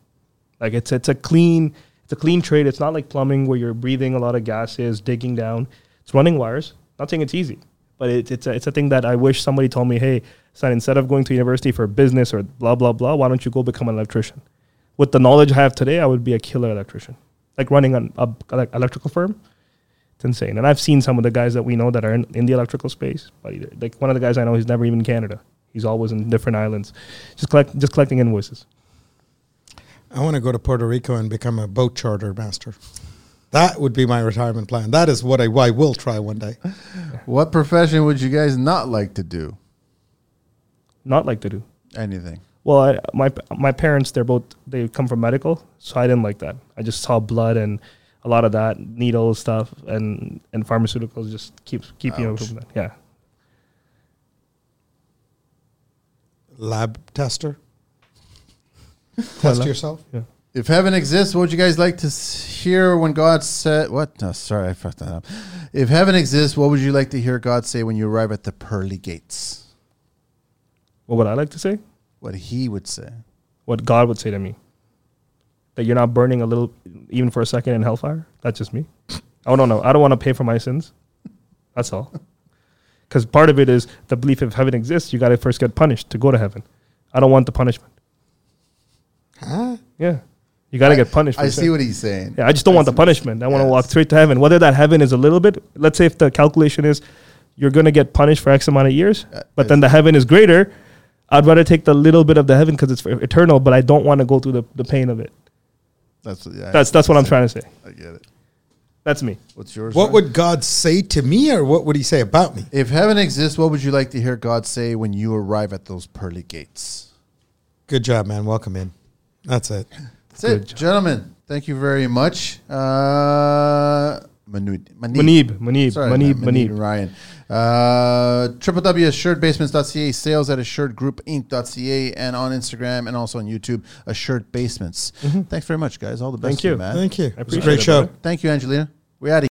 Like it's it's a clean it's a clean trade. It's not like plumbing where you're breathing a lot of gases, digging down. It's running wires. Not saying it's easy, but it, it's a, it's a thing that I wish somebody told me. Hey, son, instead of going to university for business or blah blah blah, why don't you go become an electrician? With the knowledge I have today, I would be a killer electrician. Like running an a, like electrical firm, it's insane. And I've seen some of the guys that we know that are in, in the electrical space. But either- like one of the guys I know, he's never even in Canada. He's always in different islands, just collect just collecting invoices.
I want to go to Puerto Rico and become a boat charter master. That would be my retirement plan. That is what I, I will try one day.
What profession would you guys not like to do?
Not like to do.
Anything.
Well, I, my my parents, they're both they come from medical, so I didn't like that. I just saw blood and a lot of that needle stuff and and pharmaceuticals just keeps keep you away
Ouch.
from that. Yeah,
Lab tester. Test yourself.
yeah.
If heaven exists, what would you guys like to s- hear when God said? What? No, sorry, I fucked that up. If heaven exists, what would you like to hear God say when you arrive at the pearly gates?
What would I like to say?
What he would say.
What God would say to me? That you're not burning a little, even for a second, in Oh, hellfire. That's just me. I don't know. I don't want to pay for my sins. That's all. Because part of it is the belief if heaven exists, you got to first get punished to go to heaven. I don't want the punishment.
Huh?
Yeah. You got to get punished. for
I
sin.
see what he's saying.
Yeah, I just don't want the punishment. I want to walk straight to heaven. Whether that heaven is a little bit, let's say if the calculation is you're going to get punished for X amount of years,
Uh,
but then the heaven is greater, I'd rather take the little bit of the heaven because it's for eternal, but I don't want to go through the, the pain of it.
That's yeah,
That's that's what I'm trying to say.
I get it.
That's me.
What's yours?
What
Ryan?
would God say to me, or what would He say about me?
if heaven exists? What would you like to hear God say when you arrive at those pearly gates?
Good job, man. Welcome in. That's it.
That's it, gentlemen. Thank you very much. Uh, Manu-
Manib, Manib,
Sorry,
Manib,
not Manib
Manib.
Ryan. Uh, www.shirtbasements.ca, sales at assuredgroupinc.ca, and on Instagram and also on YouTube, Assured Basements. Thanks very much, guys. All the best
Mm-hmm. Thank
to
you.
man.
Thank you.
I
It was a
appreciate
great
it,
show.
brother.
Thank you, Angelina. We out of